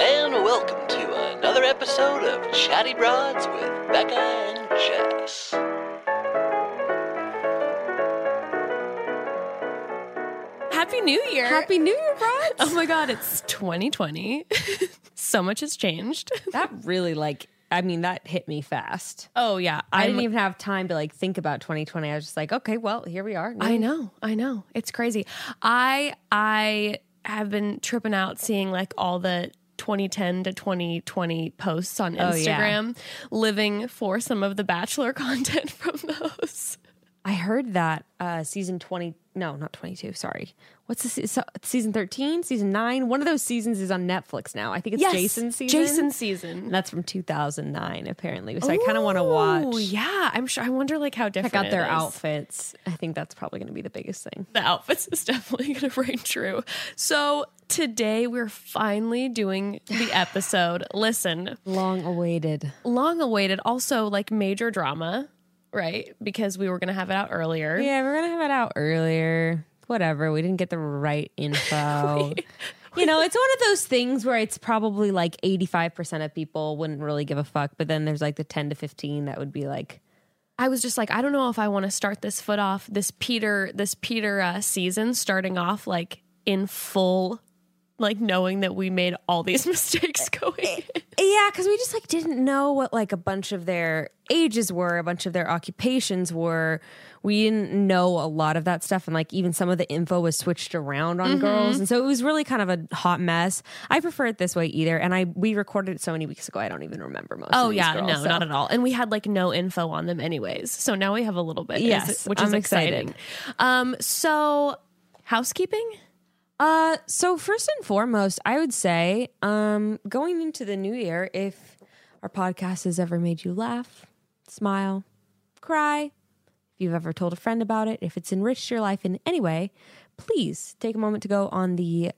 And welcome to another episode of Chatty Broads with Becca and Jess. Happy New Year. Happy New Year, Brad. Oh my God, it's 2020. so much has changed. that really like I mean that hit me fast. Oh, yeah. I I'm- didn't even have time to like think about 2020. I was just like, okay, well, here we are. I know. I know. It's crazy. I I have been tripping out seeing like all the 2010 to 2020 posts on Oh, yeah. Instagram, living for some of the Bachelor content from those. I heard that uh season 20 no, not 22, sorry. What's the se- so, season 13, season 9? One of those seasons is on Netflix now. I think it's Jason season. Jason season. And that's from 2009 apparently. So I kind of want to watch Oh, yeah. I'm sure. I wonder like how different check out their it is. outfits. I think that's probably going to be the biggest thing. the outfits is definitely going to ring true. So today we're finally doing the episode. Listen, Long awaited. long awaited, also like major drama, right? Because we were going to have it out earlier. Yeah, we're gonna have it out earlier. Whatever. We didn't get the right info. you know, it's one of those things where it's probably like 85% of people wouldn't really give a fuck, but then there's like the 10 to 15 that would be like, I was just like, I don't know if I want to start this foot off this Peter this Peter uh, season starting off like in full like knowing that we made all these mistakes going. in. yeah, because we just like didn't know what like a bunch of their ages were, a bunch of their occupations were. We didn't know a lot of that stuff, and like even some of the info was switched around Mm-hmm. on girls, and so it was really kind of a hot mess. I prefer it this way either, and I we recorded it so many weeks ago, I don't even remember most. Oh of these yeah, girls, no, so. not at all. And we had like no info on them anyways. So now we have a little bit, is- Yes, which is I'm exciting. Um so housekeeping? Uh, so first and foremost, I would say, um, going into the new year, if our podcast has ever made you laugh, smile, cry, if you've ever told a friend about it, if it's enriched your life in any way, please take a moment to go on the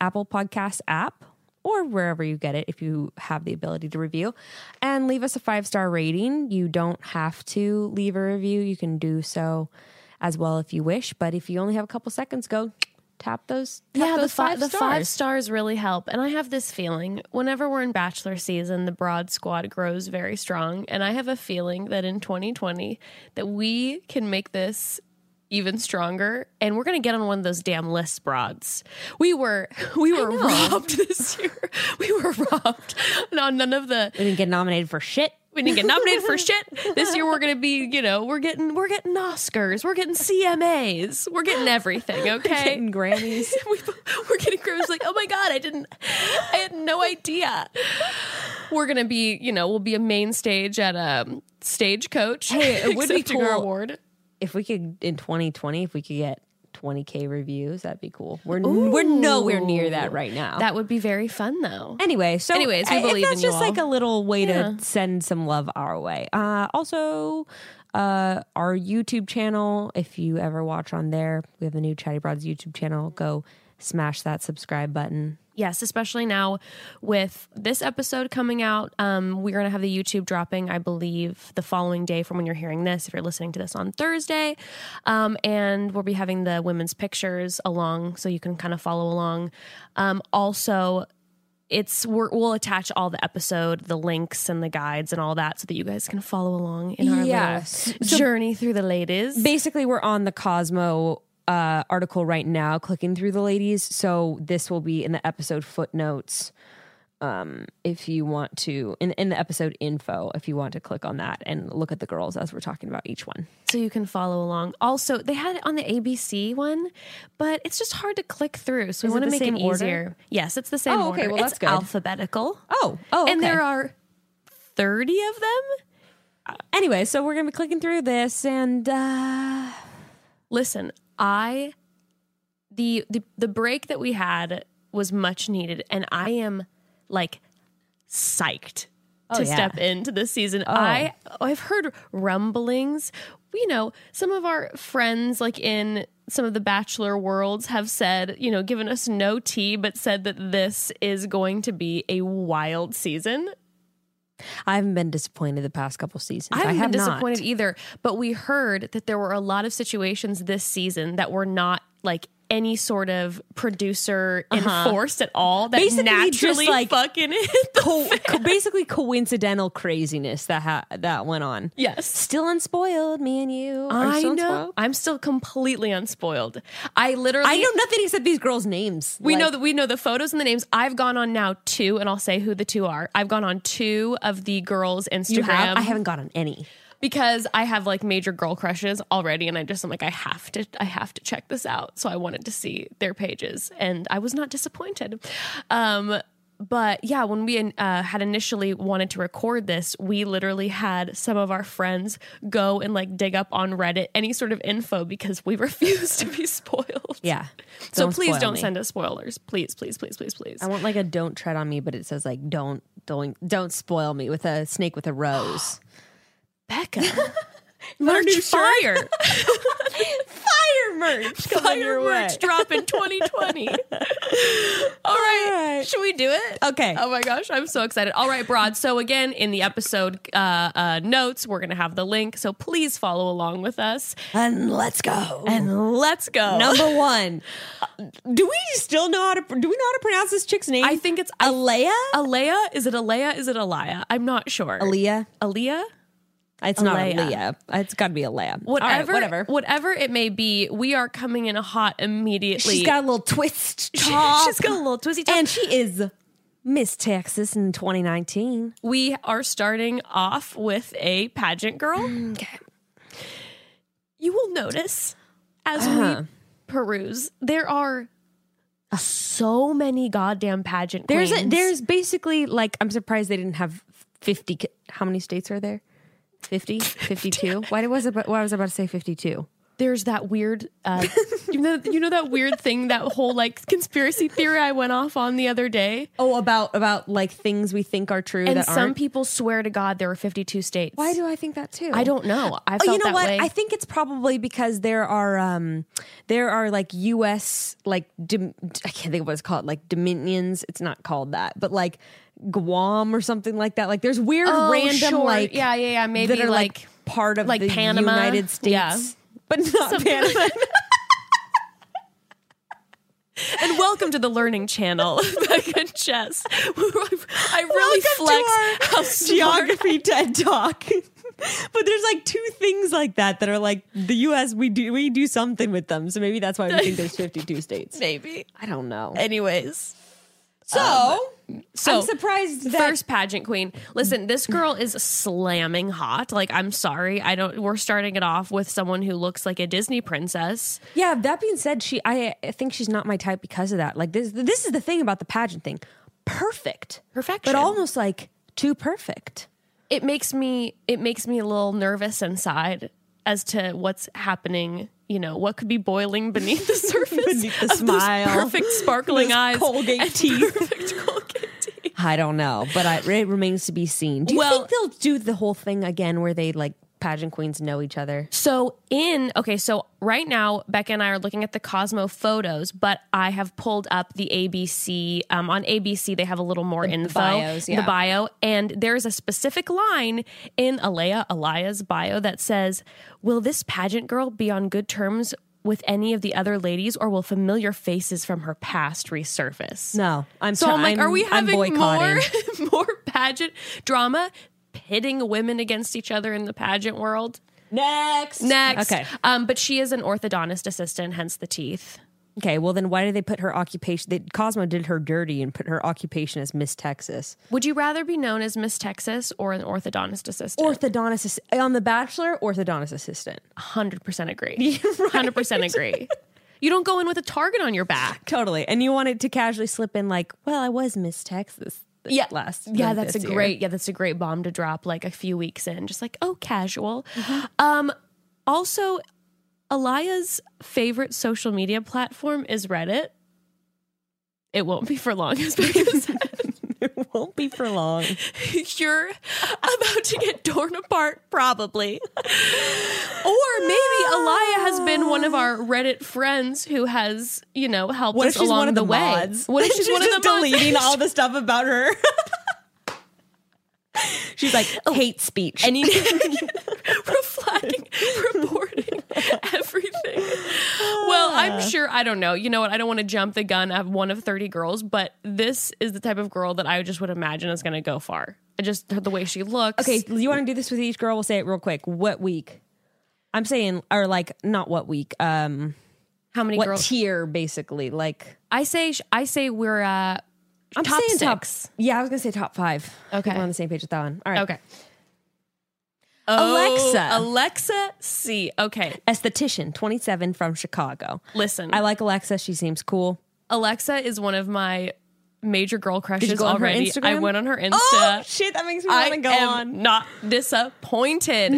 Apple Podcast app or wherever you get it if you have the ability to review and leave us a five star rating. You don't have to leave a review, you can do so as well if you wish. But if you only have a couple seconds, go tap those, tap yeah, the, those fi- five the stars. five stars really help. And I have this feeling whenever we're in bachelor season, the broad squad grows very strong. And I have a feeling that in 2020 that we can make this even stronger and we're going to get on one of those damn lists broads we were we were robbed this year we were robbed no none of the We didn't get nominated for shit. we didn't get nominated for shit. This year we're gonna be, you know, we're getting we're getting Oscars, we're getting CMAs, we're getting everything. Okay, Getting Grammys. we, we're getting Grammys. Like, oh my god, I didn't, I had no idea. We're gonna be, you know, we'll be a main stage at a stagecoach. Hey, it would be accepting our cool. award. if we could in 2020, if we could get 20k reviews, that'd be cool. We're we're nowhere near that right now. That would be very fun, though. anyway, so Anyways, we I- if believe that's in you just like a all. little way Yeah. to send some love our way. Uh, also, uh, our YouTube channel. If you ever watch on there, we have the new Chatty Broads YouTube channel. Go smash that subscribe button. Yes, especially now with this episode coming out. Um, we're going to have the YouTube dropping, I believe, the following day from when you're hearing this, if you're listening to this on Thursday. Um, and we'll be having the women's pictures along so you can kind of follow along. Um, also, it's we're, we'll attach all the episode, the links and the guides and all that so that you guys can follow along in our Yes. little journey through the ladies. basically we're on the cosmo uh, article right now clicking through the ladies so this will be in the episode footnotes um, if you want to in, in the episode info if you want to click on that and look at the girls as we're talking about each one so you can follow along. Also, they had it on the ABC one, but it's just hard to click through. So Is we it want to the make same it order? easier. Yes, it's the same Oh, okay. order. Well, It's that's good. alphabetical. Oh, oh, And there okay. are 30 of them? anyway so we're gonna be clicking through this and uh, Listen, I the the the break that we had was much needed, and I am like psyched to yeah. step into this season. I I've heard rumblings. You know, some of our friends, like in some of the Bachelor worlds, have said, you know, given us no tea, but said that this is going to be a wild season. I haven't been disappointed the past couple seasons. I haven't have been not. disappointed e- either. But we heard that there were a lot of situations this season that were not like any sort of producer enforced at all. That Uh-huh. Basically, just, naturally like, fucking hit the Co- co- basically coincidental craziness that ha- that went on. yes. Still unspoiled, me and you. are I still know. unspoiled. I'm still completely unspoiled. I literally. I know nothing except these girls' names. We know Like, that we know the photos and the names. I've gone on now two, and I'll say who the two are. I've gone on two of the girls' Instagram. you have. I haven't gotten any. because I have like major girl crushes already, and I just am like, I have to, I have to check this out. So I wanted to see their pages, and I was not disappointed. Um, but yeah, when we uh, had initially wanted to record this, we literally had some of our friends go and like dig up on Reddit any sort of info because we refuse to be spoiled. Yeah. So Don't please spoil don't me. send us spoilers. Please, please, please, please, please. I want like a "Don't tread on me," but it says like "Don't don't don't spoil me" with a snake with a rose. Becca. Merch fire. Fire merch, Fire merch drop in 2020. All right. Should we do it? Okay. Oh my gosh, I'm so excited. All right, Broad. So, again, in the episode uh, uh, notes, we're going to have the link. So, please follow along with us. and let's go. And let's go. Number one, do we still know how to? Do we know how to pronounce this chick's name? I think it's Alea. Alea. Is it Alea? Is it Alea? I'm not sure. Alea. Alea? It's Alea. not Alea. It's got to be Alea. All right, Whatever, whatever. whatever it may be, we are coming in hot immediately. She's got a little twist She- top. she's got a little twisty top. and she is Miss Texas in 2019. we are starting off with a pageant girl. Okay. you will notice as Uh-huh. we peruse, there are so many goddamn pageant There's a, queens. there's basically like I'm surprised they didn't have 50. ca- How many states are there? 50, 52. Why was about, why was I about to say 52? there's that weird uh, you know you know that weird thing that whole like conspiracy theory I went off on the other day. Oh, about about like things we think are true And that some aren't. people swear to God there are 52 states. Why do I think that too? I don't know. I felt oh, you know that what? way. I think it's probably because there are um there are like U.S. like dom- I can't think of what it's called like dominions. It's not called that, but like Guam or something like that. Like there's weird Oh, random sure. like Yeah, yeah, yeah. Maybe, that are like, like- part of like the Panama. United States, Yeah. but not Panama. and welcome to the Learning Channel, Becca and Jess. I really flex how smart geography TED Talk. but there's like two things like that that are like the U.S. We do we do something with them, so maybe that's why we think there's 52 states. maybe. I don't know. Anyways, So, Um, so I'm surprised that first pageant queen. Listen, this girl is slamming hot. Like, I'm sorry, I don't. We're starting it off with someone who looks like a Disney princess. Yeah, that being said, she I, I think she's not my type because of that. Like this this is the thing about the pageant thing. Perfect. Perfection. But almost like too perfect. It makes me. It makes me a little nervous inside as to what's happening. You know what could be boiling beneath the surface Beneath the of those smile, perfect sparkling those eyes, Colgate and teeth. perfect Colgate teeth. I don't know, but I, it remains to be seen. Do you Well- think they'll do the whole thing again where they like pageant queens know each other? So in okay, so right now Becca and I are looking at the Cosmo photos, but I have pulled up the ABC. Um, on ABC, they have a little more info, bios, yeah. the bio, and there's a specific line in Alea Alaya's bio that says, "Will this pageant girl be on good terms?" With any of the other ladies, or will familiar faces from her past resurface? No, I'm So try- I'm like, are we I'm having more boycotting. more pageant drama, pitting women against each other in the pageant world? Next. Next. Okay. Um, but she is an orthodontist assistant, hence the teeth. Okay, well then why did they put her occupation they, Cosmo did her dirty and put her occupation as Miss Texas. Would you rather be known as Miss Texas or an orthodontist assistant? Orthodontist ass- on The Bachelor, orthodontist assistant. 100% agree. 100% agree. You don't go in with a target on your back. Totally. And you wanted to casually slip in like, well, I was Miss Texas. th- Yeah. Last. Yeah, like, that's a this year. great. Yeah, that's a great bomb to Mm-hmm. drop like a few weeks in, just like oh, casual. Um, also, Alaya's favorite social media platform is Reddit. It won't be for long, as Becca said. it won't be for long. You're about to get torn apart, probably. or maybe Alaya has been one of our Reddit friends who has, you know, helped What us if she's along one of the, way. mods? What if she's, one just of the mods? deleting all the stuff about her? she's like hate speech. Oh. And reflecting, reporting everything. Well, Ah. I'm sure, I don't know. You know what? I don't want to jump the gun of one of 30 girls, but this is the type of girl that I just would imagine is going to go far. I Just the way she looks. okay, you want to do this with each girl? We'll say it real quick. What week? I'm saying, or like not what week. Um, How many what girls? tier? Basically, like I say, I say we're, uh, I'm Top saying six. Top, yeah, I was gonna say top five. I think Okay. we're on the same page with that one. All right, okay. Alexa. Oh, Alexa C. Okay. Esthetician, 27 from Chicago. Listen, I like Alexa. She seems cool. Alexa is one of my major girl crushes go on her already. Instagram? I went on her Insta. Oh shit, that makes me I want to go am on. not disappointed.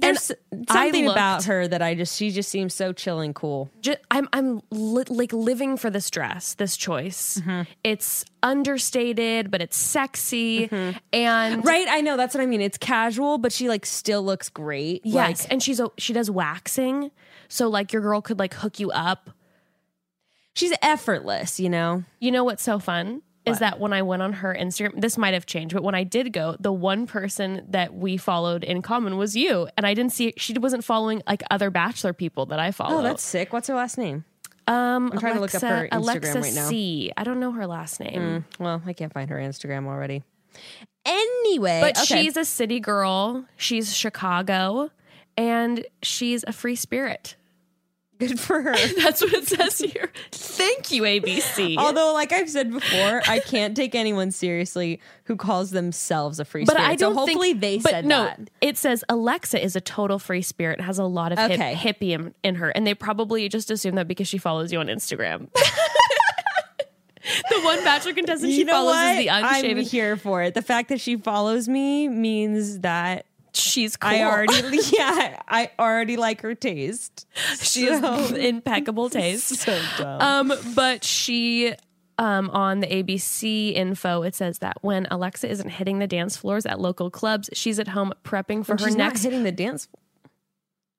There's And I something looked- about her that I just she just seems so chill and cool. Ju- I'm I'm li- like living for this dress, this choice. It's understated, but it's sexy, and Right? I know that's what I mean. It's casual, but she like still looks great. yes, Like, and she's a, she does waxing, so like your girl could like hook you up. she's effortless, you know. You know what's so fun is that when I went on her Instagram, this might have changed, but when I did go, the one person that we followed in common was you, and I didn't see she wasn't following like other Bachelor people that I follow. Oh, that's sick. What's her last name? um. I'm trying to look up her Instagram Alexa right now. Mm. C. I don't know her last name. Well, I can't find her Instagram already. Anyway, But okay. she's a city girl. She's Chicago, and she's a free spirit. good for her. That's what it says here. Thank you, ABC. Although, like I've said before, I can't take anyone seriously who calls themselves a free but spirit. I don't so hopefully think, they but said no, that. It says Alexa is a total free spirit and has a lot of Okay. hip, hippie in, in her, and they probably just assume that because she follows you on Instagram. the one bachelor contestant she follows is the I'm unshaven. here for it. The fact that she follows me means that She's cool. I already, yeah, I already like her taste. she has impeccable taste. So dumb. Um, but she um, on the ABC info, it says that when Alexa isn't hitting the dance floors at local clubs, she's at home prepping for her she's next. not hitting the dance.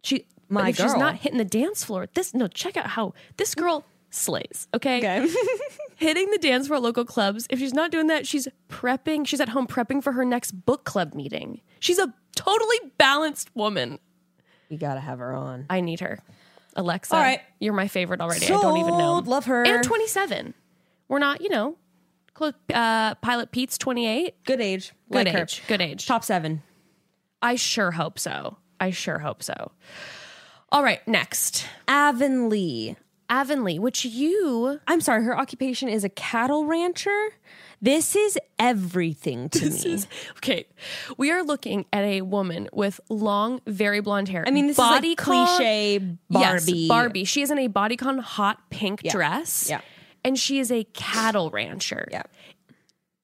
she, My but if she's girl. not hitting the dance floor. This no, check out how this girl slays. Okay, Okay. hitting the dance floor at local clubs. If she's not doing that, she's prepping. She's at home prepping for her next book club meeting. She's a totally balanced woman. you gotta have her on. I need her, Alexa. All right. you're my favorite already. I don't even know. Sold. Love her. and 27. We're not, you know, close, uh, Pilot Pete's 28. Good age. Good like her. age. Good age. Top seven. I sure hope so. I sure hope so. All right, next. Avonlea. Avonlea, which you I'm sorry. Her occupation is a cattle rancher. This is everything to me. okay. We are looking at a woman with long, very blonde hair. I mean, this body is like con- cliche Barbie. Yes, Barbie. She is in a bodycon hot pink dress. Yeah. And she is a cattle rancher. Yeah.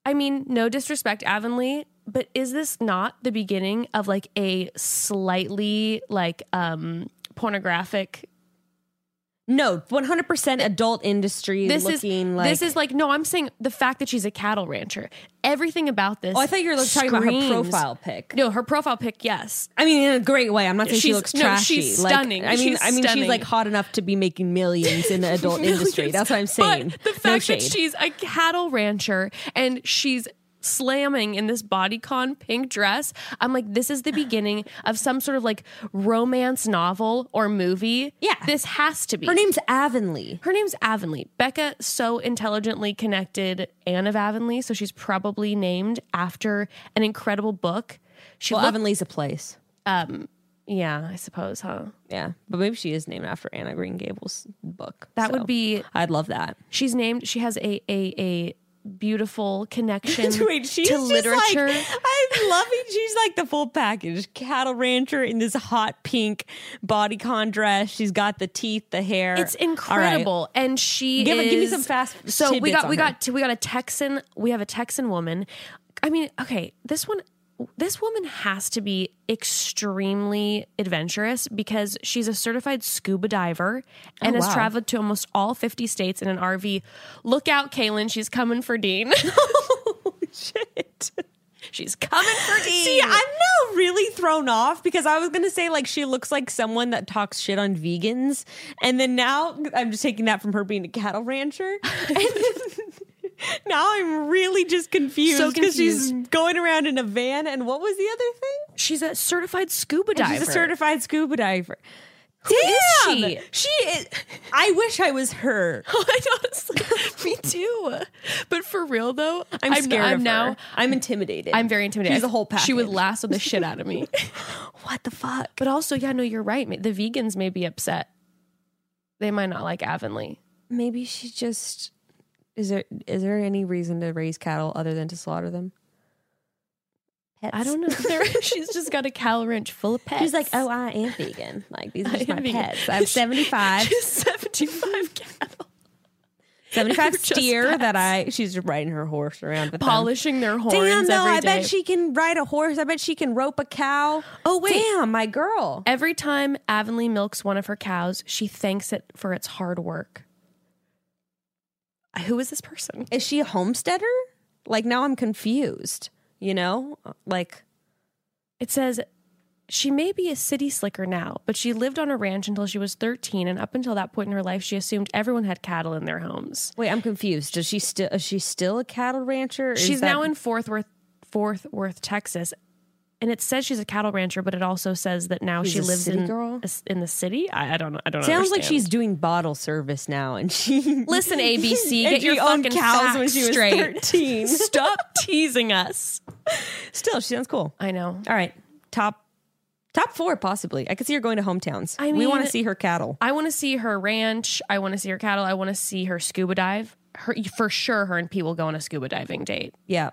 I mean, no disrespect, Avonlea, but is this not the beginning of like a slightly like um pornographic? No, 100% adult industry This looking is like. this is like no. I'm saying the fact that she's a cattle rancher. Everything about this. Oh, I thought you were like, talking about her screams- profile pic. No, her profile pic. Yes, I mean, in a great way. I'm not saying she She's- looks no, trashy. she's Like, stunning. I mean, She's I mean, stunning. she's like hot enough to be making millions in the adult industry. That's what I'm saying. But the No fact that shade. she's a cattle rancher and she's slamming in this bodycon pink dress, I'm like, this is the beginning of some sort of like romance novel or movie. Yeah. This has to be. her name's Avonlea. her name's Avonlea. Becca so intelligently connected Anne of Avonlea, so she's probably named after an incredible book. She Well, looked- Avonlea's a place. yeah, I suppose, huh? Yeah, but maybe she is named after Anna Green Gables' book. That So, would be I'd love that. she's named she has a a a beautiful connection Wait, she's to just literature. Like, I'm loving. She's like the full package: cattle rancher in this hot pink bodycon dress. She's got the teeth, the hair. It's All right. incredible, and she Give- is, give me some fast So we tidbits got on we her. got we got a Texan. We have a Texan woman. I mean, okay, this one this woman has to be extremely adventurous because she's a certified scuba diver and has Oh, wow. traveled to almost all 50 states in an RV. Look out, Kaylin, she's coming for Dean. shit. She's coming for Dean. Oh, See, I'm now really thrown off because I was gonna say like she looks like someone that talks shit on vegans, and then now I'm just taking that from her being a cattle rancher. And then- now I'm really just So confused because she's confused. going around in a van. And what was the other thing? she's a certified scuba diver. She's a certified scuba diver. is Damn! she? She is. I wish I was her. I honestly, me too. But for real though, I'm I'm scared. I'm of now. her. I'm intimidated. I'm very intimidated. She's a whole package. She would laugh the shit out of me. What the fuck? But also, yeah, no, you're right. The vegans may be upset. They might not like Avonlea. Maybe she just is there is there any reason to raise cattle other than to slaughter them? Pets. I don't know. They're- she's just got a cow wrench full of pets. She's like, oh, I am vegan. Like these are I just am my vegan." pets. I have 75, She's 75 cattle. 75 They're just steer that pets. I. She's just riding her horse around with them. Polishing their horns Damn, though, every I bet day. she can ride a horse. I bet she can rope a cow. Oh, wait. damn, my girl. Every time Avonlea milks one of her cows, she thanks it for its hard work. Who is this person? Is she a homesteader? Like now, I'm confused. You know, like It says she may be a city slicker now, but she lived on a ranch until she was 13 and up until that point in her life she assumed everyone had cattle in their homes. wait, I'm confused. Does she still? Is she still a cattle rancher? Is She's that- now in Fort Worth, Fort Worth, Texas, and it says she's a cattle rancher, but it also says that now She's she a lives city in girl? a s- in the city. I, I don't. know. I don't. Sounds like understand. she's doing bottle service now, and she Listen, ABC, and get your she owned fucking cows facts when she was straight. thirteen. Stop teasing us. Still, she sounds cool. I know. All right, top top four possibly. I could see her going to hometowns. I we mean- want to see her cattle. I want to see her ranch. I want to see her cattle. I want to see her scuba dive. Her for sure. Her and P will go on a scuba diving date. Yeah,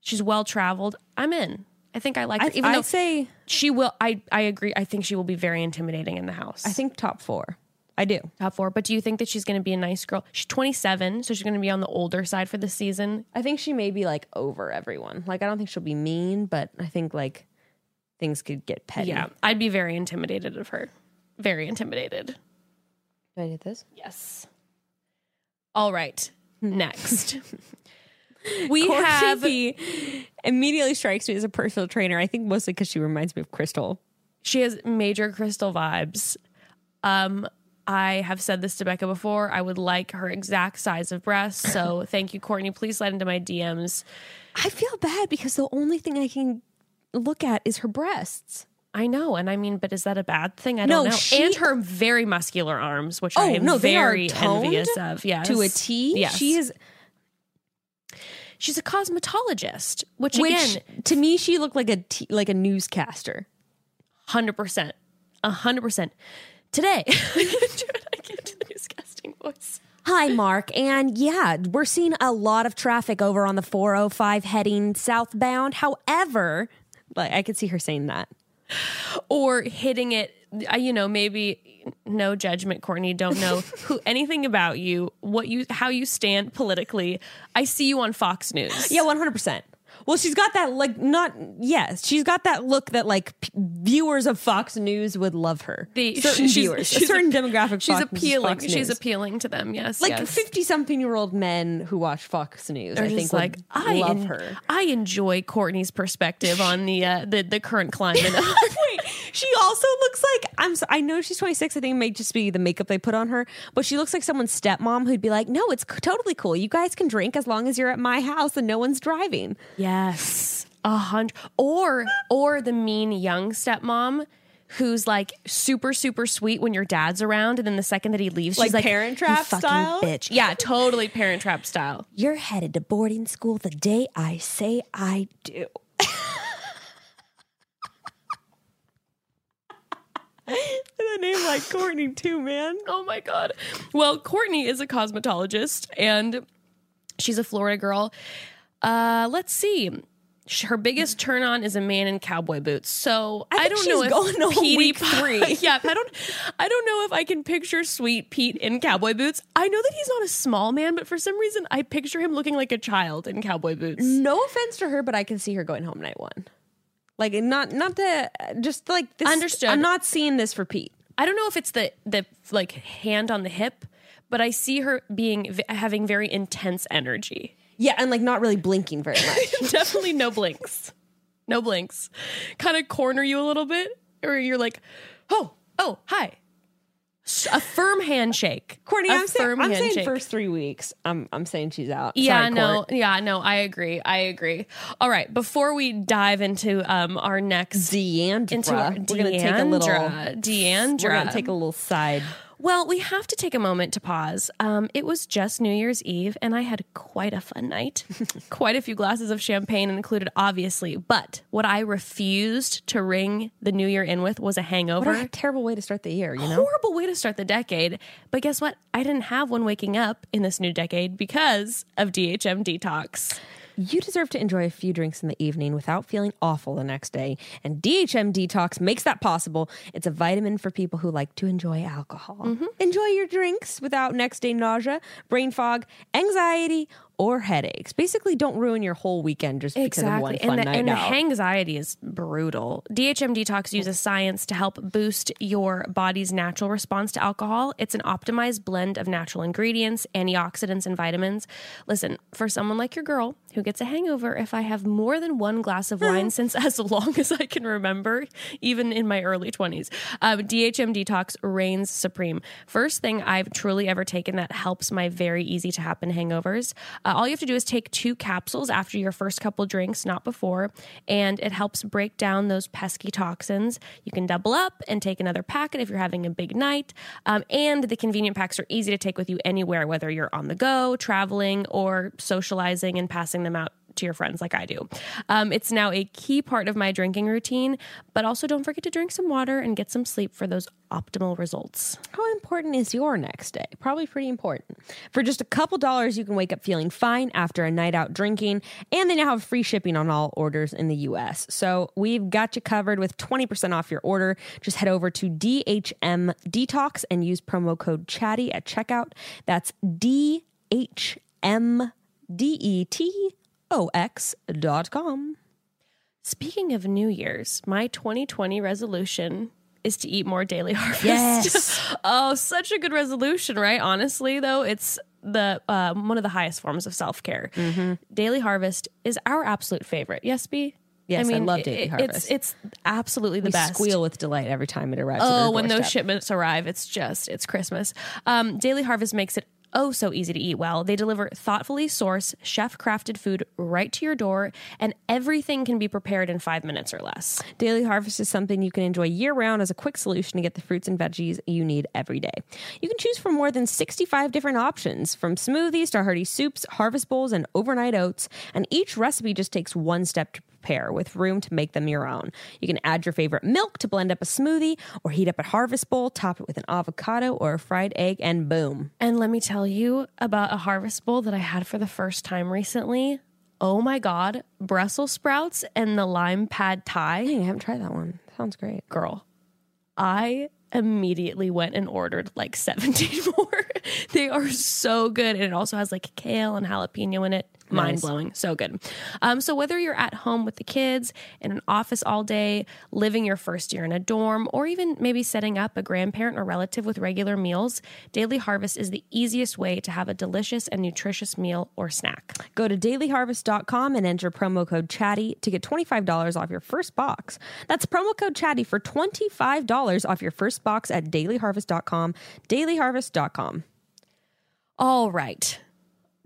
She's well traveled. I'm in. I think I like. I, it, even though I'd say she will, I I agree. I think she will be very intimidating in the house. I think top four. I do. top four. But do you think that she's going to be a nice girl? She's 27, so she's going to be on the older side for this season. I think she may be like over everyone. Like I don't think she'll be mean, but I think like things could get petty. Yeah, I'd be very intimidated of her. Very intimidated. Did I get this? Yes. All right. Next, we Corey have. immediately strikes me as a personal trainer. I think mostly because she reminds me of Crystal. She has major crystal vibes. Um, I have said this to Becca before. I would like her exact size of breasts. So thank you, Courtney. Please slide into my DMs. I feel bad because the only thing I can look at is her breasts. I know, and I mean, but is that a bad thing? I No, don't know. she- and her very muscular arms, which I Oh am no, they very are toned envious of. Yes, to a T. Yes, She is She's a cosmetologist, which, which again, to me she looked like a t- like a newscaster. hundred percent, hundred percent. Today, I can't do it. I can't do the newscasting voice. Hi, Mark. And yeah, we're seeing a lot of traffic over on the 405 heading southbound. However, like I could see her saying that. or hitting it I- you know maybe no judgment courtney don't know who anything about you what you how you stand politically i see you on fox news Yeah, 100%. Well, she's got that like not yes, she's got that look that like p- viewers of Fox News would love her. The- certain she's- viewers, she's a certain a- demographic. she's Fox, appealing Fox she's News. appealing to them yes like yes. fifty-something-year-old men who watch Fox News. They're I think just like would I love en- her. I enjoy Courtney's perspective on the uh, the the current climate. Wait, she also looks like I'm. So, I know she's 26. I think it may just be the makeup they put on her, but she looks like someone's stepmom who'd be like, "No, it's c- totally cool. You guys can drink as long as you're at my house and no one's driving." yes, a hundred or or the mean young stepmom who's like super super sweet when your dad's around, and then the second that he leaves, Like she's like Parent "You Trap fucking style?" bitch. Yeah, totally Parent Trap style. You're headed to boarding school the day I say I do. With a name like Courtney too, man. Oh my God. Well, Courtney is a cosmetologist and she's a Florida girl. Uh, let's see. Sh- Her biggest turn on is a man in cowboy boots. So I, think don't she's know if going on Petey week Pie- three. yeah, I don't. I don't know if I can picture Sweet Pete in cowboy boots. I know that he's not a small man, but for some reason, I picture him looking like a child in cowboy boots. Mm. No offense to her, but I can see her going home night one. Like not not the just like this. Understood. I'm not seeing this repeat. I don't know if it's the the like hand on the hip, but I see her being having very intense energy. Yeah, and like not really blinking very much. Definitely no blinks. No blinks. Kind of corner you a little bit, or you're like, oh, oh, hi. S- A firm handshake. Courtney, i I'm, saying, I'm saying first three weeks. I'm I'm saying she's out. Yeah, Sorry, no, Court. yeah, no, I agree. I agree. All right, before we dive into um our next Deandra. into our we're gonna take a little. Deandra, Deandra. We're gonna take a little side. Well, we have to take a moment to pause. Um, it was just New Year's Eve, and I had quite a fun night. quite a few glasses of champagne included, obviously. But what I refused to ring the New Year in with was a hangover. What a terrible way to start the year. You know. Horrible way to start the decade. But guess what? I didn't have one waking up in this new decade because of DHM detox. You deserve to enjoy a few drinks in the evening without feeling awful the next day, and DHM Detox makes that possible. It's a vitamin for people who like to enjoy alcohol. Enjoy your drinks without next day nausea, brain fog, anxiety, or headaches. Basically, don't ruin your whole weekend just because of one fun and the, night and the out. anxiety is brutal. DHM Detox uses science to help boost your body's natural response to alcohol. It's an optimized blend of natural ingredients, antioxidants, and vitamins. Listen, for someone like your girl who gets a hangover, if I have more than one glass of Mm. wine since as long as I can remember, even in my early 20s, um, DHM Detox reigns supreme. First thing I've truly ever taken that helps my very easy to happen hangovers. Uh, all you have to do is take two capsules after your first couple drinks, not before, and it helps break down those pesky toxins. You can double up and take another packet if you're having a big night. Um, and the convenient packs are easy to take with you anywhere, whether you're on the go, traveling, or socializing and passing them out to your friends like I do. Um, it's now a key part of my drinking routine, but also don't forget to drink some water and get some sleep for those optimal results. How important is your next day? Probably pretty important. For just a couple dollars, you can wake up feeling fine after a night out drinking, and they now have free shipping on all orders in the US. So we've got you covered with 20% off your order. Just head over to DHM Detox and use promo code chatty at checkout. That's DHM E D-E-T-O-X dot com. Speaking of New Year's, my 2020 resolution is to eat more daily harvest. Yes. oh, such a good resolution, right? Honestly, though, it's the uh, one of the highest forms of self care. Mm-hmm. Daily harvest is our absolute favorite. Yes, B. Yes, I love it- Daily it- Harvest. It's it's absolutely the We best. squeal with delight every time it arrives. at Oh, our when those doorstep. shipments arrive, it's just it's Christmas. Um, Daily Harvest makes it oh so easy to eat well. They deliver thoughtfully sourced, chef crafted food right to your door, and everything can be prepared in five minutes or less. Daily Harvest is something you can enjoy year round as a quick solution to get the fruits and veggies you need every day. You can choose from more than 65 different options, from smoothies to hearty soups, harvest bowls, and overnight oats, and each recipe just takes one step to prepare with room to make them your own. You can add your favorite milk to blend up a smoothie or heat up a harvest bowl, top it with an avocado or a fried egg, and boom. And let me tell you about a harvest bowl that I had for the first time recently. Oh my god, Brussels sprouts and the lime pad thai. Dang, I haven't tried that one. Sounds great. girl. I immediately went and ordered like 17 more. they are so good. And it also has like kale and jalapeno in it. Mind blowing. So good. Um, so, whether you're at home with the kids, in an office all day, living your first year in a dorm, or even maybe setting up a grandparent or relative with regular meals, Daily Harvest is the easiest way to have a delicious and nutritious meal or snack. Go to dailyharvest.com and enter promo code chatty to get $25 off your first box. That's promo code chatty for $25 off your first box at dailyharvest.com. Dailyharvest.com. All right.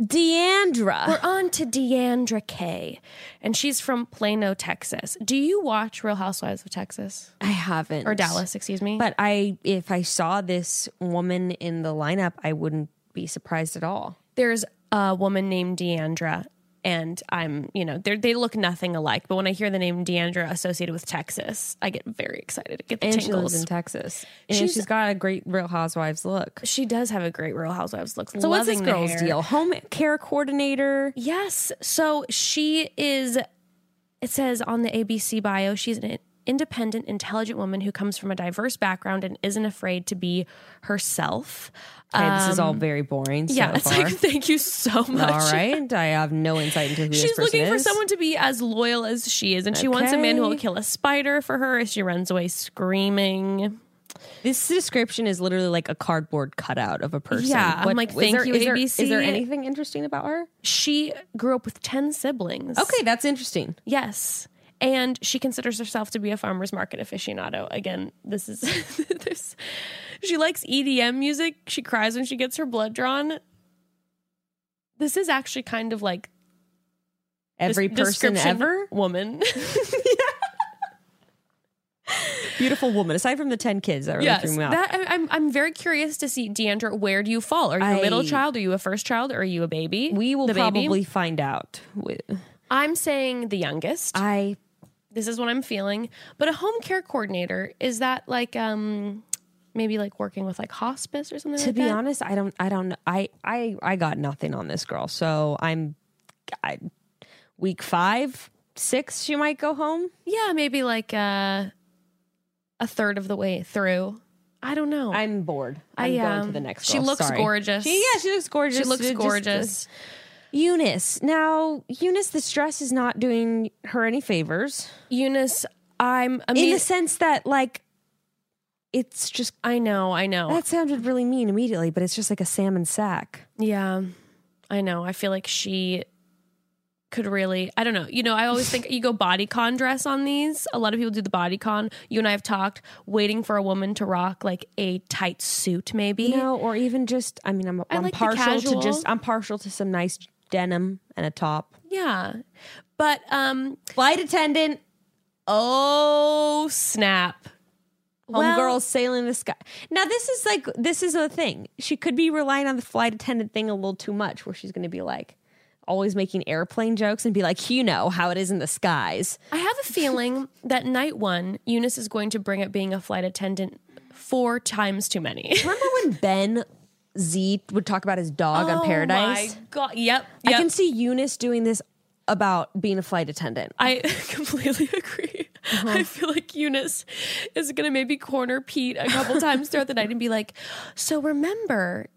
Deandra. We're on to Deandra Kay, and she's from Plano, Texas. Do you watch Real Housewives of Texas I haven't. or Dallas? Excuse me. But I if I saw this woman in the lineup, I wouldn't be surprised at all. there's a woman named Deandra, and I'm you know they're- they look nothing alike. But when I hear the name Deandra associated with Texas, I get very excited. I get the And she lives tingles. in Texas. And She's- she's got a great Real Housewives look. She does have a great Real Housewives look. So what's this Loving the girl's hair. deal? Home care coordinator. Yes. So she is. It says on the ABC bio, she's an independent, intelligent woman who comes from a diverse background and isn't afraid to be herself. Okay, this is all very boring. So yeah, it's far. like thank you so much. all right. I have no insight into who this She's person looking for is. someone to be as loyal as she is, and she wants a man who will Okay. kill a spider for her if she runs away screaming. This description is literally like a cardboard cutout of a person. Yeah, I'm like, is thank there- you, is there- ABC. Is there anything interesting about her? She grew up with 10 siblings. Okay, that's interesting. Yes. And she considers herself to be a farmer's market aficionado. Again, this is this. She likes EDM music. She cries when she gets her blood drawn. This is actually kind of like des- Every person description ever, woman. beautiful woman. Aside from the ten kids that really yes, threw me off. that I, am I'm very curious to see Deandra. Where do you fall? Are you a I- middle child? Are you a first child? Are you a baby? we will The baby? probably find out. With, I'm saying the youngest. I this is what I'm feeling. But a home care coordinator is that like um maybe like working with like hospice or something to like be that? honest, I don't. I don't. I I I got nothing on this girl. So I'm, I, week five, six. She might go home. Yeah, maybe like uh a third of the way through. I don't know. I'm bored. I'm Oh. I, going um, to the next. she girl. looks Sorry. gorgeous. She, yeah, she looks gorgeous. she looks It just- gorgeous. Eunice. Now, Eunice, this dress is not doing her any favors Eunice, I'm I in mean the sense that, like, it's just I know, I know. that sounded really mean immediately, but it's just like a salmon sack. Yeah, I know. I feel like she could really, I don't know. You know, I always think you go body con dress on these. A lot of people do the body con. You and I have talked waiting for a woman to rock like a tight suit, maybe. You know, or even just, I mean, I'm, I I'm like the partial casual. to just, I'm partial to some nice denim and a top. Yeah. But, um, Flight attendant, oh snap. homegirl Well- sailing the sky. Now, this is like, this is a thing. She could be relying on the flight attendant thing a little too much, where she's going to be like, always making airplane jokes and be like, you know how it is in the skies. I have a feeling that night one, Eunice is going to bring up being a flight attendant four times too many. Remember when Ben Z would talk about his dog on Paradise? Oh my God. Yep. I yep. can see Eunice doing this about being a flight attendant. I completely agree. I feel like Eunice is going to maybe corner Pete a couple times throughout the night and be like, So remember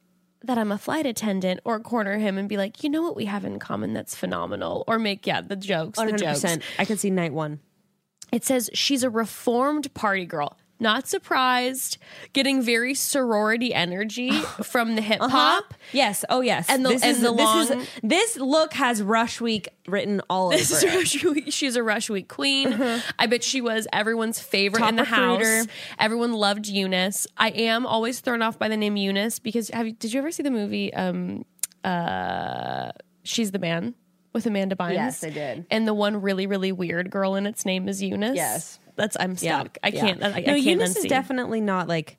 that I'm a flight attendant, or corner him and be like, You know what we have in common that's phenomenal? Or make, yeah, the jokes, the jokes. I can see night one. It says she's a reformed party girl. Not surprised, getting very sorority energy from the hip hop. Yes. Oh, yes. And the- and the long- This, is, this look has Rush Week written all This over is Rush it. Week- She's a Rush Week queen. I bet she was everyone's favorite Uh-huh. Top in the house. recruiter. Everyone loved Eunice. I am always thrown off by the name Eunice because have you, did you ever see the movie um, uh, She's the Man with Amanda Bynes? Yes, I did. And the one really really weird girl in its name is Eunice. Yes. that's I'm Yeah. stuck. I Yeah. can't. I, I no, can't Eunice is unsee. definitely not like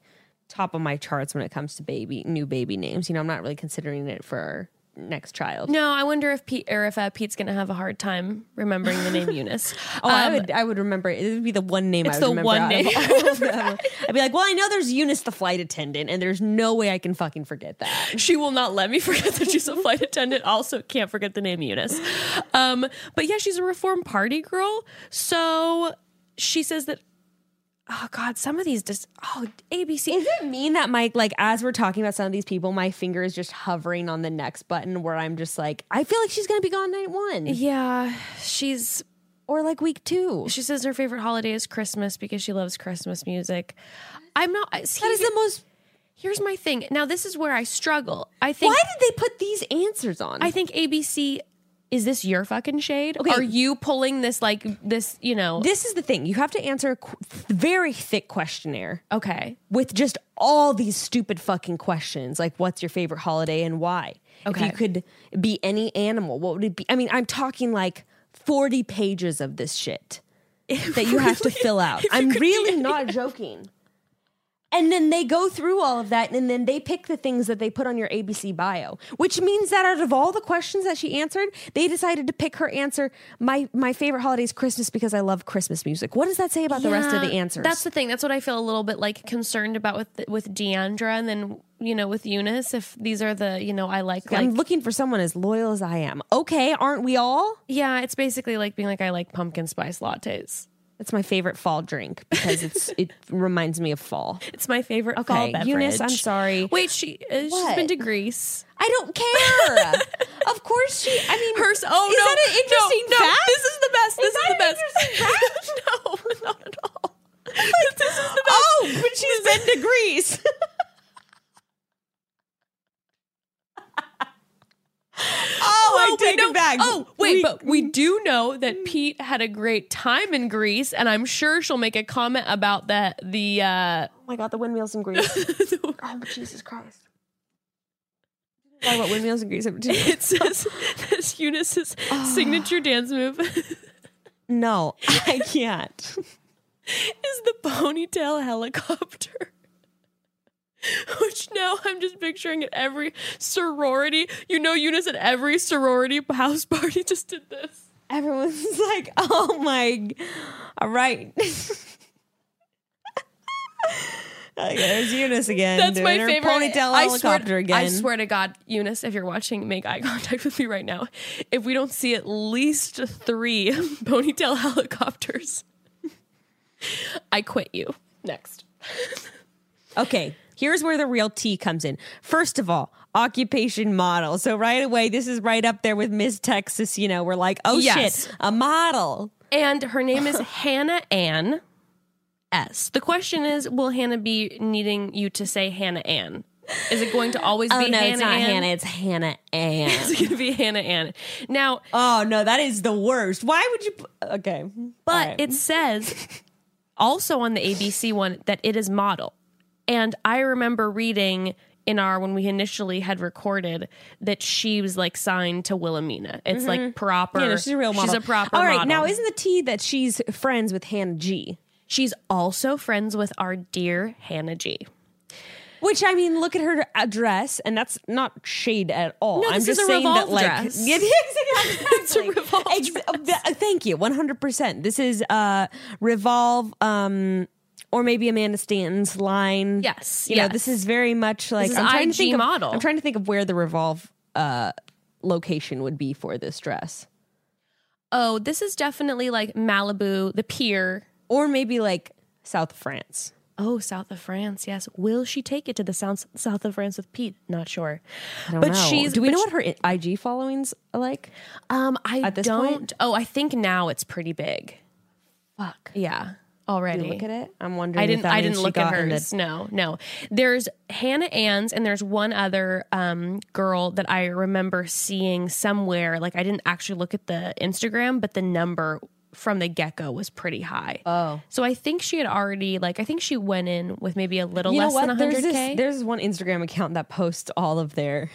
top of my charts when it comes to baby new baby names. You know, I'm not really considering it for our next child. no, I wonder if Pete or if uh, Pete's gonna have a hard time remembering the name Eunice. Um, Oh, I would I would remember it. It would be the one name It's I would the remember. one out of name. all of them. I'd be like, well, I know there's Eunice the flight attendant, and there's no way I can fucking forget that. she will not let me forget that she's a flight attendant. Also, can't forget the name Eunice. Um, but yeah, she's a reform party girl. So she says that. Oh God, some of these just oh ABC. Does it mean that my like as we're talking about some of these people, my finger is just hovering on the next button where I'm just like, I feel like she's gonna be gone night one Yeah, she's or like week two. she says her favorite holiday is Christmas because she loves Christmas music. I'm not. I- See, That is the most. here's my thing. Now this is where I struggle. I think. Why did they put these answers on? I think ABC. Is this your fucking shade? Okay. Are you pulling this like this? You know. this is the thing. You have to answer a qu- very thick questionnaire okay. with just all these stupid fucking questions, like what's your favorite holiday and why? If Okay. you could be any animal, what would it be? I mean, I'm talking like 40 pages of this shit that you have to fill out. I'm really not joking. And then they go through all of that and then they pick the things that they put on your ABC bio, which means that out of all the questions that she answered, they decided to pick her answer, my my favorite holiday is Christmas because I love Christmas music. What does that say about the rest of Yeah, the answers? That's the thing. That's what I feel a little bit like concerned about with with Deandra, and then you know with Eunice. If these are the you know I like like I'm looking for someone as loyal as I am. Okay, aren't we all? yeah, it's basically like being like I like pumpkin spice lattes. That's my favorite fall drink because it's it reminds me of fall. It's my favorite fall Okay, beverage. Eunice, I'm sorry. Wait, she uh, she's What? been to Greece. I don't care. of course she. I mean, Hers. Oh is no! that an interesting no, no, fact? This is the best. This is, that the an best. no, not at all. this is the best. Oh, but she's been to Greece. oh, I wait, take no. it back. Mm. Oh, wait, but we do know that Pete had a great time in Greece, and I'm sure she'll make a comment about the the uh, oh my god, the windmills in Greece. oh, Jesus Christ. Talk about windmills in Greece. it says that's Eunice's signature dance move is No, I can't. the ponytail helicopter. Which now I'm just picturing at every sorority. You know, Eunice at every sorority house party just did this. Everyone's like, oh my, g- all right. Okay, Oh, There's Eunice again. That's doing my her favorite. Ponytail I swear- helicopter again. I swear to God, Eunice, if you're watching, make eye contact with me right now. If we don't see at least three ponytail helicopters, I quit you. Next. Okay, here's where the real tea comes in. First of all, occupation model. So right away, this is right up there with Miss Texas. You know, we're like, oh Yes. shit, a model. And her name is Hannah Ann S. The question is, will Hannah be needing you to say Hannah Ann? Is it going to always Oh be no, Hannah it's not Ann? Hannah. It's Hannah Ann. It's going to be Hannah Ann. Now, oh no, that is the worst. Why would you? p- Okay, But All right. it says also on the ABC one that it is model. And I remember reading in our when we initially had recorded that she was like signed to Wilhelmina. It's like proper. Mm-hmm. Yeah, no, she's a real model. She's a proper All right, model. now isn't the tea that she's friends with Hannah G? she's also friends with our dear Hannah G. Which I mean, look at her dress, and that's not shade at all. No, I'm this just is a saying that, revolve like, dress. Yeah, exactly. It's a revolve Ex- uh, th- thank you, one hundred percent. This is uh, revolve, um, or maybe Amanda Stanton's line. Yes, you know, this yes. is very much like is I'm trying to IG think of- model. I'm trying to think of where the revolve uh, location would be for this dress, Oh, this is definitely like Malibu, the pier. or maybe like South France. Oh, south of France. Yes. Will she take it to the south, south of France with Pete? Not sure. I don't but know. she's Do we but know she- what her I- IG followings are like? Um, I this don't. point? Oh, I think now it's pretty big. Fuck. Yeah. Already. Look at it. I'm wondering. I if didn't. that I means didn't she look at got in the- hers. no, no. There's Hannah Ann's, and there's one other um, girl that I remember seeing somewhere. Like I didn't actually look at the Instagram, but the number from the get go was pretty high. Oh. so I think she had already like I think she went in with maybe a little You less know what? than There's 100k. this, there's this one Instagram account that posts all of their.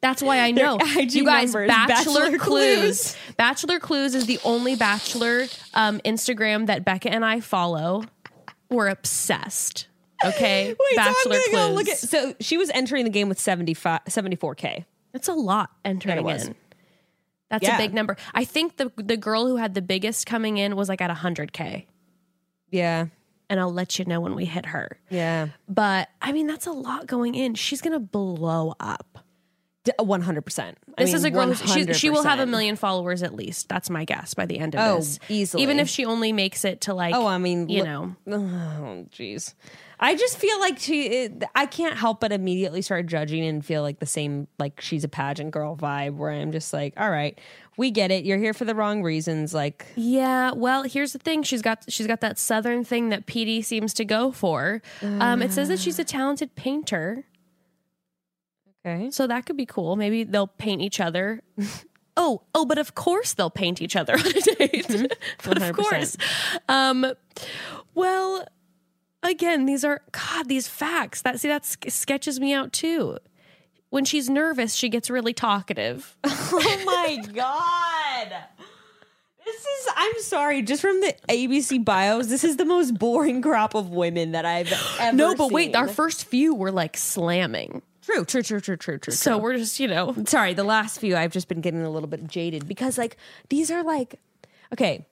That's why I know. IG you guys, numbers, Bachelor, Bachelor Clues. Bachelor Clues is the only Bachelor um, Instagram that Becca and I follow. We're obsessed. Okay. Bachelor Clues. So she was entering the game with 75, 74k. That's a lot entering was. in. That's a Yeah. big number. I think the the girl who had the biggest coming in was like at 100K. Yeah, And I'll let you know when we hit her. yeah, But I mean, that's a lot going in. She's going to blow up. one hundred percent. This is a girl. who's- She, she will have a million followers at least. That's my guess by the end of Oh, this. easily. Even if she only makes it to like. Oh, I mean, you look- know. Oh, jeez. I just feel like she. It, I can't help but immediately start judging and feel like the same, like she's a pageant girl vibe. Where I'm just like, all right, we get it. You're here for the wrong reasons. Like, Yeah. Well, here's the thing. She's got she's got that southern thing that PD seems to go for. Um, it says that she's a talented painter, okay, so that could be cool. Maybe they'll paint each other. oh, oh, but of course they'll paint each other on a date. but of 100%. course. Um, well, again, these are God. These facts that see that sk- sketches me out too. When she's nervous, she gets really talkative. Oh my god. This is I'm sorry, just from the ABC bios, this is the most boring crop of women that I've ever no, but wait, seen. our first few were like slamming. true, true, true, true, true, true. So we're just, you know, sorry, the last few I've just been getting a little bit jaded because like these are like okay,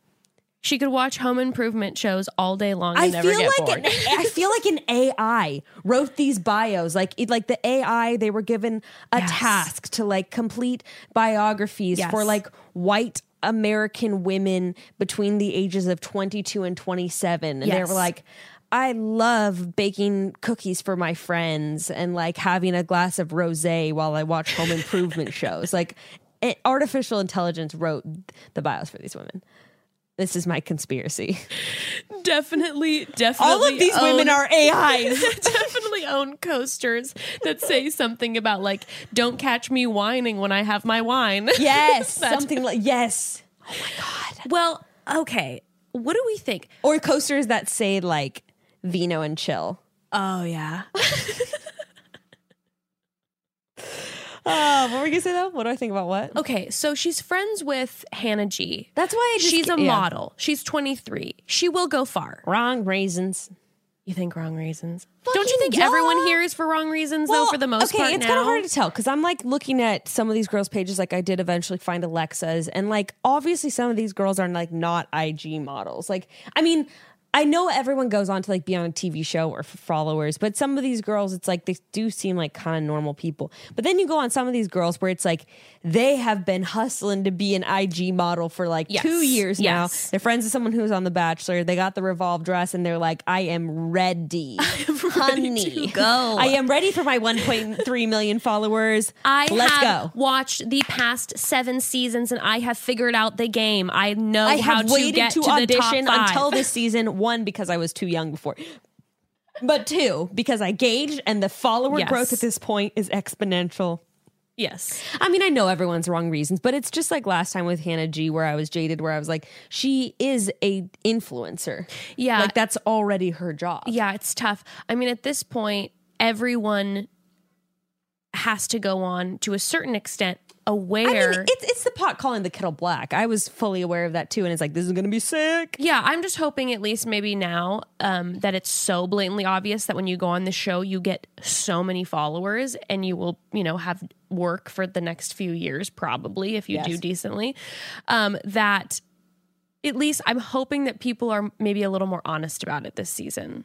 She could watch home improvement shows all day long and I never feel get like bored. an, I feel like an AI wrote these bios. Like it, like the AI, they were given a Yes. task to like complete biographies Yes. for like white American women between the ages of 22 and 27. And they Yes. were like, I love baking cookies for my friends and like having a glass of rosé while I watch home improvement shows. Like eh, artificial intelligence wrote the bios for these women. This is my conspiracy. Definitely, definitely. All of these women own- are AIs. definitely own coasters that say something about like don't catch me whining when i have my wine Yes, something like yes. well okay what do we think Or coasters that say like vino and chill. oh yeah Oh, what were we gonna say though? What do I think about what? okay so she's friends with hannah g That's why I just- she's a yeah. model she's 23 she will go far Wrong raisins. you think wrong reasons don't you Fucking think everyone duh. here is for wrong reasons though for the most okay, part it's kind now of hard to tell because I'm like looking at some of these girls' pages. Like I did eventually find Alexa's, and like obviously some of these girls are like not IG models. Like I mean, I know everyone goes on to like be on a TV show or for followers, but some of these girls, it's like they do seem like kind of normal people. But then you go on some of these girls where it's like they have been hustling to be an IG model for like Yes, two years now. yes. They're friends with someone who's on The Bachelor. They got the revolve dress, and they're like, "I am ready, honey, go. I am ready for my 1.3 million followers. I let's have go. watched the past seven seasons and I have figured out the game. I know I how have to waited get to, to, the top audition five. until this season. One because I was too young before, but two because I gauged, and the follower Yes. growth at this point is exponential. yes. I mean, I know everyone's wrong reasons, but it's just like last time with Hannah G, where I was jaded, where I was like, she is a influencer. Yeah. like that's already her job. Yeah, it's tough. I mean, at this point, everyone has to go on to a certain extent I aware. mean, it's it's the pot calling the kettle black. I was fully aware of that too, and it's like this is gonna be sick. yeah, I'm just hoping at least maybe now um, that it's so blatantly obvious that when you go on the show, you get so many followers and you will, you know, have work for the next few years, probably, if you do decently, um, that at least I'm hoping that people are maybe a little more honest about it this season.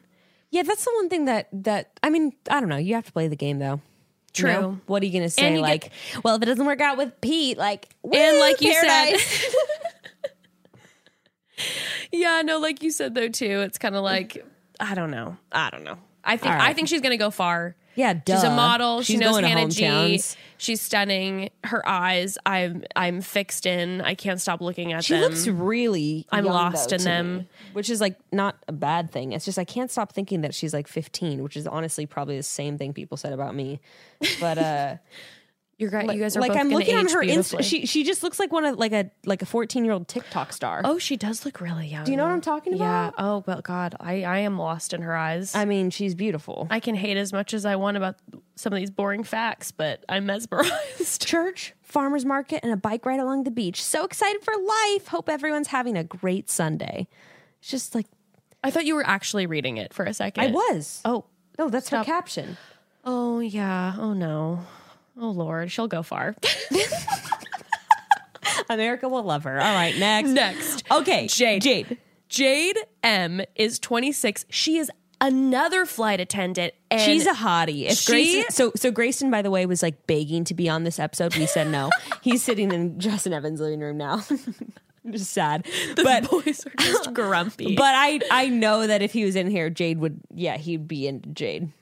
Yeah, that's the one thing that that I mean, I don't know. You have to play the game though. You True. know? What are you gonna say? And you like, get- well, if it doesn't work out with Pete, like, And woo, like you said- paradise. Yeah, no, like you said though too. It's kind of like I don't know. I don't know. I think I think she's gonna go far. Yeah, She's a duh. model. she She's knows going to Hannah G. hometowns. She's stunning. Her eyes. I'm I'm fixed in. I can't stop looking at she them. looks really. I'm young, lost though, in to them. me, which is like not a bad thing. It's just I can't stop thinking that she's like 15, which is honestly probably the same thing people said about me. But uh You're right. You guys are like both I'm gonna looking on age her beautifully. Insta, she she just looks like one of like a like a 14 year old TikTok star. oh, she does look really young. Do you know what I'm talking about? Yeah. Oh, but God, I I am lost in her eyes. I i mean, she's beautiful. can hate as much as I want about some of these boring facts, but I'm mesmerized. church, farmers market, and a bike ride along the beach. So excited for life. Hope everyone's having a great Sunday. It's just like I thought you were actually reading it for a second. I was. Oh, no, that's her caption. Oh yeah. Oh no. Oh lord, she'll go far. America will love her. All right, next. Next. Okay, Jade. Jade. Jade M is 26. She is another flight attendant and She's a hottie. If She- Grayson, so so Grayson, by the way, was like begging to be on this episode. We said no. He's sitting in Justin Evans' living room now. just sad, but boys are just grumpy. but I I know that if he was in here, Jade would yeah he'd be in Jade.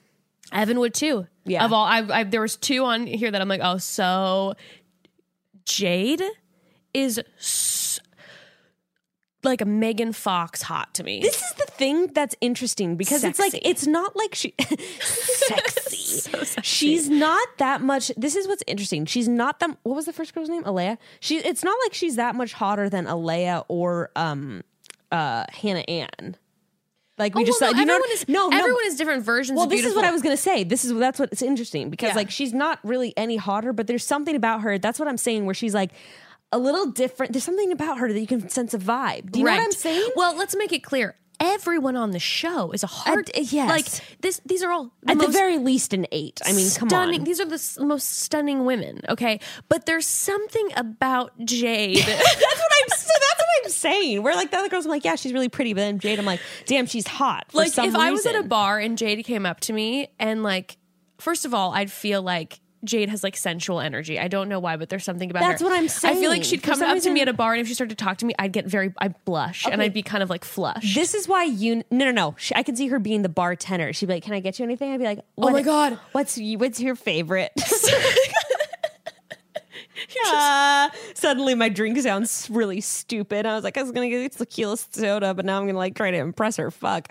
Evan would too. Yeah. Of all I, I there was two on here that I'm like, "Oh, so Jade is s- like a Megan Fox hot to me." this is the thing that's interesting because it's like Sexy. it's not like she sexy. She's not that much. This is what's interesting. She's not that. What was the first girl's name? Alea. She. It's not like she's that much hotter than Alea or um uh Hannah Ann. Like we Oh, just well, said, no, you know, everyone is no, no. everyone is different versions Well, of this is what beautiful. I was gonna say. This is that's what's interesting because Yeah. like she's not really any hotter, but there's something about her. That's what I'm saying. Where she's like a little different. There's something about her that you can sense a vibe. Do you know what I'm saying? Well, let's make it clear. Everyone on the show is a hard. d- yes. Like this, these are all the at the most very least an eight. I mean, come stunning. on. These are the s- most stunning women. Okay, but there's something about Jade. That's what I'm. so that's what I'm saying. Where like the other girls, I'm like, yeah, she's really pretty, but then Jade, I'm like, damn, she's hot. for like if some I was at a reason. bar and Jade came up to me and like, first of all, I'd feel like Jade has like sensual energy. I don't know why, but there's something about That's her. what I'm I feel saying. like she'd For come some up to reason- me at a bar, and if she started to talk to me, I'd get very, I blush, and I'd be kind of like flushed. This is why you no no no. She, I can see her being the bartender. She'd be like, "Can I get you anything?" I'd be like, what, my God. what's you, what's your favorite?" Uh, suddenly, my drink sounds really stupid. I was like, "I was gonna get tequila soda," but now I'm gonna like try to impress her. Fuck.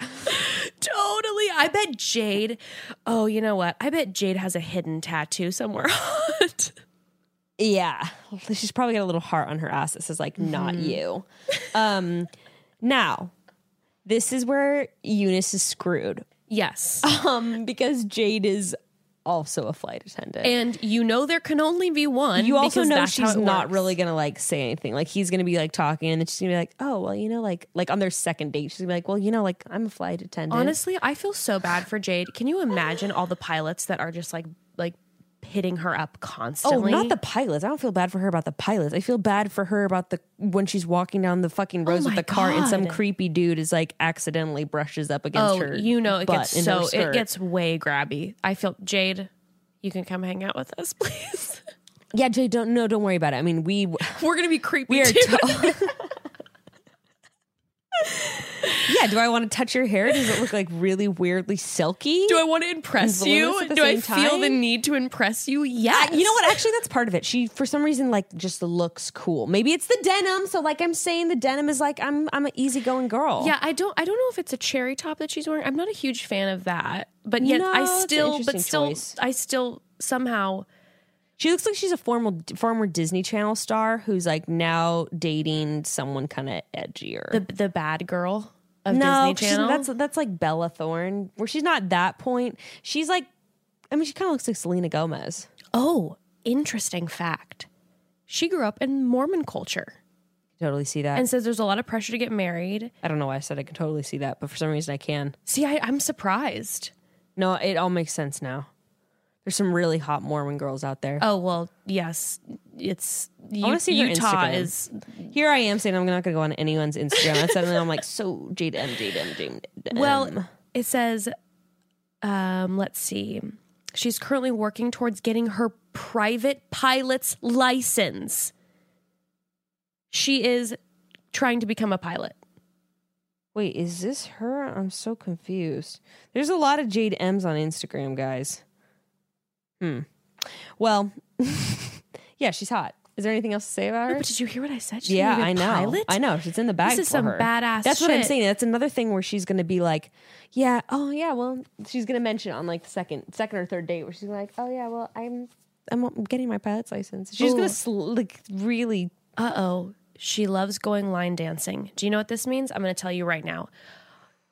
Totally. I bet Jade. Oh, you know what? I bet Jade has a hidden tattoo somewhere. Yeah. She's probably got a little heart on her ass that says like not Mm-hmm. you. Um now this is where Eunice is screwed. yes. Um because Jade is also a flight attendant. And you know there can only be one. you also because know that's how she's it not works. really gonna like say anything. Like he's gonna be like talking and then she's gonna be like, Oh, well, you know, like like on their second date, she's gonna be like, Well, you know, like I'm a flight attendant. Honestly, I feel so bad for Jade. Can you imagine all the pilots that are just like like hitting her up Oh, constantly? not the pilots. I don't feel bad for her about the pilots. I feel bad for her about the when she's walking down the fucking roads Oh my with the car and some God. creepy dude is like accidentally brushes up against Oh, her. you know it butt gets and her so it skirt. gets way grabby. I feel Jade, you can come hang out with us, please. yeah. Jay, don't no, don't worry about it. I mean, we We're gonna be creepy. we are. too. To- yeah. Do I want to touch your hair? Does it look like really weirdly silky? Do I want to impress voluminous you? at the Do I same feel the time? need to impress you? Yes. you know what? Actually, that's part of it. She, for some reason, like just looks cool. Maybe it's the denim. So, like I'm saying, the denim is like I'm I'm an easygoing girl. Yeah, I don't. I don't know if it's a cherry top that she's wearing. I'm not a huge fan of that, but yet No, I it's an still, but interesting still, choice. I still somehow. She looks like she's a formal former Disney Channel star who's like now dating someone kind of edgier. the the bad girl of no, Disney she's- Channel. that's that's like Bella Thorne, where she's not that point. She's like, I mean, she kind of looks like Selena Gomez. oh, interesting fact. She grew up in Mormon culture Totally see that. and says there's a lot of pressure to get married. I don't know why I said I could totally see that, but for some reason I can. See, I, I'm surprised. No, it all makes sense now. There's some really hot Mormon girls out there. Oh well, yes, it's wanna U- see her Utah Instagram. is Here I am saying I'm not going to go on anyone's Instagram, and suddenly I'm like, so Jade M, Jade M, Jade M. Well, it says, um, let's see. She's currently working towards getting her private pilot's license. She is trying to become a pilot. Wait, is this her? I'm so confused. There's a lot of Jade M's on Instagram, guys. Hmm. Well, yeah, she's hot. Is there anything else to say about No, her? but did you hear what I said? She's Yeah, gonna be I a know. Pilot? I know. She's in the bag. This is for some her. badass That's what I'm shit. saying. That's another thing where she's gonna be like, yeah, oh yeah, well, she's gonna mention it on like the second, second or third date where she's gonna like, oh yeah, well, I'm, I'm getting my pilot's license. She's Ooh. gonna sl- like really Uh oh. She loves going line dancing. Do you know what this means? I'm going to tell you right now.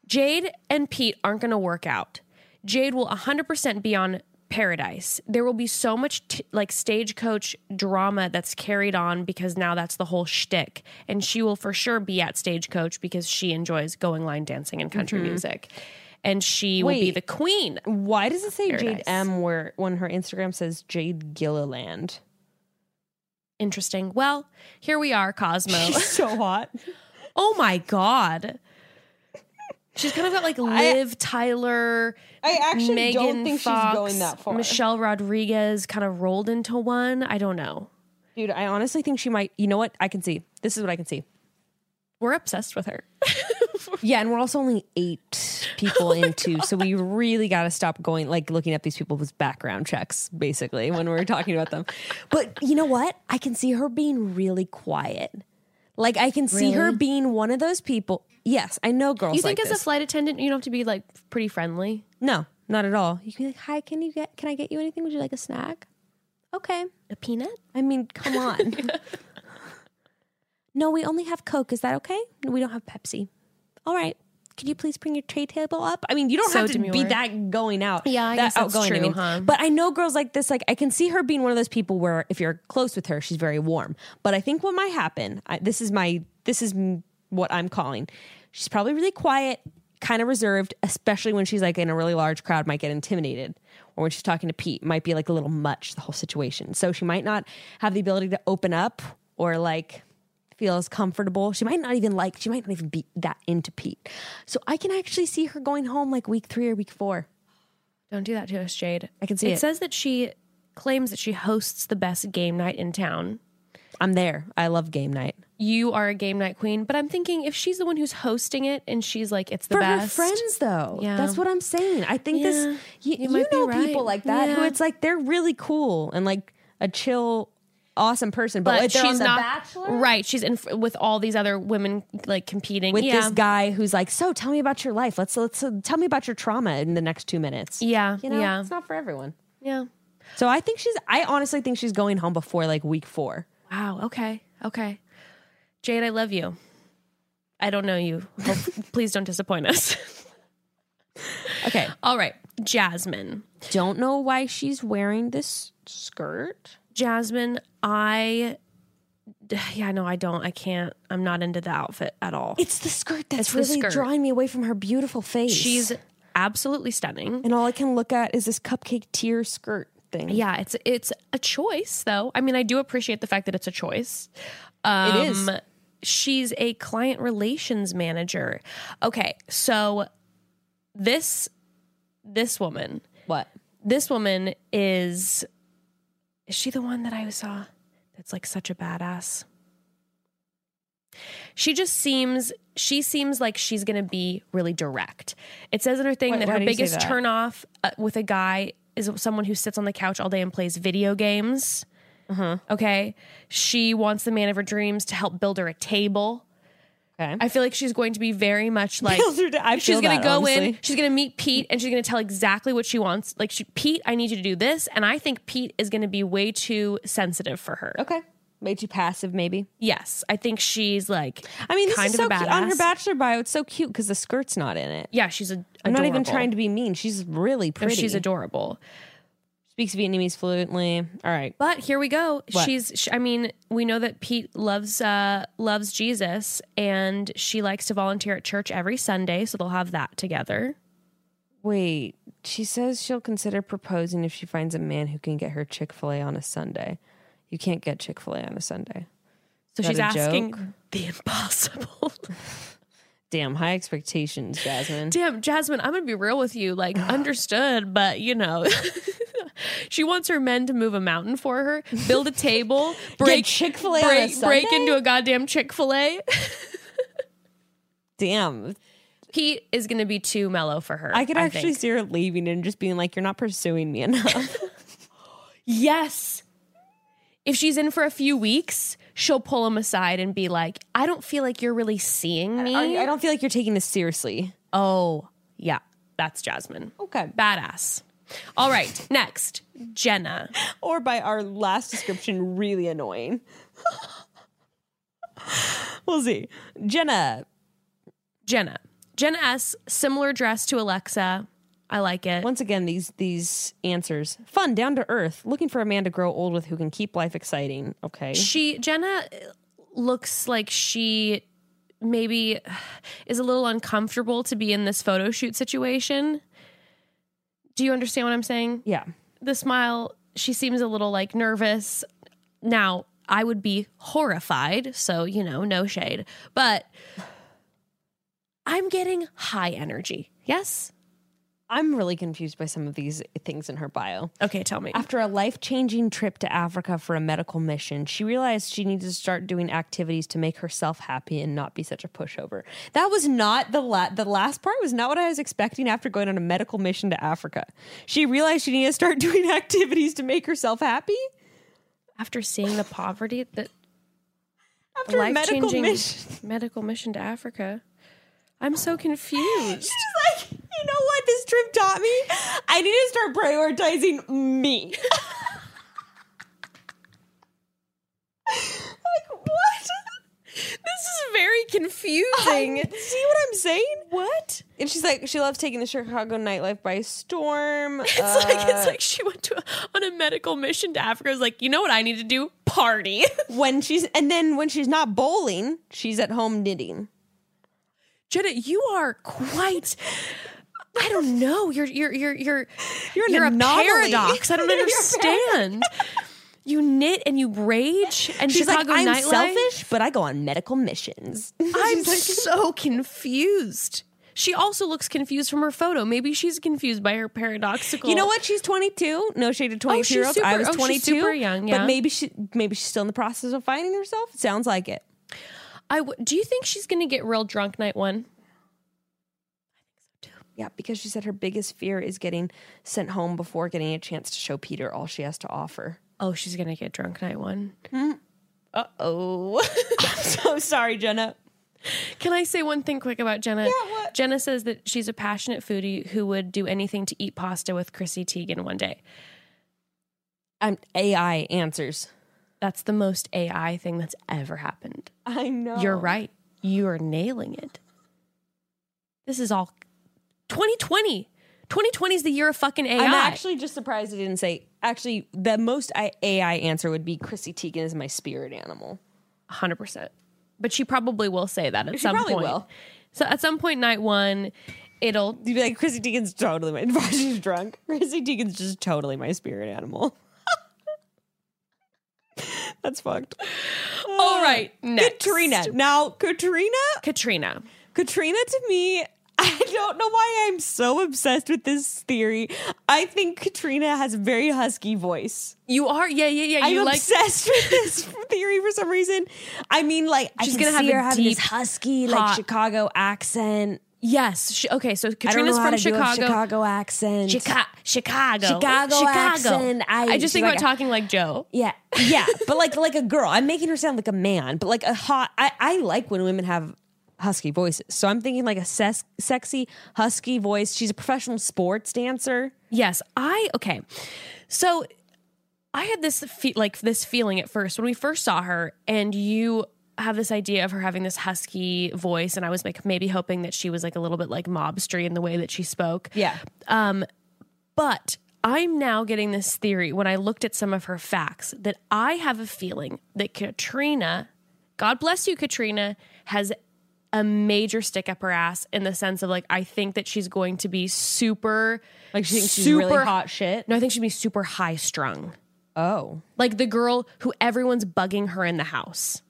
Jade and Pete aren't going to work out. Jade will 100% be on Paradise. There will be so much t- like stagecoach drama that's carried on because now that's the whole shtick. And she will for sure be at stagecoach because she enjoys going line dancing and country music. And she will be Wait. the queen. Why does it say Jade Paradise. M where when her Instagram says Jade Gilliland? Interesting. Well, here we are, Cosmo. so hot. Oh my god. She's kind of got like Liv Tyler. I actually Megan don't think she's Fox, going that far. Michelle Rodriguez kind of rolled into one. I don't know. Dude, I honestly think she might. You know what? I can see. This is what I can see. We're obsessed with her. Yeah, and we're also only eight people Oh into, so we really got to stop going like looking up these people's background checks, basically, when we're talking about them. But you know what? I can see her being really quiet. Like I can see her being one of those people. Yes, I know girls. you think like as this. a flight attendant, you don't have to be like pretty friendly. No, not at all. You can be like, "Hi, can you get? Can I get you anything? Would you like a snack?" Okay. A peanut? I mean, come on. no, we only have Coke. Is that okay? We don't have Pepsi. All right. Could you please bring your tray table up? I mean, you don't So have to be demure. that going out. Yeah, I that guess that's true, huh? But I know girls like this. Like, I can see her being one of those people where if you're close with her, she's very warm. But I think what might happen. I, this is my. This is m- what I'm calling. She's probably really quiet, kind of reserved, especially when she's like in a really large crowd. Might get intimidated, or when she's talking to Pete, might be like a little much the whole situation. So she might not have the ability to open up or like feels comfortable. She might not even like, she might not even be that into Pete. So I can actually see her going home like week three or week four. Don't do that to us, Jade. I can see it. it. says that she claims that she hosts the best game night in town. I'm there. I love game night. You are a game night queen, but I'm thinking if she's the one who's hosting it and she's like, it's the For best. her friends, though. Yeah. That's what I'm saying. I think this, Yeah. y- You you, might be know, right. people like that who Yeah. it's like they're really cool and like a chill, awesome person, but, but if they're on she's The not Bachelor right. She's in f- with all these other women like competing with yeah. this guy who's like, so tell me about your life. Let's let's uh, tell me about your trauma in the next two minutes. Yeah, you know, yeah, it's not for everyone. yeah. So I think she's. I honestly think she's going home before like week four. Wow. Okay. Okay. Jade, I love you. I don't know you. Hope- please don't disappoint us. Okay, all right, Jasmine. don't know why she's wearing this skirt. Jasmine, I. Yeah, no, I don't. I can't. I'm not into the outfit at all. It's the skirt It's that's the really skirt. drawing me away from her beautiful face. She's absolutely stunning. and all I can look at is this cupcake tear skirt thing. Yeah, it's it's a choice though. I mean, I do appreciate the fact that it's a choice. Um, It is. She's a client relations manager. Okay, so this this woman, What? this woman is is she the one that I saw that's like such a badass? She just seems she seems like she's going to be really direct. It says in her thing Why- that why her do you say biggest that? turnoff uh, with a guy is someone who sits on the couch all day and plays video games. Mm-hmm. Okay. She wants the man of her dreams to help build her a table. Okay. I feel like she's going to be very much like Build her to- I she's feel gonna that, go in, honestly. she's gonna meet Pete, and she's gonna tell exactly what she wants. Like she, Pete, I need you to do this, and I think Pete is gonna be way too sensitive for her. okay. Made you passive, maybe. Yes, I think she's like. I mean, this kind is of so a badass. cute. on her bachelor bio. It's so cute because the skirt's not in it. yeah, she's a. I'm not even trying to be mean. She's really No, pretty. she's adorable. Speaks Vietnamese fluently. All right. But here we go. What? She's. She, I mean, we know that Pete loves uh, loves Jesus, and she likes to volunteer at church every Sunday. So they'll have that together. Wait. She says she'll consider proposing if she finds a man who can get her Chick fil A on a Sunday. You can't get Chick fil A on a Sunday. So Is she's that a asking joke? the impossible. Damn, high expectations, Jasmine. Damn, Jasmine, I'm gonna be real with you. Like, understood, but you know, she wants her men to move a mountain for her, build a table, break Chick-fil-A on a break, break Sunday? into a goddamn Chick Fil A. Damn. Pete is gonna be too mellow for her. I could actually think. see her leaving and just being like, you're not pursuing me enough. yes. If she's in for a few weeks, she'll pull him aside and be like, "I don't feel like you're really seeing me." Are you- I don't feel like you're taking this seriously. oh, yeah, that's Jasmine. Okay. badass. All right, next, Jenna. or by our last description, really annoying. we'll see. Jenna. Jenna. Jenna S. Similar dress to Alexa. I like it. Once again, these these answers. Fun, down to earth, looking for a man to grow old with who can keep life exciting. Okay. She Jenna uh, looks like she maybe is a little uncomfortable to be in this photo shoot situation. Do you understand what I'm saying? Yeah. The smile, she seems a little like nervous. Now, I would be horrified, so you know, no shade. But I'm getting high energy. Yes? I'm really confused by some of these things in her bio. Okay, tell me. After a life changing trip to Africa for a medical mission, she realized she needed to start doing activities to make herself happy and not be such a pushover. That was not the la- the last part was not what I was expecting after going on a medical mission to Africa. She realized she needed to start doing activities to make herself happy After seeing the poverty that after a medical life-changing mission. medical mission to Africa. I'm so confused. She's like, you know what this trip taught me? I need to start prioritizing me. like what? this is very confusing. I- See what I'm saying? What? And she's like, she loves taking the Chicago nightlife by storm. Uh, It's like it's like she went to a, on a medical mission to Africa. It's like, you know what I need to do? Party. when she's and then when she's not bowling, she's at home knitting. Jenna, you are quite I don't know. You're you're you're you're You're an you're a anomaly. paradox. I don't You're a understand. You knit and you rage and She's Chicago like, I'm nightlife. selfish, but I go on medical missions. I'm so confused. She also looks confused from her photo. Maybe she's confused by her paradoxical. You know what? She's 22. No shade to 22 year olds. super- I was oh, she's 22. super young, yeah. But maybe she maybe she's still in the process of finding herself. It sounds like it. I w- do you think she's going to get real drunk night one? Yeah, because she said her biggest fear is getting sent home before getting a chance to show Peter all she has to offer. Oh, she's going to get drunk night one. Uh oh. I'm so sorry, Jenna. Can I say one thing quick about Jenna? Yeah, what? Jenna says that she's a passionate foodie who would do anything to eat pasta with Chrissy Teigen one day. I'm AI answers. That's the most AI thing that's ever happened. I know. You're right. You are nailing it. This is all 2020. 2020 is the year of fucking AI. I'm actually just surprised it didn't say. Actually, the most I- AI answer would be Chrissy Teigen is my spirit animal. 100%. But she probably will say that at She some probably point. will. So at some point, night one, it'll. You'd be like, Chrissy Teigen's totally my. Before she's drunk, Chrissy Teigen's just totally my spirit animal. That's fucked. All right, next. Katrina. Now, Katrina. Katrina. Katrina to me. I don't know why I'm so obsessed with this theory. I think Katrina has a very husky voice. You are? Yeah, yeah, yeah. I'm you like. obsessed with this theory for some reason. I mean, like She's I can gonna see have a her having this deep, husky, hot- like Chicago accent. Yes. She, okay, so I don't Katrina's know how from to do a Chicago accent. Chica- Chicago. Chicago accent. I- I, just she's think like about a- talking like Joe. Yeah, yeah, but like like a girl. I'm making her sound like a man, but like a hot. I, I like when women have husky voices, so I'm thinking like a ses- sexy husky voice. She's a professional sports dancer. Yes, I okay. So I had this fe- like this feeling at first when we first saw her, and you have this idea of her having this husky voice, and I was like maybe hoping that she was like a little bit like mobstery in the way that she spoke. But I'm now getting this theory when I looked at some of her facts that I have a feeling that Katrina, God bless you, Katrina, has a major stick up her ass in the sense of like, I think that she's going to be super, Like, she thinks she's really hot shit? No, I think she'd be super high strung. Oh, Like the girl who everyone's bugging her in the house.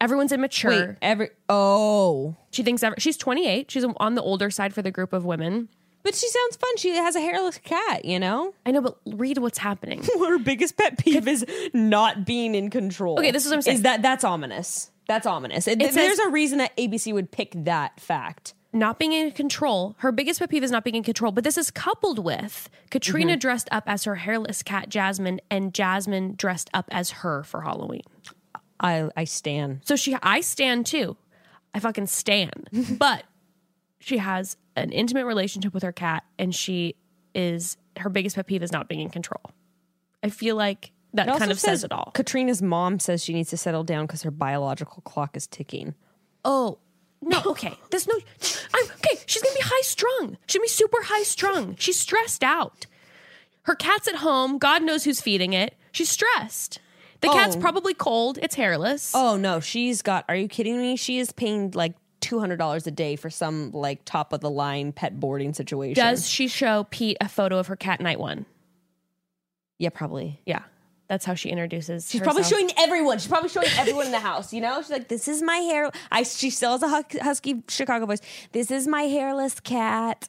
Everyone's immature. wait. Every oh, She thinks ever, she's 28. She's on the older side for the group of women. but she sounds fun. She has a hairless cat. You know, I know, but read what's happening. her biggest pet peeve is not being in control. Okay, this is what I'm saying. Is that that's ominous? That's ominous. It- It there's says- a reason that ABC would pick that fact. not being in control. Her biggest pet peeve is not being in control, but this is coupled with Katrina dressed up as her hairless cat Jasmine and Jasmine dressed up as her for Halloween. I I stand. So she I stand too. I fucking stand. but she has an intimate relationship with her cat and she is her biggest pet peeve is not being in control. I feel like that It kind also of says, it all. Katrina's mom says she needs to settle down because her biological clock is ticking. Oh, no, okay. There's no. I'm okay. She's gonna be high strung. She's gonna be super high strung. She's stressed out. Her cat's at home. God knows who's feeding it. She's stressed. The cat's Oh. probably cold. It's hairless. Oh no, she's got. Are you kidding me? She is paying like two hundred dollars a day for some like top of the line pet boarding situation. Does she show Pete a photo of her cat night one? yeah, probably. Yeah, that's how she introduces. She's probably herself. showing everyone. She's probably showing everyone in the house. You know, she's like, "This is my hair." I she still has a hus- husky Chicago voice. This is my hairless cat.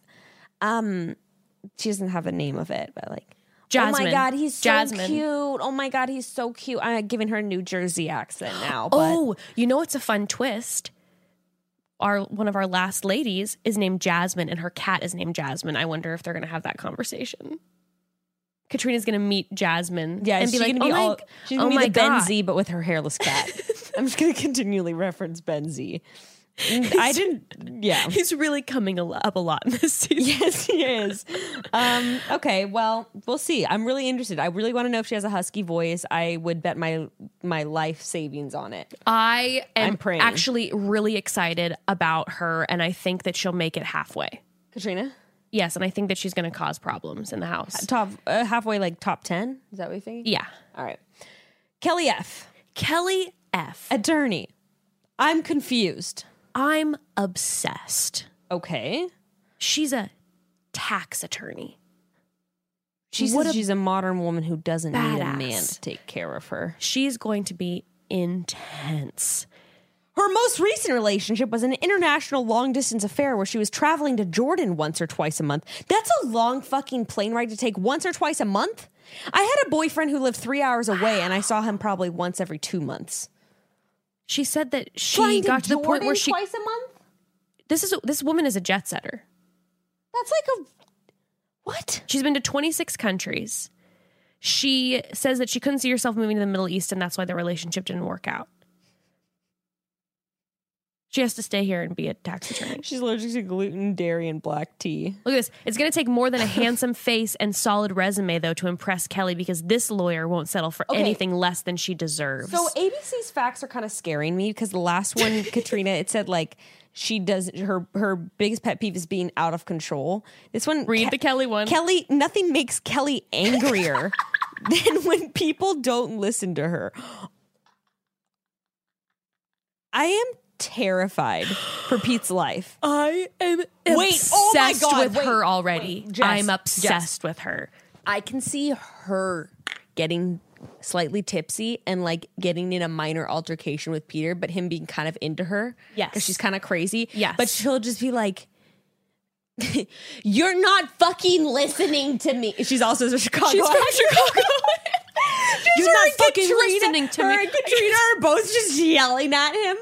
Um, she doesn't have a name of it, but like, Oh Jasmine. my god, he's Jasmine. so cute. Oh my god, he's so cute. I'm giving her a New Jersey accent now. But Oh, you know it's a fun twist. Our one of our last ladies is named Jasmine, and her cat is named Jasmine. I wonder if they're going to have that conversation. Katrina's going to meet Jasmine, yeah, and she's be like, gonna "Oh be my, all, she's gonna oh be my the God. Benzie, but with her hairless cat. I'm just gonna continually reference Benzie. I didn't. Yeah. He's really coming a lo- up a lot in this season. yes, he is. Um, okay, well, we'll see. I'm really interested. I really want to know if she has a husky voice. I would bet my my life savings on it. I am I'm praying. actually really excited about her, and I think that she'll make it halfway. Katrina, Yes, and I think that she's going to cause problems in the house. top uh, halfway, like top ten. Is that what you think? Yeah, All right. Kelly F, Kelly F. attorney. I'm confused. I'm obsessed. Okay. She's a tax attorney. She What says a she's a modern woman who doesn't need a man badass. to take care of her. she's going to be intense. Her most recent relationship was an international long distance affair where she was traveling to Jordan once or twice a month. That's a long fucking plane ride to take once or twice a month. I had a boyfriend who lived three hours away and I saw him probably once every two months. She said that she Flying got to the point Jordan where she twice a month? this is this woman is a jet setter. That's like a what? She's been to 26 countries. She says that she couldn't see herself moving to the Middle East and that's why the relationship didn't work out. She has to stay here and be a tax attorney. She's allergic to gluten, dairy, and black tea. Look at this. It's going to take more than a handsome face and solid resume, though, to impress Kelly because this lawyer won't settle for Okay. anything less than she deserves. So ABC's facts are kind of scaring me because the last one, Katrina, it said like she does her her biggest pet peeve is being out of control. This one, Read the Kelly one. Kelly, nothing makes Kelly angrier than when people don't listen to her. I am terrified for Pete's life. I am Wait, oh my obsessed God, with wait, her already. wait, Jess, I'm Jess. obsessed with her. I can see her getting slightly tipsy and like getting in a minor altercation with Peter, but him being kind of into her. Yes. Because she's kind of crazy. Yes. But she'll just be like, You're not fucking listening to me. She's also a Chicago. She's from Chicago. You're not fucking listening to me. And Katrina are both just yelling at him.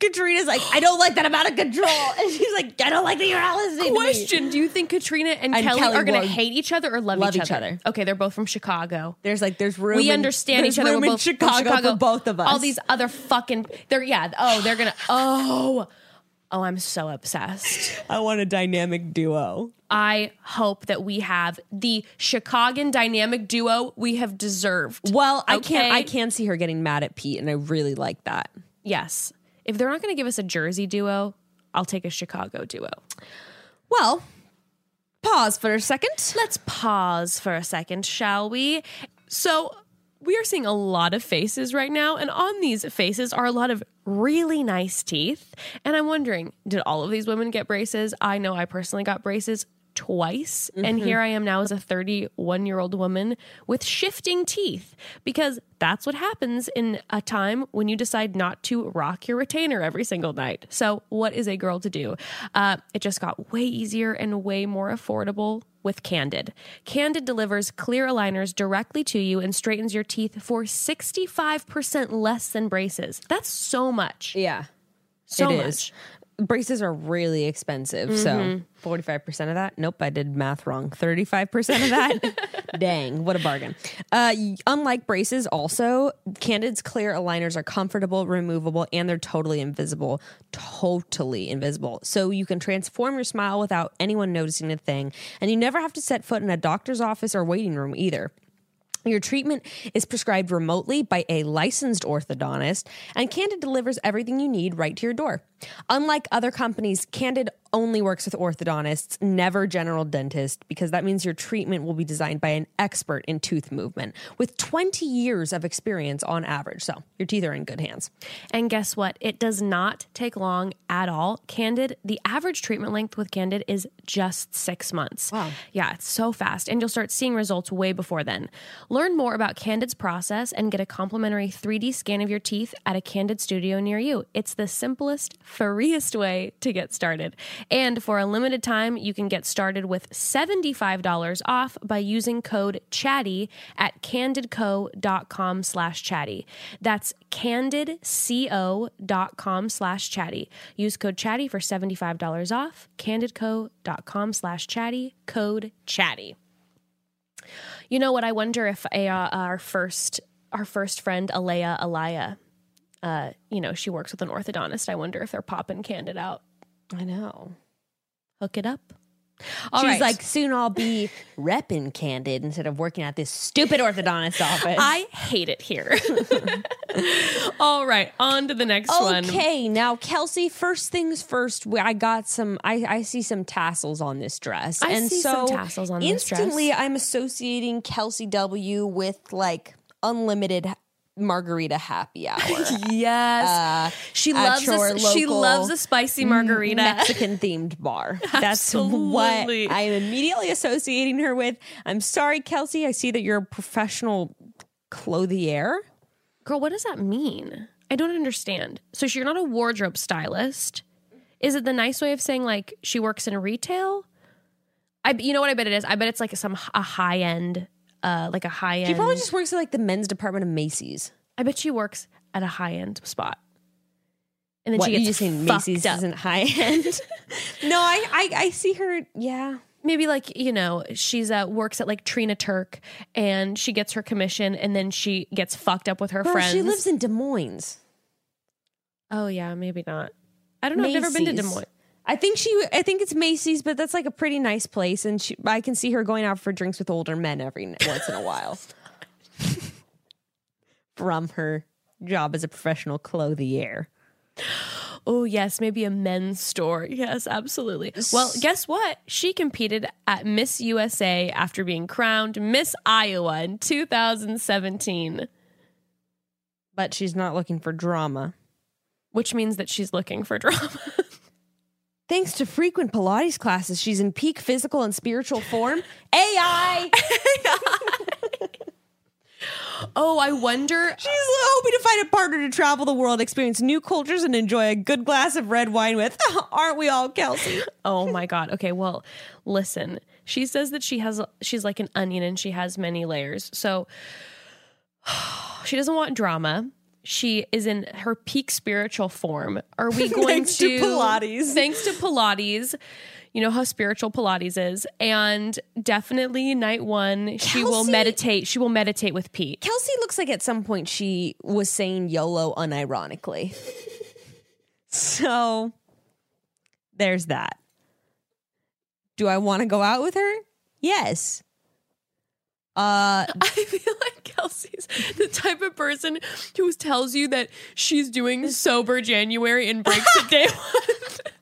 Katrina's like, I don't like that I'm out of control. And she's like, I don't like that you're not listening to me. Question Do you think Katrina and, And Kelly, Kelly are going to will hate each other or love, love each, each other? other. Okay, they're both from Chicago. There's like there's room. we in- understand there's each other. Room We're in both from Chicago, for both of us. All these other fucking they're yeah. Oh, they're gonna oh oh. I'm so obsessed. I want a dynamic duo. I hope that we have the Chicagoan dynamic duo we have deserved. Well, I Okay. can't. I can see her getting mad at Pete, and I really like that. Yes. If they're not going to give us a Jersey duo, I'll take a Chicago duo. Well, pause for a second. Let's pause for a second, shall we? So, we are seeing a lot of faces right now, and on these faces are a lot of really nice teeth. And I'm wondering, did all of these women get braces? I know I personally got braces twice, and here I am now as a 31 year old woman with shifting teeth because that's what happens in a time when you decide not to rock your retainer every single night. So, what is a girl to do? Uh, it just got way easier and way more affordable with Candid. Candid delivers clear aligners directly to you and straightens your teeth for 65% less than braces. That's so much. Yeah, So it much. is. Braces are really expenve, so forty five percent of that. Nope, I did math wrong. Thirty five percent of that. Dang, what a bargain! Uh, y- unlike braces, also Candid's clear aligners are comfortable, removable, and they're totally invisible. Totally invisible, so you can transform your smile without anyone noticing a thing, and you never have to set foot in a doctor's office or waiting room either. Your treatment is prescribed remotely by a licensed orthodontist, and Candid delivers everything you need right to your door. Unlike other companies, Candid only works with orthodontists, never general dentists, because that means your treatment will be designed by an expert in tooth movement with 20 years of experience on average. So your teeth are in good hands. And guess what? It does not take long at all. Candid, the average treatment length with Candid is just six months. Wow. Yeah, it's so fast. And you'll start seeing results way before then. Learn more about Candid's process and get a complimentary 3D scan of your teeth at a Candid studio near you. It's the simplest, freest way to get started. And for a limited time, you can get started with $75 off by using code chatty at candidco.com slash chatty. That's candidco.com slash chatty. Use code chatty for $75 off. Candidco.com slash chatty. Code chatty. You know what? I wonder if a, uh, our first our first friend Alea Alaya, uh, you know, she works with an orthodontist. I wonder if they're popping Candid out. I know. Hook it up. All She's right. like, soon I'll be repping Candid instead of working at this stupid orthodontist office. I hate it here. All right, on to the next one. Okay, now Kelsey, first things first. we- I got some. I, I see some tassels on this dress, I and see so some tassels on this dress. instantly, I'm associating Kelsey W with like unlimited margarita happy hour. Mm-hmm. Yes. Uh, she at loves your a, she local loves a spicy margarita. Mexican themed bar. That's what Absolutely. I'm immediately associating her with. I'm sorry, Kelsey. I see that you're a professional clothier. Girl, what does that mean? I don't understand. So you're not a wardrobe stylist. Is it the nice way of saying like she works in retail? I you know what I bet it is. I bet it's like some a high end uh like a high end. She probably just works at like the men's department of Macy's. I bet she works at a high end spot. And then What she you gets just saying fucked Macy's up. isn't high end? no, I, I I see her. Yeah, maybe like you know she's uh works at like Trina Turk and she gets her commission and then she gets fucked up with her Girl, friends. she lives in Des Moines. oh yeah, maybe not. I don't know. I've never been to Des Macy's. Moines. I think she. I think it's Macy's, but that's like a pretty nice place, and she, I can see her going out for drinks with older men every n- once in a while. From her job as a professional clothier, Oh yes, maybe a men's store. Yes, absolutely. Well, guess what? She competed at Miss USA after being crowned Miss Iowa in 2017, but she's not looking for drama. which means that she's looking for drama. Thanks to frequent Pilates classes, she's in peak physical and spiritual form. AI. oh, I wonder. She's hoping to find a partner to travel the world, experience new cultures, and enjoy a good glass of red wine with. Aren't we all, Kelsey? Oh my god. Okay, well, listen. She says that she has she's like an onion and she has many layers. So she doesn't want drama. She is in her peak spiritual form. Are we going Thanks to Pilates. Thanks to Pilates. You know how spiritual Pilates is. And definitely night one, she will Kelsey- meditate. She will meditate with Pete. Kelsey looks like at some point she was saying YOLO unironically. so there's that. Do I want to go out with her? Yes. Uh, I feel like Kelsey's the type of person who tells you that she's doing sober January and breaks it day one.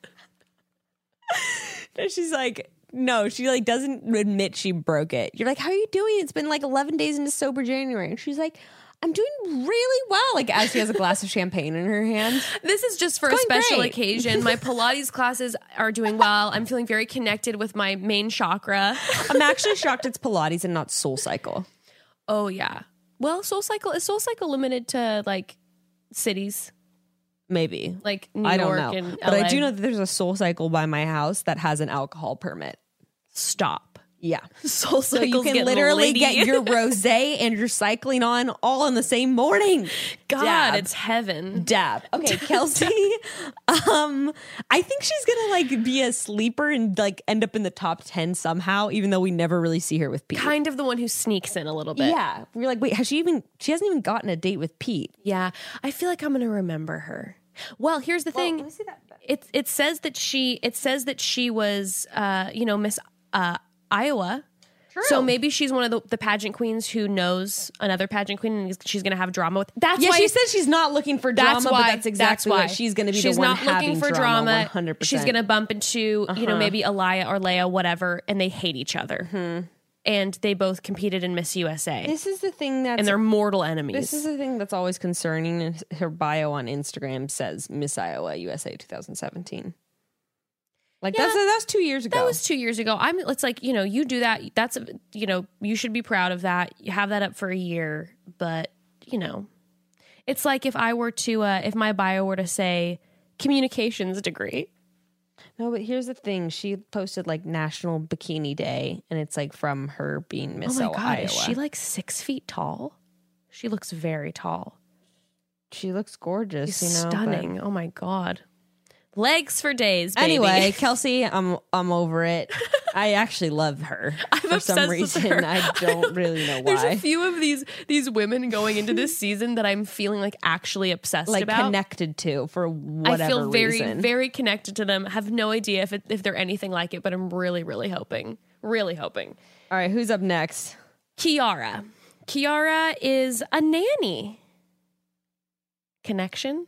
she's like, no, she like doesn't admit she broke it. You're like, how are you doing? It's been like 11 days into sober January. And she's like, I'm doing really well. Like as she has a glass of champagne in her hand. This is just for a It's going special great. occasion. My Pilates classes are doing well. I'm feeling very connected with my main chakra. I'm actually shocked it's Pilates and not Soul Cycle. Oh yeah. Well, Soul Cycle is Soul Cycle limited to like cities, Maybe. like New I York don't know. and But I LA? do know that there's a soul cycle by my house that has an alcohol permit. stop. Yeah. Soul So Cycle. you can literally get your rose and your cycling on all in the same morning. God. dab. It's heaven. Dab. Okay, Kelsey. um, I think she's gonna like be a sleeper and like end up in the top ten somehow, even though we never really see her with Pete. Kind of the one who sneaks in a little bit. yeah. We're like, wait, has she even she hasn't even gotten a date with Pete. Yeah, I feel like I'm gonna remember her. Well, here's the thing. It it says that she it says that she was uh, you know Miss uh, Iowa. So maybe she's one of the, the pageant queens who knows another pageant queen, and she's gonna have drama with. That's yeah, why she says she's not looking for drama, that's why but that's exactly that's why what she's going to be. She's the one not looking having for drama. drama. 100%. She's gonna bump into you Uh-huh. know maybe Elia or Leia, whatever, and they hate each other. And they both competed in Miss USA, Mm-hmm. This is the thing that's and they're mortal enemies. This is the thing that's always concerning. is Her bio on Instagram says Miss Iowa USA 2017. Like that's Yeah. that was two years ago. That was two years ago. I'm. It's like you know, you do that. That's a- you know, you should be proud of that. You have that up for a year, but you know, it's like if I were to, uh, if my bio were to say communications degree. no, but here's the thing. She posted like National Bikini Day, and it's like from her being Miss oh my O- god, Iowa. is she like six feet tall? She looks very tall. She looks gorgeous. She's you know, but- stunning. Oh my god, legs for days. Baby. Anyway, Kelsey, I'm I'm over it. I actually love her for some obsessed with reason. her. I don't really know There's a why. few of these these women going into this season that I'm feeling like actually obsessed Like about. connected to for whatever I feel very, reason. very connected to them. Have no idea if it, if they're anything like it, but I'm really, really hoping, really hoping. All right, who's up next? Kiara, Kiara is a nanny. Connection,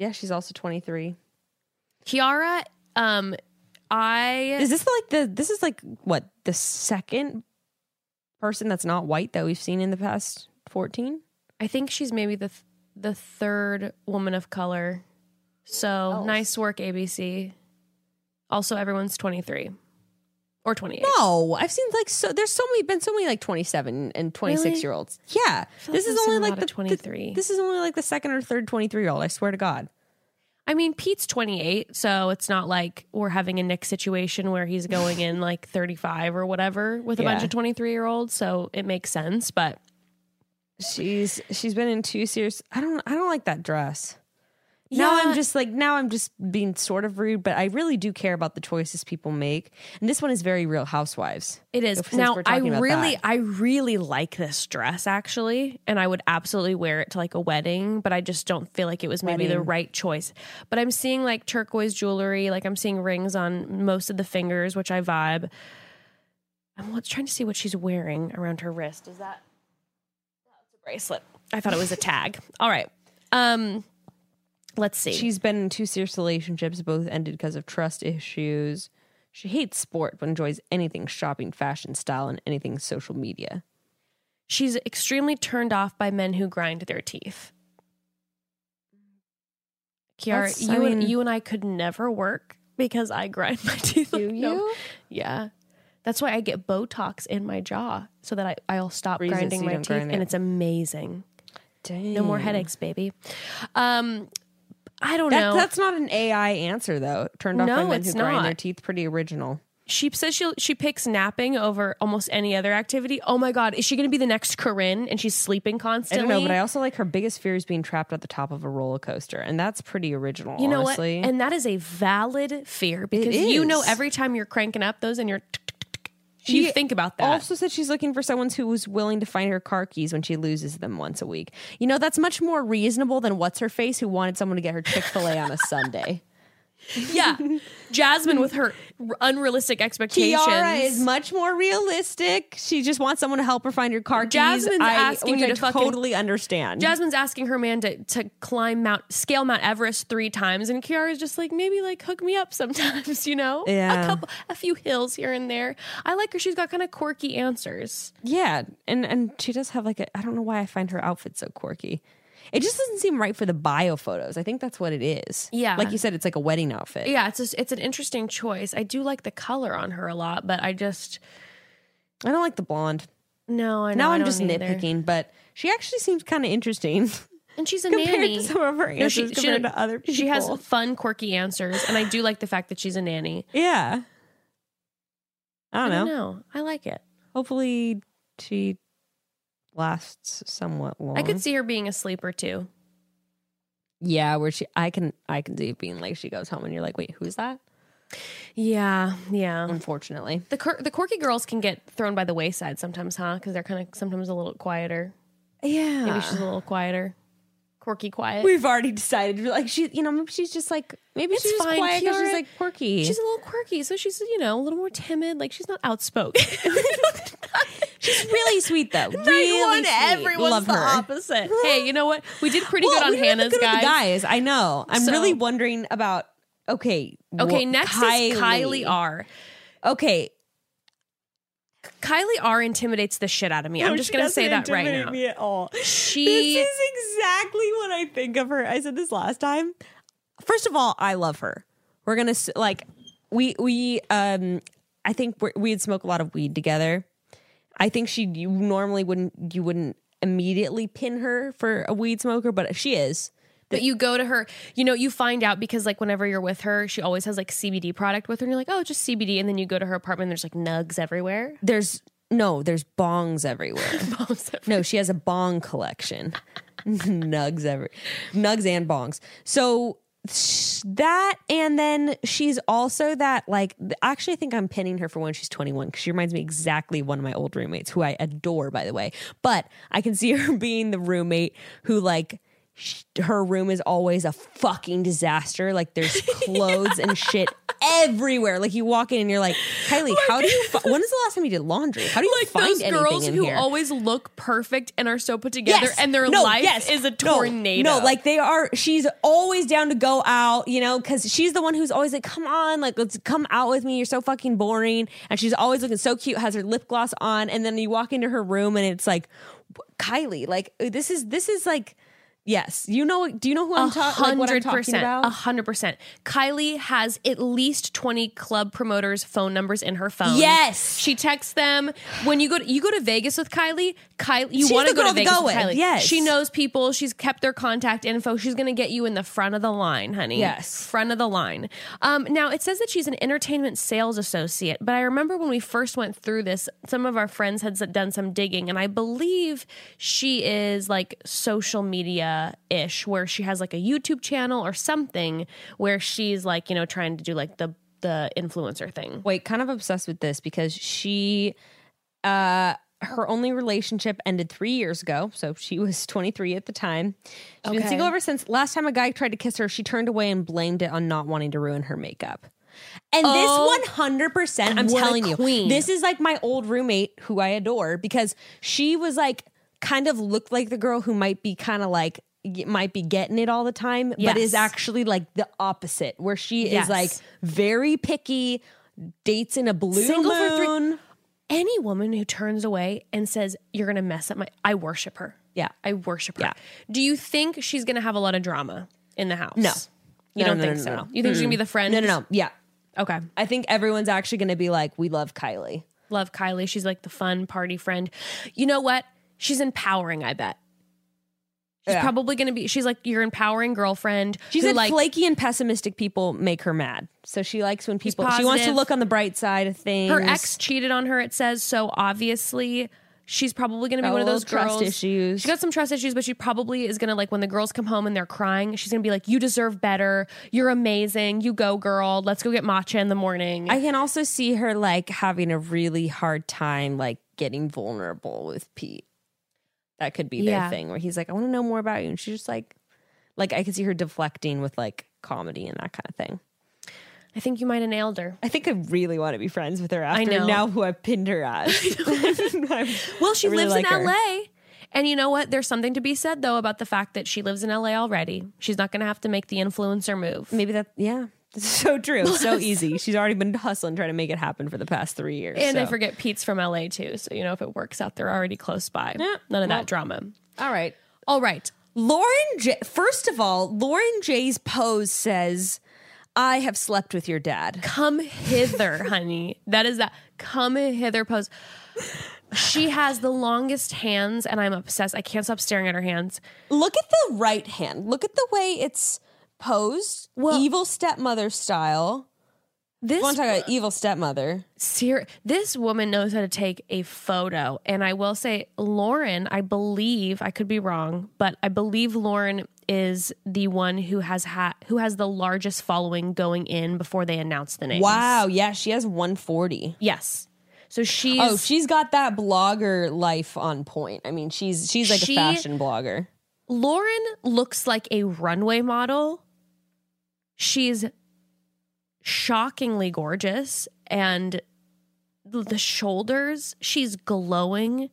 Yeah, she's also 23. Kiara. Um, I Is this like the this is like what the second person that's not white that we've seen in the past 14? I think she's maybe the th- the third woman of color. Oh. So nice work, ABC. Also, everyone's 23. or 28. No, I've seen like so. There's so many been so many like 27 and 26 Really? year olds. Yeah, this I've is seen only a like lot the of the- 23. this is only like the second or third 23 year old. I swear to God. I mean, Pete's 28, so it's not like we're having a Nick situation where he's going in like 35 or whatever with a bunch Yeah. of 23 year olds. So it makes sense, but She's she's been in two series. I don't I don't like that dress. Now Yeah. I'm just like now I'm just being sort of rude, but I really do care about the choices people make. And this one is very Real Housewives. It is Since now. we're I talking about really, that. I really like this dress actually, and I would absolutely wear it to like a wedding. But I just don't feel like it was maybe the right choice. But I'm seeing like turquoise jewelry, like I'm seeing rings on most of the fingers, which I vibe. I'm wa- trying to see what she's wearing around her wrist. Is that? That's a bracelet. I thought it was a tag. All right. Um, let's see. She's been in two serious relationships, both ended because of trust issues. She hates sport, but enjoys anything shopping, fashion, style, and anything social media. she's extremely turned off by men who grind their teeth. Kiara, That's- I you and mean- you and I could never work because I grind my teeth. Do like, no- you? Yeah. That's why I get Botox in my jaw so that I, I'll stop Reason so grinding you my don't teeth. grind and it. it's amazing. Dang. No more headaches, baby. Um, I don't That, know. That's not an AI answer, though. Turned off by No, men who it's grind their not. teeth. Pretty original. she says she she picks napping over almost any other activity. Oh my god, is she going to be the next Corinne? And she's sleeping I constantly. don't know, but I also like her biggest fear is being trapped at the top of a roller coaster, and that's pretty original. You know honestly. what? And that is a valid fear because you know is. every time you're cranking up those and you're tick, tick, tick, tick, She you think about that. Also said she's looking for someone who was willing to find her car keys when she loses them once a week. You know, that's much more reasonable than what's her face who wanted someone to get her Chick fil A on a Sunday. yeah. Jasmine with her r- unrealistic expectations. Kiara is much more realistic. She just wants someone to help her find her car keys. Jasmine's I, asking which you I to fucking- totally understand. Jasmine's asking her man to, to climb Mount scale Mount Everest three times and Kiara's just like maybe like hook me up sometimes, you know? Yeah. A couple a few hills here and there. I like her. She's got kind of quirky answers. yeah, and and she does have like a. I don't know why I find her outfit so quirky. It just doesn't seem right for the bio photos. I think that's what it is. Yeah. like you said, it's like a wedding outfit. Yeah, it's just, it's an interesting choice. I do like the color on her a lot, but I just I don't like the blonde. no, I know Now I I'm don't just either. nitpicking, but she actually seems kind of interesting. And she's a Compared nanny. to some of her No, she- answers she- compared to other She has people. fun, quirky answers, and I do like the fact that she's a nanny. yeah. I don't, know. I like it. Hopefully she lasts somewhat long. I could see her being a sleeper too. Yeah, where she I can I can see it being like she goes home and you're like, wait, who's that? Yeah, yeah. Unfortunately. Mm. The quir- the quirky girls can get thrown by the wayside sometimes, huh? Because they're kind of sometimes a little quieter. Yeah. Maybe she's a little quieter, quirky, quiet. We've already decided. We're Like she, you know, maybe she's just like maybe It's she's just fine, quiet 'cause Kiara. she's like quirky. She's a little quirky, so she's you know a little more timid. Like she's not outspoken. she's really sweet though. Night really one, sweet. everyone's Love the her. opposite. Hey, you know what? We did pretty Well, good on we didn't have Hannah's to go to the guys. guys. I know. I'm So- really wondering about. Okay. Okay, wh- next is Kylie R. Okay, Kylie R intimidates the shit out of me. oh, I'm just gonna say that right now. Me at all. She- This is exactly what I think of her. I said this last time. First of all, I love her. We're gonna s- like we we um. I think we're, we'd smoke a lot of weed together. I think she you normally wouldn't you wouldn't immediately pin her for a weed smoker, but she is. But you go to her, you know, you find out because like whenever you're with her, she always has like CBD product with her, and you're like, oh, just CBD, and then you go to her apartment, and there's like nugs everywhere. There's no there's bongs everywhere. Bongs everywhere. No, she has a bong collection. nugs ever, nugs and bongs. So sh- that, and then she's also that like. th- Actually, I think I'm pinning her for when she's 21 because she reminds me exactly of one of my old roommates who I adore, by the way. But I can see her being the roommate who like. sh- Her room is always a fucking disaster. Like there's clothes and shit everywhere. Like you walk in and you're like, Kylie, how do you? Fi- when is the last time you did laundry? How do you Oh Like find those anything girls in who here? always look perfect and are so put together, and their No, life yes. is a No, tornado. No, like they are. She's always down to go out, you know, because she's the one who's always like, "Come on, like let's come out with me. You're so fucking boring." And she's always looking so cute, has her lip gloss on, and then you walk into her room and it's like, Kylie, like this is this is like Yes, you know. Do you know who I'm, ta- like what I'm talking about? A hundred percent. Kylie has at least twenty club promoters' phone numbers in her phone. Yes. she texts them when you go. To, you go to Vegas with Kylie. Kylie, you She's want the to go girl to to Vegas go with with, Kylie. yes. she knows people. She's kept their contact info. She's going to get you in the front of the line, honey. Yes. front of the line. Um, now it says that she's an entertainment sales associate, but I remember when we first went through this, some of our friends had s- done some digging, and I believe she is like social media ish, where she has like a YouTube channel or something where she's like you know trying to do like the the influencer thing. Wait, kind of obsessed with this because she, uh, her only relationship ended three years ago. So she was 23 at the time. She's been single ever since. Last time a guy tried to kiss her, she turned away and blamed it on not wanting to ruin her makeup. And Oh, this 100%, I'm what a telling you, queen. this is like my old roommate who I adore because she was like, kind of looked like the girl who might be kind of like, y- might be getting it all the time, but Yes. is actually like the opposite, where she Yes. is like very picky, dates in a blue Single for three- moon. Any woman who turns away and says you're going to mess up my, I worship her. Yeah. I worship her. Do you think she's going to have a lot of drama in the house? No. You No, don't no, think no, no, so. no. You think she's going to be the friend? No, no, no. Yeah. Okay. I think everyone's actually going to be like, we love Kylie. Love Kylie. She's like the fun party friend. You know what? She's empowering, I bet. She's Yeah. probably going to be, she's like your empowering girlfriend. She who, said like, flaky and pessimistic people make her mad. So she likes when people, she wants to positive. look on the bright side of things. her ex cheated on her, it says. So obviously, she's probably going to be Got one of a those little Oh, trust girls. issues. She got some trust issues, but she probably is going to, like, when the girls come home and they're crying, she's going to be like, You deserve better. You're amazing. You go, girl. Let's go get matcha in the morning. I can also see her like having a really hard time like getting vulnerable with Pete. That could be Yeah. their thing where he's like, I want to know more about you. And she's just like, like I could see her deflecting with like comedy and that kind of thing. I think you might have nailed her. I think I really want to be friends with her after know. now who I've pinned her as. Well, she I really lives like in her. LA. And you know what? There's something to be said though about the fact that she lives in LA already. She's not going to have to make the influencer move. Maybe that, yeah. This is so true. So easy. She's already been hustling, trying to make it happen for the past three years. And I so. forget Pete's from LA too. So, you know, if it works out, they're already close by. None of that drama. All right. All right. Lauren J. First of all, Lauren J's pose says, I have slept with your dad. Come hither, honey. That is that come hither pose. She has the longest hands, and I'm obsessed. I can't stop staring at her hands. Look at the right hand. Look at the way it's posed. Well- evil stepmother style. This Want to talk about evil stepmother? ser- this woman knows how to take a photo and i will say lauren i believe i could be wrong but i believe lauren is the one who has ha- who has the largest following going in before they announce the names Wow. Yeah, she has 140. yes so she's Oh, she's got that blogger life on point. I mean, she's she's like She- a fashion blogger. lauren looks like a runway model she's shockingly gorgeous and th- the shoulders she's glowing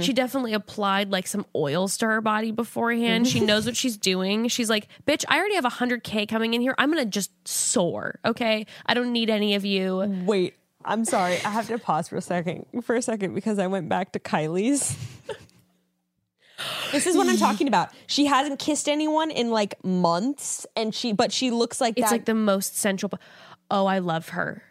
she definitely applied like some oils to her body beforehand she knows what she's doing she's like bitch i already have 100k coming in here i'm gonna just soar okay i don't need any of you Wait, I'm sorry. I have to pause for a second. For a second because I went back to Kylie's. this is what I'm talking about. She hasn't kissed anyone in like months and she but she looks like it's that like the most central po- oh i love her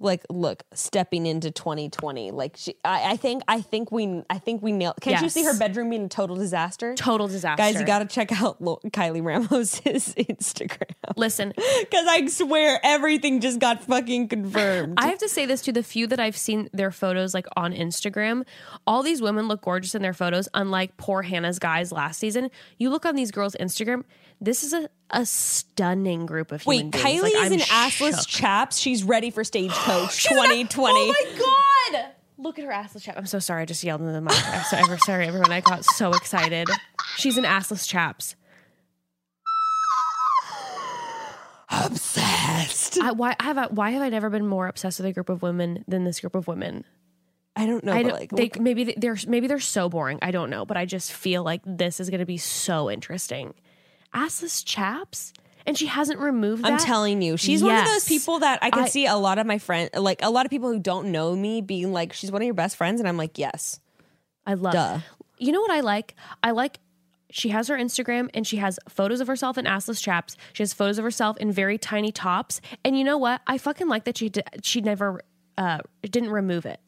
like look stepping into 2020 like she I, I think i think we i think we nailed can't you see Yes. her bedroom being a total disaster total disaster guys you gotta check out Lo- kylie ramos's instagram listen because i swear everything just got fucking confirmed I have to say this to the few that I've seen their photos like on Instagram. All these women look gorgeous in their photos, unlike poor Hannah's guys last season. You look on these girls' Instagram, this is a, a stunning group of Wait, human beings. Kylie Like, is I'm an assless shook. chaps. She's ready for stagecoach 2020. Oh my god! Look at her assless chap. I'm so sorry, I just yelled into the mic. I'm so ever sorry, everyone. I got so excited. She's an assless chaps. Obsessed. I, why have I, why have I never been more obsessed with a group of women than this group of women? I don't know. I but don't, like, they, look- maybe they- they're maybe they're so boring. I don't know, but I just feel like this is going to be so interesting. Assless chaps, and she hasn't removed. I'm that? telling you, she's one of Yes. those people that I can I- see a lot of my friend, like a lot of people who don't know me, being like, "She's one of your best friends," and I'm like, "Yes." I love. Duh. You know what I like? I like. She has her Instagram and she has photos of herself in assless chaps. She has photos of herself in very tiny tops. And you know what? I fucking like that she d- she never uh, didn't remove it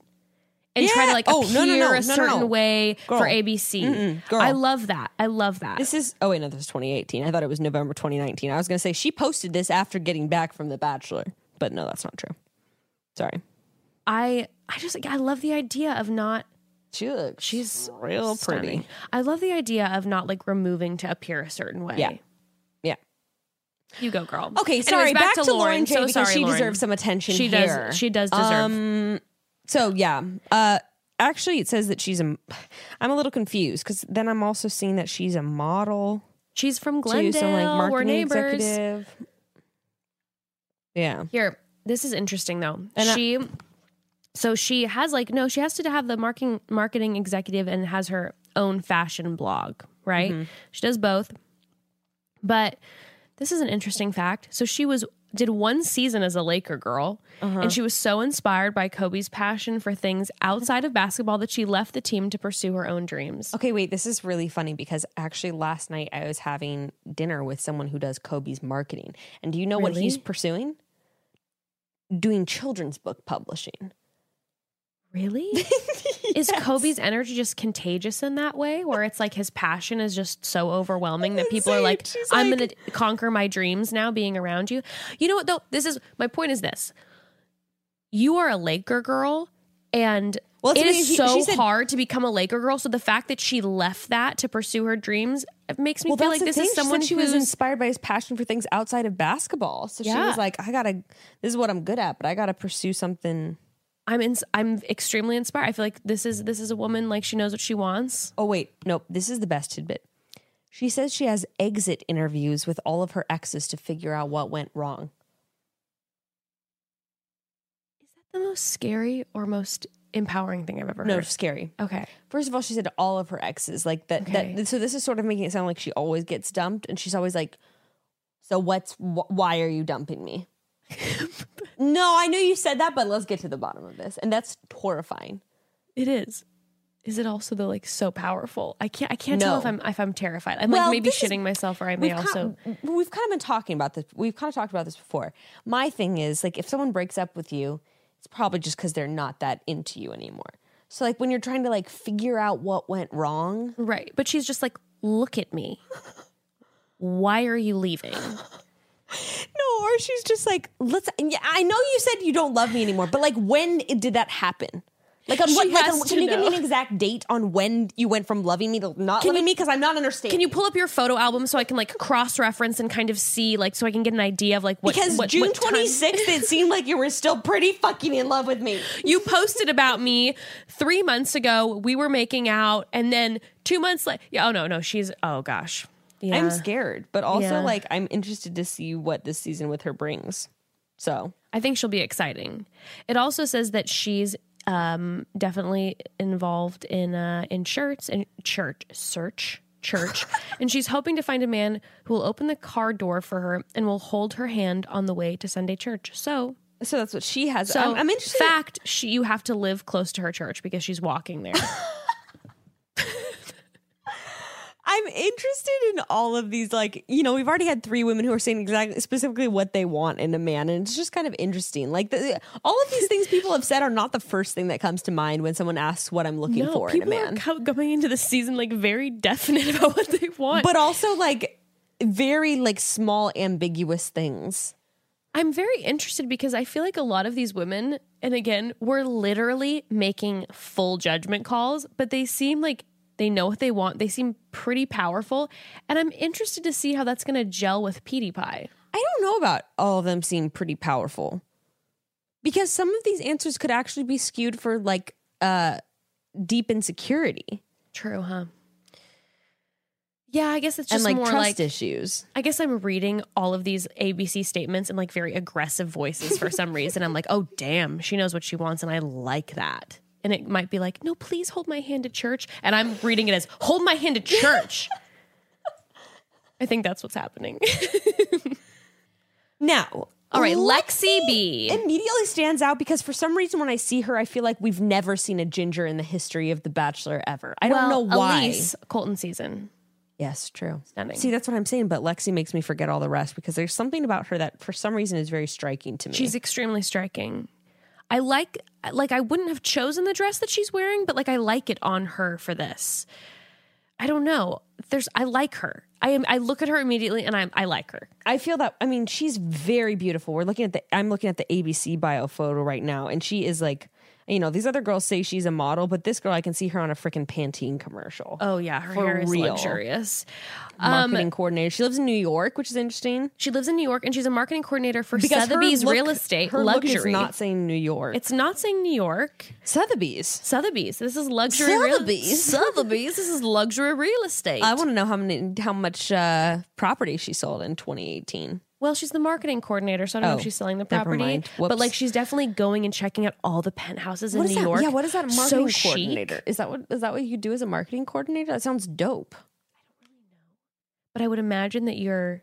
and try to Yeah. like Oh, appear no, no, no, a no, no, certain no. way Girl. for ABC. girl. I love that. I love that. This is oh wait no, this is 2018. I thought it was November 2019. I was gonna say she posted this after getting back from The Bachelor, but no, that's not true. Sorry, I I just I love the idea of not she looks she's real stunning. I love the idea of not like removing to appear a certain way. Yeah, yeah. You go, girl. Okay, Anyways, sorry. back, to, Lauren, J So because sorry, she Lauren. deserves some attention. She here. Um, does. She does deserve. So yeah. Uh actually it says that she's a I'm a little confused cuz then I'm also seeing that she's a model She's from too, Glendale. some like marketing We're neighbors. executive. Yeah. Here, this is interesting though. And I- she, so she has like no, she has to have the marketing marketing executive and has her own fashion blog, right? Mm-hmm. She does both, but this is an interesting fact. So she was did one season as a Laker girl, Uh-huh. and she was so inspired by Kobe's passion for things outside of basketball that she left the team to pursue her own dreams. Okay, wait, this is really funny because actually last night I was having dinner with someone who does Kobe's marketing. And do you know what he's Really? pursuing? Doing children's book publishing. Really? Is Kobe's energy just contagious in that way where it's like his passion is just so overwhelming that people are Insane. like, She's I'm like- going to conquer my dreams now being around you? You know what, though? This is my point is this you are a Laker girl and. Well, it that's what is she- so she said- hard to become a Laker girl. So the fact that she left that to pursue her dreams it makes me feel like this is someone she was who's- inspired by his passion for things outside of basketball. So she Yeah. was like, I gotta this is what I'm good at, but I gotta pursue something I'm ins I'm extremely inspired. I feel like this is this is a woman like she knows what she wants. Oh, wait. Nope. This is the best tidbit. She says she has exit interviews with all of her exes to figure out what went wrong. The most scary or most empowering thing I've ever No, heard. scary. Okay. First of all, she said all of her exes. Like that, Okay. that. So this is sort of making it sound like she always gets dumped and she's always like, So what's, wh- why are you dumping me? no, I know you said that, but let's get to the bottom of this. And that's horrifying. It is. Is it also though like so powerful? I can't I can't tell No. if I'm if I'm terrified. I'm Well, like maybe this is- shitting myself or I may We've also kind, we've kind of been talking about this. We've kind of talked about this before. My thing is like if someone breaks up with you, it's probably just because they're not that into you anymore. So like when you're trying to like figure out what went wrong, Right. But she's just like, look at me. Why are you leaving? no, or she's just like, let's. Yeah, I know you said you don't love me anymore, but like when did that happen? Like on She what? Like has on, to can you give me know. an exact date on when you went from loving me to not loving me? Because I'm not understanding. Can you pull up your photo album so I can like cross reference and kind of see like so I can get an idea of like what Because what, June what time- twenty sixth, it seemed like you were still pretty fucking in love with me. you posted about me three months ago. We were making out, and then two months later, yeah, oh no, no, she's oh gosh, yeah, I'm scared, but also Yeah. like I'm interested to see what this season with her brings. So I think she'll be exciting. It also says that she's um, definitely involved in uh, in shirts and church search church, and she's hoping to find a man who will open the car door for her and will hold her hand on the way to Sunday church. So. so that's what she has. So, I'm, I'm interested. Fact, she, you have to live close to her church because she's walking there. I'm interested in all of these. Like you know, we've already had three women who are saying exactly specifically what they want in a man, and it's just kind of interesting. Like the, all of these things people have said are not the first thing that comes to mind when someone asks what I'm looking for in a people are man. co- coming into the season like very definite about what they want. but also like very like small ambiguous things. I'm very interested because I feel like a lot of these women, and again, we're literally making full judgment calls, but they seem like they know what they want. They seem pretty powerful, and I'm interested to see how that's going to gel with PewDiePie. I don't know about all of them seem pretty powerful. Because some of these answers could actually be skewed for like uh deep insecurity True, huh? Yeah, I guess it's and just like more trust like issues. I guess I'm reading all of these ABC statements in like very aggressive voices for some reason. I'm like, oh, damn, she knows what she wants. And I like that. And it might be like, no, please hold my hand to church. And I'm reading it as, hold my hand to church. I think that's what's happening. Now, All right, Lexi B. immediately stands out because for some reason when I see her, I feel like we've never seen a ginger in the history of The Bachelor ever. I don't know why. Elise, Colton season. Yes, true. Stunning. See, that's what I'm saying. But Lexi makes me forget all the rest because there's something about her that, for some reason, is very striking to me. She's extremely striking. I like like I wouldn't have chosen the dress that she's wearing, but like I like it on her for this. I don't know. There's I like her. I am I look at her immediately and I I like her. I feel that. I mean, she's very beautiful. We're looking at the. I'm looking at the ABC bio photo right now, and she is like, you know, these other girls say she's a model, but this girl, I can see her on a freaking Pantene commercial. Oh yeah, her For hair is real. luxurious. Um, marketing coordinator. She lives in New York, which is interesting. She lives in New York and she's a marketing coordinator for her Sotheby's look- real estate her look is luxury. not saying New York. it's not saying New York. Sotheby's. Sotheby's. This is luxury real- Sotheby's? Sotheby's. This is luxury real estate. I want to know how many, how much uh, property she sold in 2018. Well, she's the marketing coordinator, so I don't know Oh, if she's selling the never property. mind. Whoops. But like, she's definitely going and checking out all the penthouses in What New is that? York. Yeah, what is that So marketing chic. coordinator? Is that what is that what you do as a marketing coordinator? That sounds dope. But I would imagine that you're,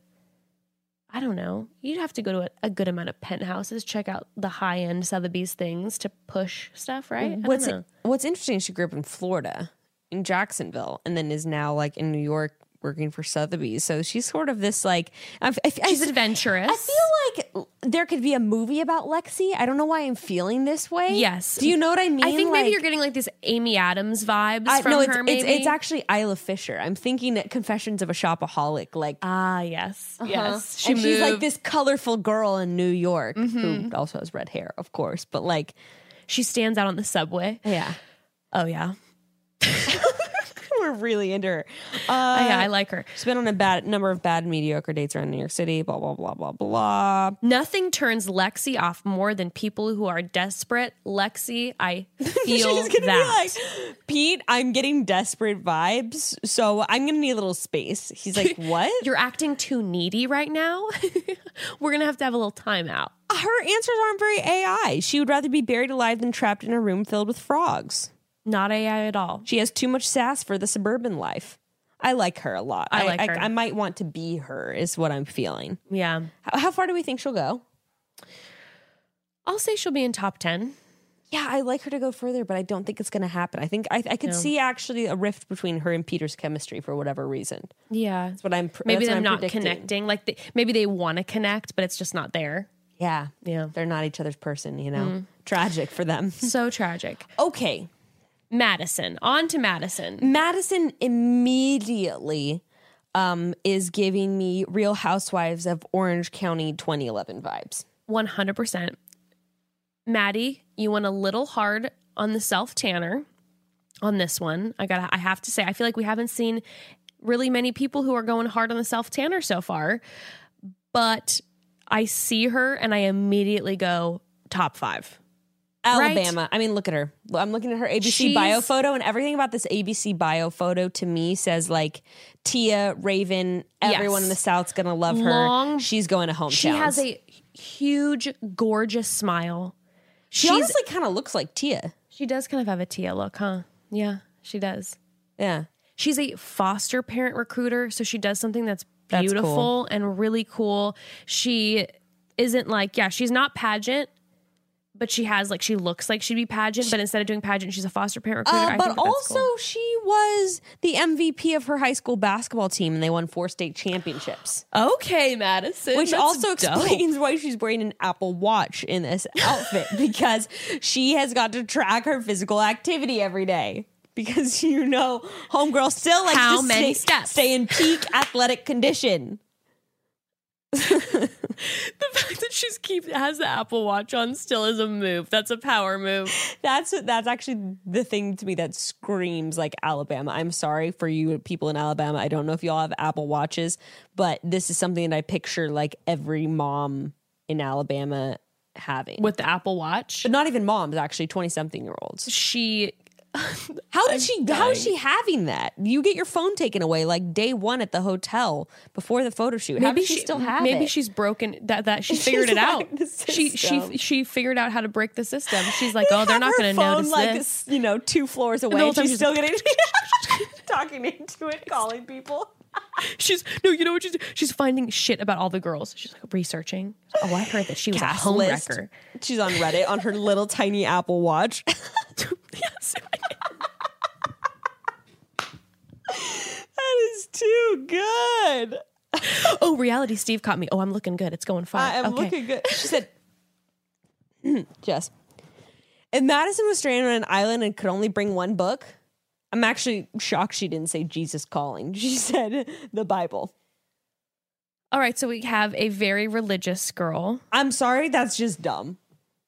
I don't know, you'd have to go to a, a good amount of penthouses, check out the high end Sotheby's things to push stuff, right? I don't What's know. What's interesting is she grew up in Florida, in Jacksonville, and then is now like in New York working for Sotheby's. So she's sort of this like I, I, She's I, adventurous. I feel like there could be a movie about Lexi. I don't know why I'm feeling this way. Yes. Do you know what I mean? I think maybe Like- you're getting like these Amy Adams vibes I, from no, it's, her. it's Maybe it's actually Isla Fisher. I'm thinking that Confessions of a Shopaholic, like ah yes yes. She and she's like moved- Mm-hmm. this colorful girl in New York who also has red hair, of course, but like She stands out on the subway. yeah, Oh yeah, we're really into her. oh, Uh, yeah. I like her. She's been on a bad number of bad mediocre dates around New York City. Blah blah blah blah blah. Nothing turns Lexi off more than people who are desperate. Lexi, I feel She's gonna that. be like, Pete, I'm getting desperate vibes, so I'm gonna need a little space. He's like, what? You're acting too needy right now. We're gonna have to have a little timeout. her answers aren't very AI. She would rather be buried alive than trapped in a room filled with frogs. Not AI at all. She has too much sass for the suburban life. I like her a lot. I like her. I, might want to be her, is what I'm feeling. Yeah, How, how far do we think she'll go? I'll say she'll be in top ten. Yeah, I like her to go further, but I don't think it's going to happen. I think I, I could see actually a rift between her and Peter's chemistry for whatever reason. Yeah, That's what I'm. pr- maybe that's what they're I'm not predicting. connecting. Like they, maybe they want to connect, but it's just not there. Yeah, Yeah. Mm. they're not each other's person. You know, tragic for them. So tragic. okay, Madison. On to Madison. Madison immediately um, is giving me Real Housewives of Orange County 2011 vibes. One hundred percent. Maddie, you went a little hard on the self tanner on this one. I got. I have to say, I feel like we haven't seen really many people who are going hard on the self tanner so far. But I see her, and I immediately go top five. Right? Alabama. I mean, look at her. I'm looking at her ABC She's- bio photo, and everything about this ABC bio photo to me says like Tia, Raven, everyone Yes. in the South's gonna love her. Long- She's going to hometown. She has a huge, gorgeous smile. She she's- honestly kind of looks like Tia. She does kind of have a Tia look, huh? Yeah, she does. Yeah. She's a foster parent recruiter, so she does something that's That's beautiful cool. and really cool. She isn't like, yeah, she's not pageant, but she has like she looks like she'd be pageant, but instead of doing pageant, she's a foster parent recruiter. Uh, I but think that that's also, cool. she was the MVP of her high school basketball team, and they won four state championships, okay, Madison, which that's also dope. explains why she's wearing an Apple Watch in this outfit because she has got to track her physical activity every day. Because you know, homegirl still likes How to many stay, steps? stay in peak athletic condition. the fact that she's keep has the Apple Watch on still is a move. That's a power move. That's that's actually the thing to me that screams like Alabama. I'm sorry for you people in Alabama. I don't know if y'all have Apple Watches, but this is something that I picture like every mom in Alabama having. With the Apple Watch, but not even moms, actually, twenty something year olds. she How did she? How is she having that? You get your phone taken away like day one at the hotel before the photo shoot. Maybe how does she, still have maybe it? she's broken that that she's figured it out like, "This she she system." she figured out how to break the system she's like oh they're have not her going to phone, notice like this s- you know two floors away. whole and time she's she's still getting talking into it, calling people. she's no you know what she's she's finding shit about all the girls she's like researching oh i heard that she was a Cast home list. wrecker She's on Reddit on her little tiny Apple Watch. yes that is too good. Oh, reality Steve caught me. Oh, I'm looking good. It's going far. I am okay. looking good. She said, Jess, if Madison was stranded on an island and could only bring one book, I'm actually shocked she didn't say Jesus Calling. She said the Bible. All right, so we have a very religious girl. I'm sorry, that's just dumb.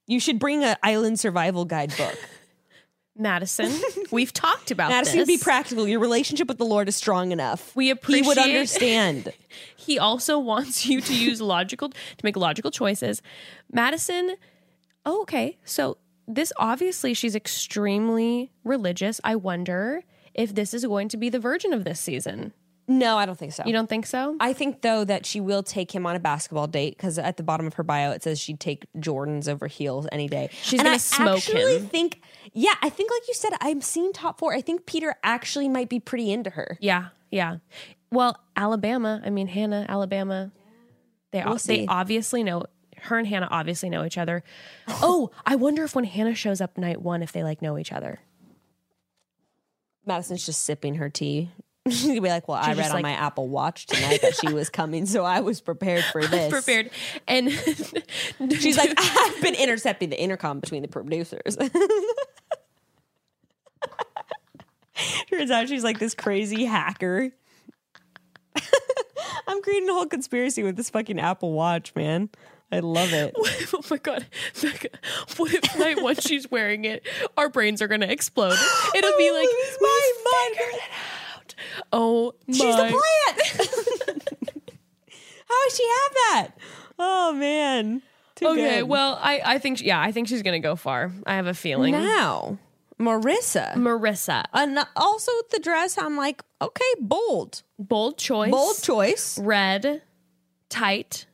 You should bring an island survival guide book. Madison. We've talked about Madison, this. be practical. Your relationship with the Lord is strong enough. We He would appreciate- understand. He also wants you to use logical to make logical choices. Madison, oh, okay. So this obviously she's extremely religious. I wonder if this is going to be the virgin of this season. no, I don't think so. You don't think so? I think though that she will take him on a basketball date because at the bottom of her bio it says she'd take Jordans over heels any day. She's and gonna I smoke actually him. Think, yeah, I think like you said, I'm seeing top four. I think Peter actually might be pretty into her. yeah, yeah. Well, Alabama, I mean Hannah, Alabama. They We'll they see. obviously know her and Hannah obviously know each other. oh, I wonder if when Hannah shows up night 1 if they like know each other. Madison's just sipping her tea. She'd be like, "Well, I She's read just on like- my Apple Watch tonight that she was coming, so I was prepared for this." prepared. And She's like, "I've been intercepting the intercom between the producers." Turns out she's like this crazy hacker. I'm creating a whole conspiracy with this fucking Apple Watch, man. I love it. oh my god, Becca, what if night one she's wearing it, our brains are gonna explode. It'll be like, Lose my mind. oh my, She's the plant. How does she have that? Oh man. Too okay. good. Well, I I think yeah, I think she's gonna go far. I have a feeling. now Marissa. Marissa, An- also with the dress, I'm like, okay, bold, bold choice, bold choice. red, tight.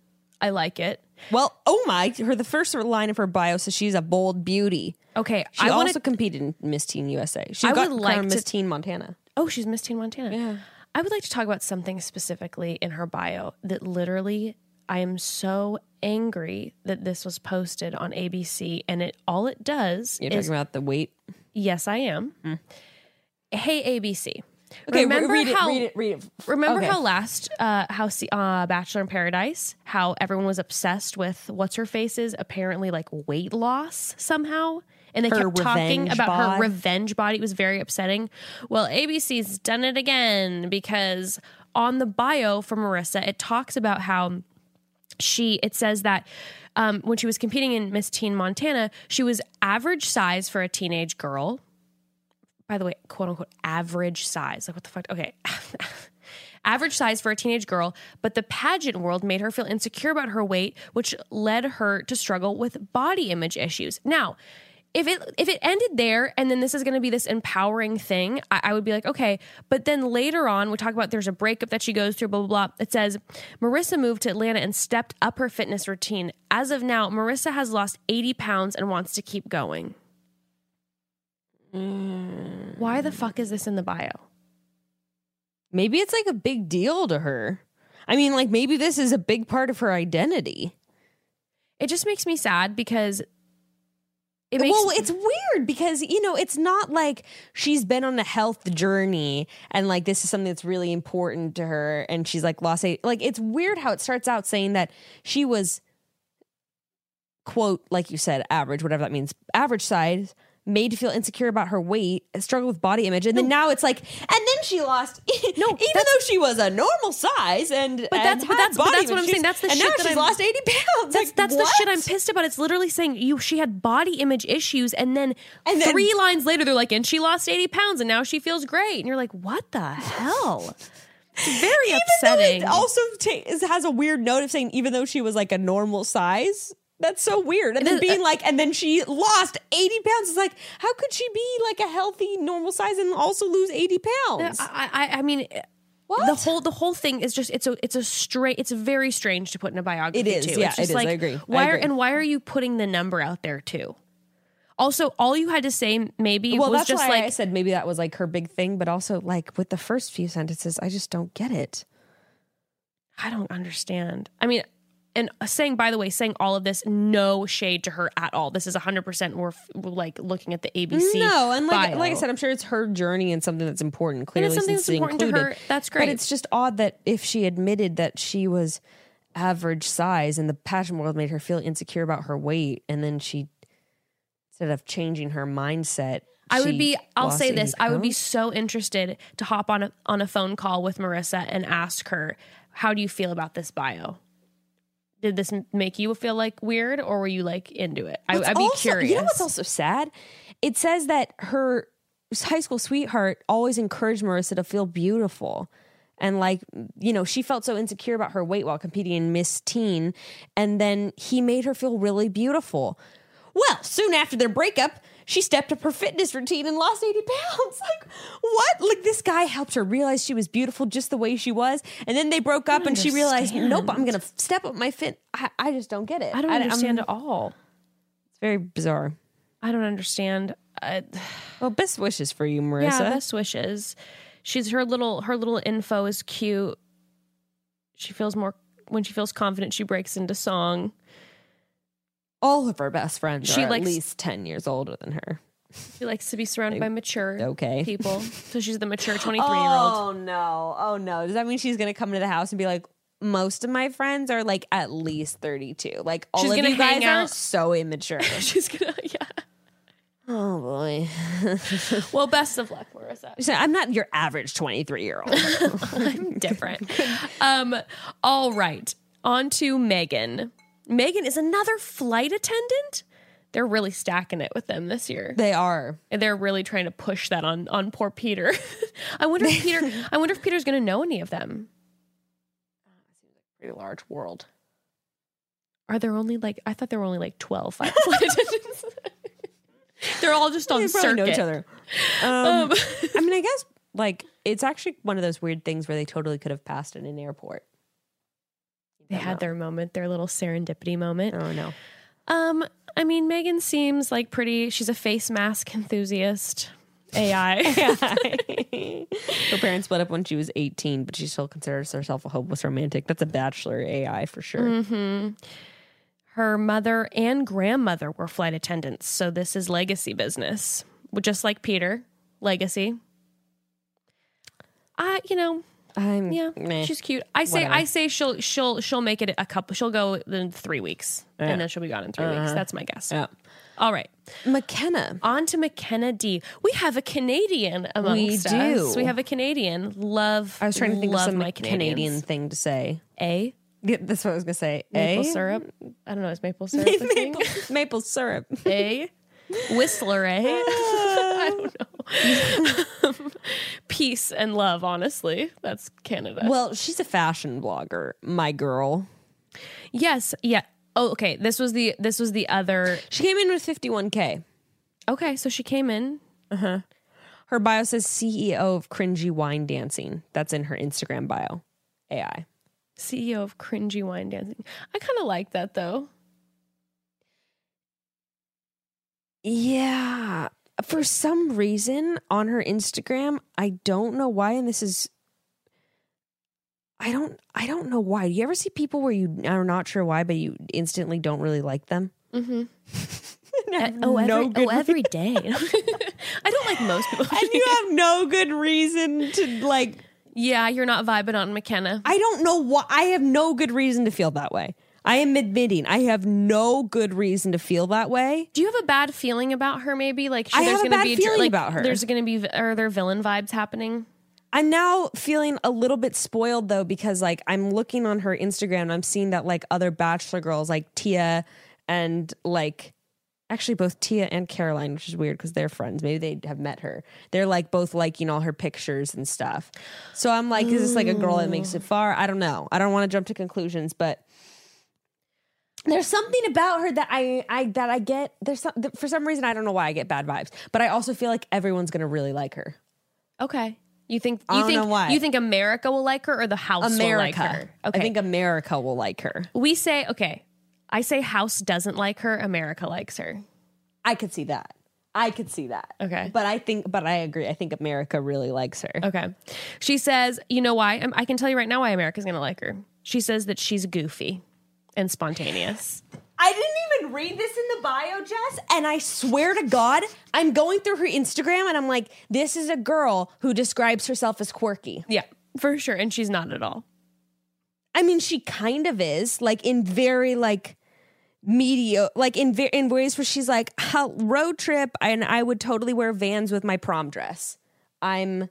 I like it. Well, oh my, her the first line of her bio says she's a bold beauty. Okay, She I also want to. competed in Miss Teen USA. She I got would crowned like to- Miss Teen Montana. Oh, she's Miss Teen Montana. Yeah. I would like to talk about something specifically in her bio that literally I am so angry that this was posted on ABC and it all it does You're is talking about the weight. yes I am. Hey ABC. Mm. Okay, remember re- read how it. Read it. Read it. remember Okay. how last uh how se- uh Bachelor in Paradise how everyone was obsessed with what's her face's apparently like weight loss somehow and they Her kept talking revenge about her bod. revenge body it was very upsetting. Well, ABC's done it again because on the bio for Marissa it talks about how she it says that um, when she was competing in Miss Teen Montana, she was average size for a teenage girl. By the way, quote unquote average size. Like what the fuck? Okay. average size for a teenage girl, but the pageant world made her feel insecure about her weight, which led her to struggle with body image issues. Now, if it if it ended there and then this is going to be this empowering thing, I, I would be like, okay. But then later on, we talk about there's a breakup that she goes through, blah blah blah. It says Marissa moved to Atlanta and stepped up her fitness routine. As of now, Marissa has lost 80 pounds and wants to keep going. Why the fuck is this in the bio? Maybe it's like a big deal to her. I mean, like maybe this is a big part of her identity. It just makes me sad because it makes well, it's weird because you know it's not like she's been on a health journey and like this is something that's really important to her, and she's like lost eight. Like it's weird how it starts out saying that she was quote like you said average, whatever that means, average size, made to feel insecure about her weight, struggle with body image, and then now it's like, and then she lost no, even though she was a normal size and But and that's- but had that's- but body that's what I'm image saying. issues, That's the and shit now that she's I'm- lost eighty pounds. That's Like, that's the shit what? I'm pissed about. It's literally saying you she had body image issues, and then, And then- three lines later they're like, and she lost eighty pounds, and now she feels great, and you're like, what the hell? It's very upsetting. It also ta- is- has a weird note of saying, even though she was like a normal size, that's so weird. And then It is- being like, and then she lost 80 pounds. It's like, how could she be like a healthy, normal size and also lose 80 pounds? I, I I mean. eh, What? The whole the whole thing is just it's a it's a straight it's very strange to put in a biography. It is, too. yeah, it's just it is. Like, I agree. I Why are agree. and why are you putting the number out there too? Also, all you had to say maybe well, was that's just why like I said maybe that was like her big thing, but also like with the first few sentences, I just don't get it. I don't understand. I mean, and saying by the way saying all of this no shade to her at all this is 100% we're, f- we're like looking at the abc no, and like, bio. like I said, I'm sure it's her journey and something that's important. And it's Clearly, something since that's it's important to her included. that's great But it's just odd that if she admitted that she was average size and the passion world made her feel insecure about her weight, and then she instead of changing her mindset, I she would be. I'll lost say eighty this. I would be pounds? so interested to hop on a, on a phone call with Marissa and ask her, "How do you feel about this bio? Did this m- make you feel like weird, or were you like into it?" I, What's I'd be also- curious. You know what's also sad? It says that her high school sweetheart always encouraged Marissa to feel beautiful. And like, you know, she felt so insecure about her weight while competing in Miss Teen. And then he made her feel really beautiful. Well, soon after their breakup, she stepped up her fitness routine and lost 80 pounds. Like, what? Like, this guy helped her realize she was beautiful just the way she was. And then they broke up and she realized, nope, I'm going to step up my fit. I, I just don't get it. I don't I'm- understand at all. It's very bizarre. I don't understand. Uh, Well, best wishes for you, Marissa. yeah, best wishes. She's her little her little info is cute. She feels more when she feels confident. She breaks into song. All of her best friends She are likes- at least 10 years older than her. She likes to be surrounded by mature okay. people, so she's the mature twenty three year old. no. Oh, no. Does that mean she's going to come to the house and be like, most of my friends are like at least 32? Like, all She's of gonna you guys hang are out- so immature. She's gonna, yeah. oh, boy. Well, best of luck, Marissa. So I'm not your average 23 year old. I'm different. um, all right, on to Megan. Megan is another flight attendant. They're really stacking it with them this year. they are. And they're really trying to push that on on poor Peter. I wonder if Peter. I wonder if Peter's going to know any of them. Pretty large world. Are there only like I thought there were only like twelve flight flight attendants. they're all just on They probably circuit. know each other. Um, Um, I mean, I guess like it's actually one of those weird things where they totally could have passed in an airport. they had their moment, their little serendipity moment. Oh, no. Um, I mean, Megan seems like pretty. She's a face mask enthusiast. AI. Her parents split up when she was 18, but she still considers herself a hopeless romantic. That's a bachelor AI for sure. Mm-hmm. Her mother and grandmother were flight attendants, so this is legacy business. Just like Peter, legacy. I, you know, I'm yeah, meh. she's cute. I say, Whatever. I say she'll she'll she'll make it a couple. She'll go in three weeks, and then she'll be gone in 3 weeks. That's my guess. Uh-huh. Yeah. All right. McKenna. On to McKenna D. We have a Canadian amongst do. us. We have a Canadian. Love. I was trying to think love of some my Canadian Canadians. thing to say. A Yeah, that's what I was gonna say. maple A? syrup. I don't know. Is maple syrup a thing? Maple, maple syrup. A whistler. A. I don't Ah. know. Peace and love. Honestly, that's Canada. well, she's a fashion blogger, my girl. yes. Yeah. Oh, okay. This was the this was the other. She came in with 51k. Okay, so she came in. Uh-huh. Her bio says CEO of cringy wine dancing. That's in her Instagram bio. AI. CEO E of cringy wine dancing. I kind of like that though. Yeah. For some reason on her Instagram, I don't know why, and this is I don't I don't know why. Do you ever see people where you are not sure why, but you instantly don't really like them? Mm-hmm. And have oh, every, no good oh, every day. I don't like most people. and you have no good reason to like yeah, you're not vibing on McKenna. I don't know why I have no good reason to feel that way. I am admitting I have no good reason to feel that way. Do you have a bad feeling about her? Maybe like I there's have a gonna bad be feeling like, about her. There's going to be are there villain vibes happening? I'm now feeling a little bit spoiled though because like I'm looking on her Instagram and I'm seeing that like other bachelor girls like Tia and like actually both Tia and Caroline, which is weird because they're friends. Maybe they have met her. They're like both liking all her pictures and stuff. So I'm like, is this like a girl that makes it far? I don't know. I don't want to jump to conclusions, but there's something about her that I, I that I get. There's some that for some reason I don't know why I get bad vibes, but I also feel like everyone's gonna really like her. Okay, you think I you don't think know why. you think America will like her or the house America. will like her? I think America will like her. we say okay. I say house doesn't like her. America likes her. I could see that. I could see that. Okay. But I think, but I agree. I think America really likes her. Okay, Um, she says, you know why? i I can tell you right now why America's going to like her. She says that she's goofy. and spontaneous. I didn't even read this in the bio, Jess, and I swear to God, I'm going through her Instagram and I'm like, this is a girl who describes herself as quirky. Yeah, for sure. And she's not at all. I mean, she kind of is, like in very like media, like in ve- in ways where she's like "How- road trip, and I would totally wear Vans with my prom dress. I'm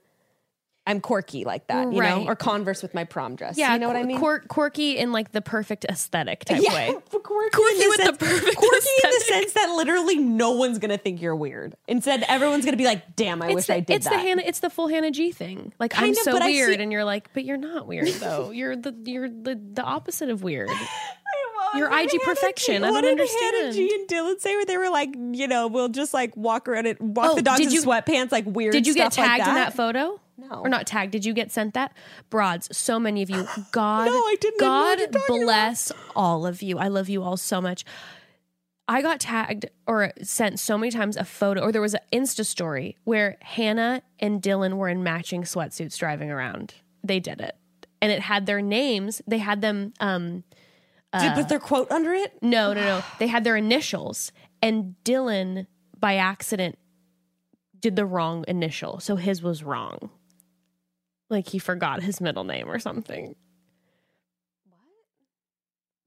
I'm quirky like that, you know, Right. or Converse with my prom dress. Yeah, you know what I qu- mean. quirk- quirky in like the perfect aesthetic type way. quirky, Quirky in with the sense- perfect quirky in the aesthetic. sense that literally no one's gonna think you're weird. Instead, everyone's gonna be like, "Damn, I It's wish the, I did it's that." the Hannah. It's the full Hannah G thing. Like I'm Kind of, so but I see- weird, and you're like, but you're not weird though. you're the you're the the opposite of weird. Your What IG did Hannah perfection. G- I what don't did Hannah G and Dylan say where they were like, you know, we'll just like walk around it, walk Oh, the dogs did in you- sweatpants, like weird. Did you get stuff like tagged in that photo? No. Or not tagged. Did you get sent that? Broads, so many of you. God No, I didn't. I know God what you're talking about. bless all of you. I love you all so much. I got tagged or sent so many times a photo, or there was an Insta story where Hannah and Dylan were in matching sweatsuits driving around. They did it. And it had their names. They had them um, Did, was their quote under it? no, no, no. They had their initials, and Dylan, by accident, did the wrong initial. So his was wrong. Like he forgot his middle name or something. What?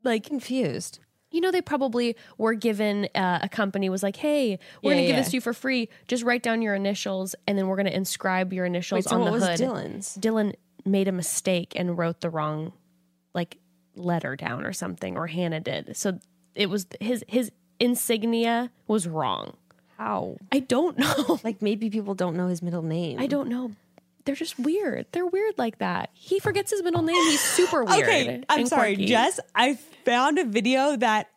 Like, Confused. you know, they probably were given uh, a company was like, hey, we're Yeah, going to give yeah. this to you for free. Just write down your initials, and then we're going to inscribe your initials Wait, so on what the was hood. Dylan's? Dylan made a mistake and wrote the wrong like letter down or something or Hannah did. So it was his his insignia was wrong. How? I don't know. Like maybe people don't know his middle name. I don't know. They're just weird. They're weird like that. He forgets his middle name. He's super weird. Okay, I'm and sorry, quirky. Jess. I found a video that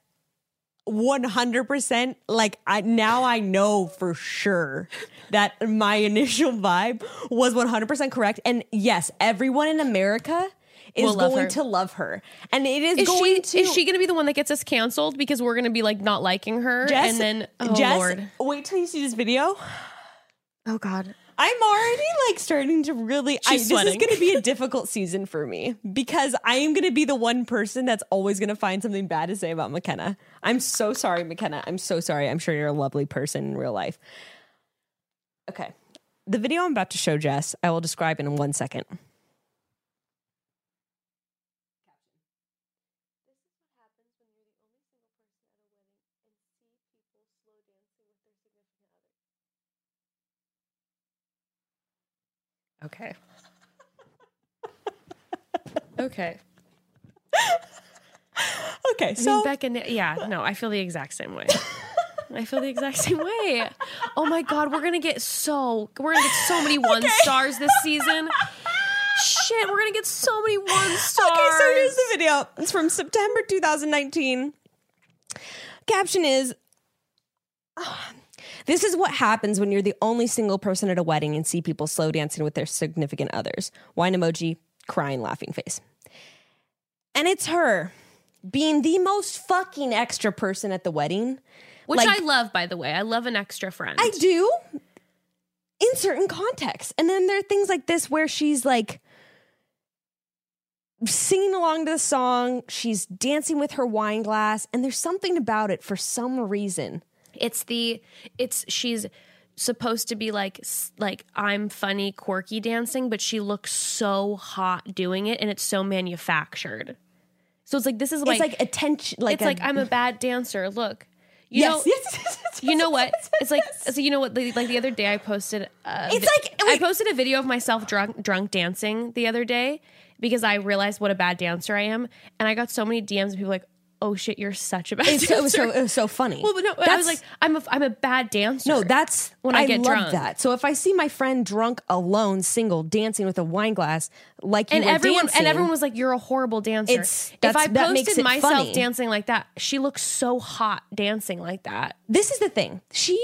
100% like I now I know for sure that my initial vibe was 100% correct and yes, everyone in America is Will love going her. to love her. And it is, Is going she, to is she going to be the one that gets us canceled because we're going to be like not liking her Jess, and then oh Jess, lord wait till you see this video. oh god I'm already like starting to really. I, She's this is sweating. going to be a difficult season for me because I am going to be the one person that's always going to find something bad to say about McKenna. I'm so sorry, McKenna. I'm so sorry. I'm sure you're a lovely person in real life. Okay. The video I'm about to show Jess, I will describe in one second. okay okay Okay, I mean, so Beck and yeah, no, I feel the exact same way. I feel the exact same way. Oh my god, we're gonna get so we're gonna get so many one stars this season. Shit, we're gonna get so many one stars. Okay, so here's the video. It's from September 2019. Caption is This is what happens when you're the only single person at a wedding and see people slow dancing with their significant others. Wine emoji, crying, laughing face. And it's her being the most fucking extra person at the wedding. which like- I love, by the way. I love an extra friend. I do in certain contexts. And then there are things like this where she's like singing along to the song, she's dancing with her wine glass, and there's something about it for some reason. It's the it's she's supposed to be like s- like I'm funny, quirky dancing, but she looks so hot doing it, and it's so manufactured. So it's like this is like it's like attention like it's a- like I'm a bad dancer. Look, you yes, know, yes, yes, yes, yes, you know what? yes, It's like yes. so you know what? the- Like the other day, I posted. Uh, It's like- wait. I posted a video of myself drunk drunk dancing the other day because I realized what a bad dancer I am, and I got so many DMs of people like, "Oh shit, you're such a bad It's so, it dancer." was so it was so funny. well, but no, I was like, "I'm a I'm a bad dancer." No, that's when I get love drunk. That so if I see my friend drunk, alone, single, dancing with a wine glass, like you and were everyone dancing, and everyone was like, "You're a horrible dancer." It's- if that's- I that makes posted it myself funny. dancing like that, she looks so hot dancing like that. This is the thing. She,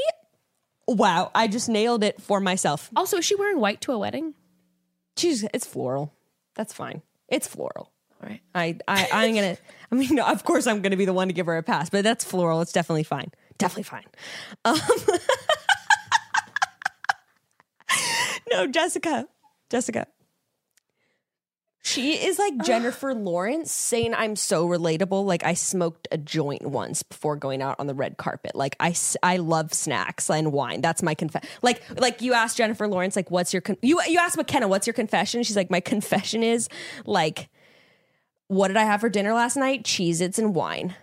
wow, I just nailed it for myself. Also, is she wearing white to a wedding? She's it's floral. That's fine. It's floral. All right. I, I I'm gonna. I mean, no, of course I'm gonna be the one to give her a pass, but that's floral. It's definitely fine. Definitely fine. Um, no, Jessica. Jessica. She is like Jennifer Lawrence saying, I'm so relatable. Like, I smoked a joint once before going out on the red carpet. Like, I, s- I love snacks and wine. That's my confession. Like, like you asked Jennifer Lawrence, like, what's your, con- you, you asked McKenna, what's your confession? She's like, my confession is like, what did I have for dinner last night? Cheez Its and wine.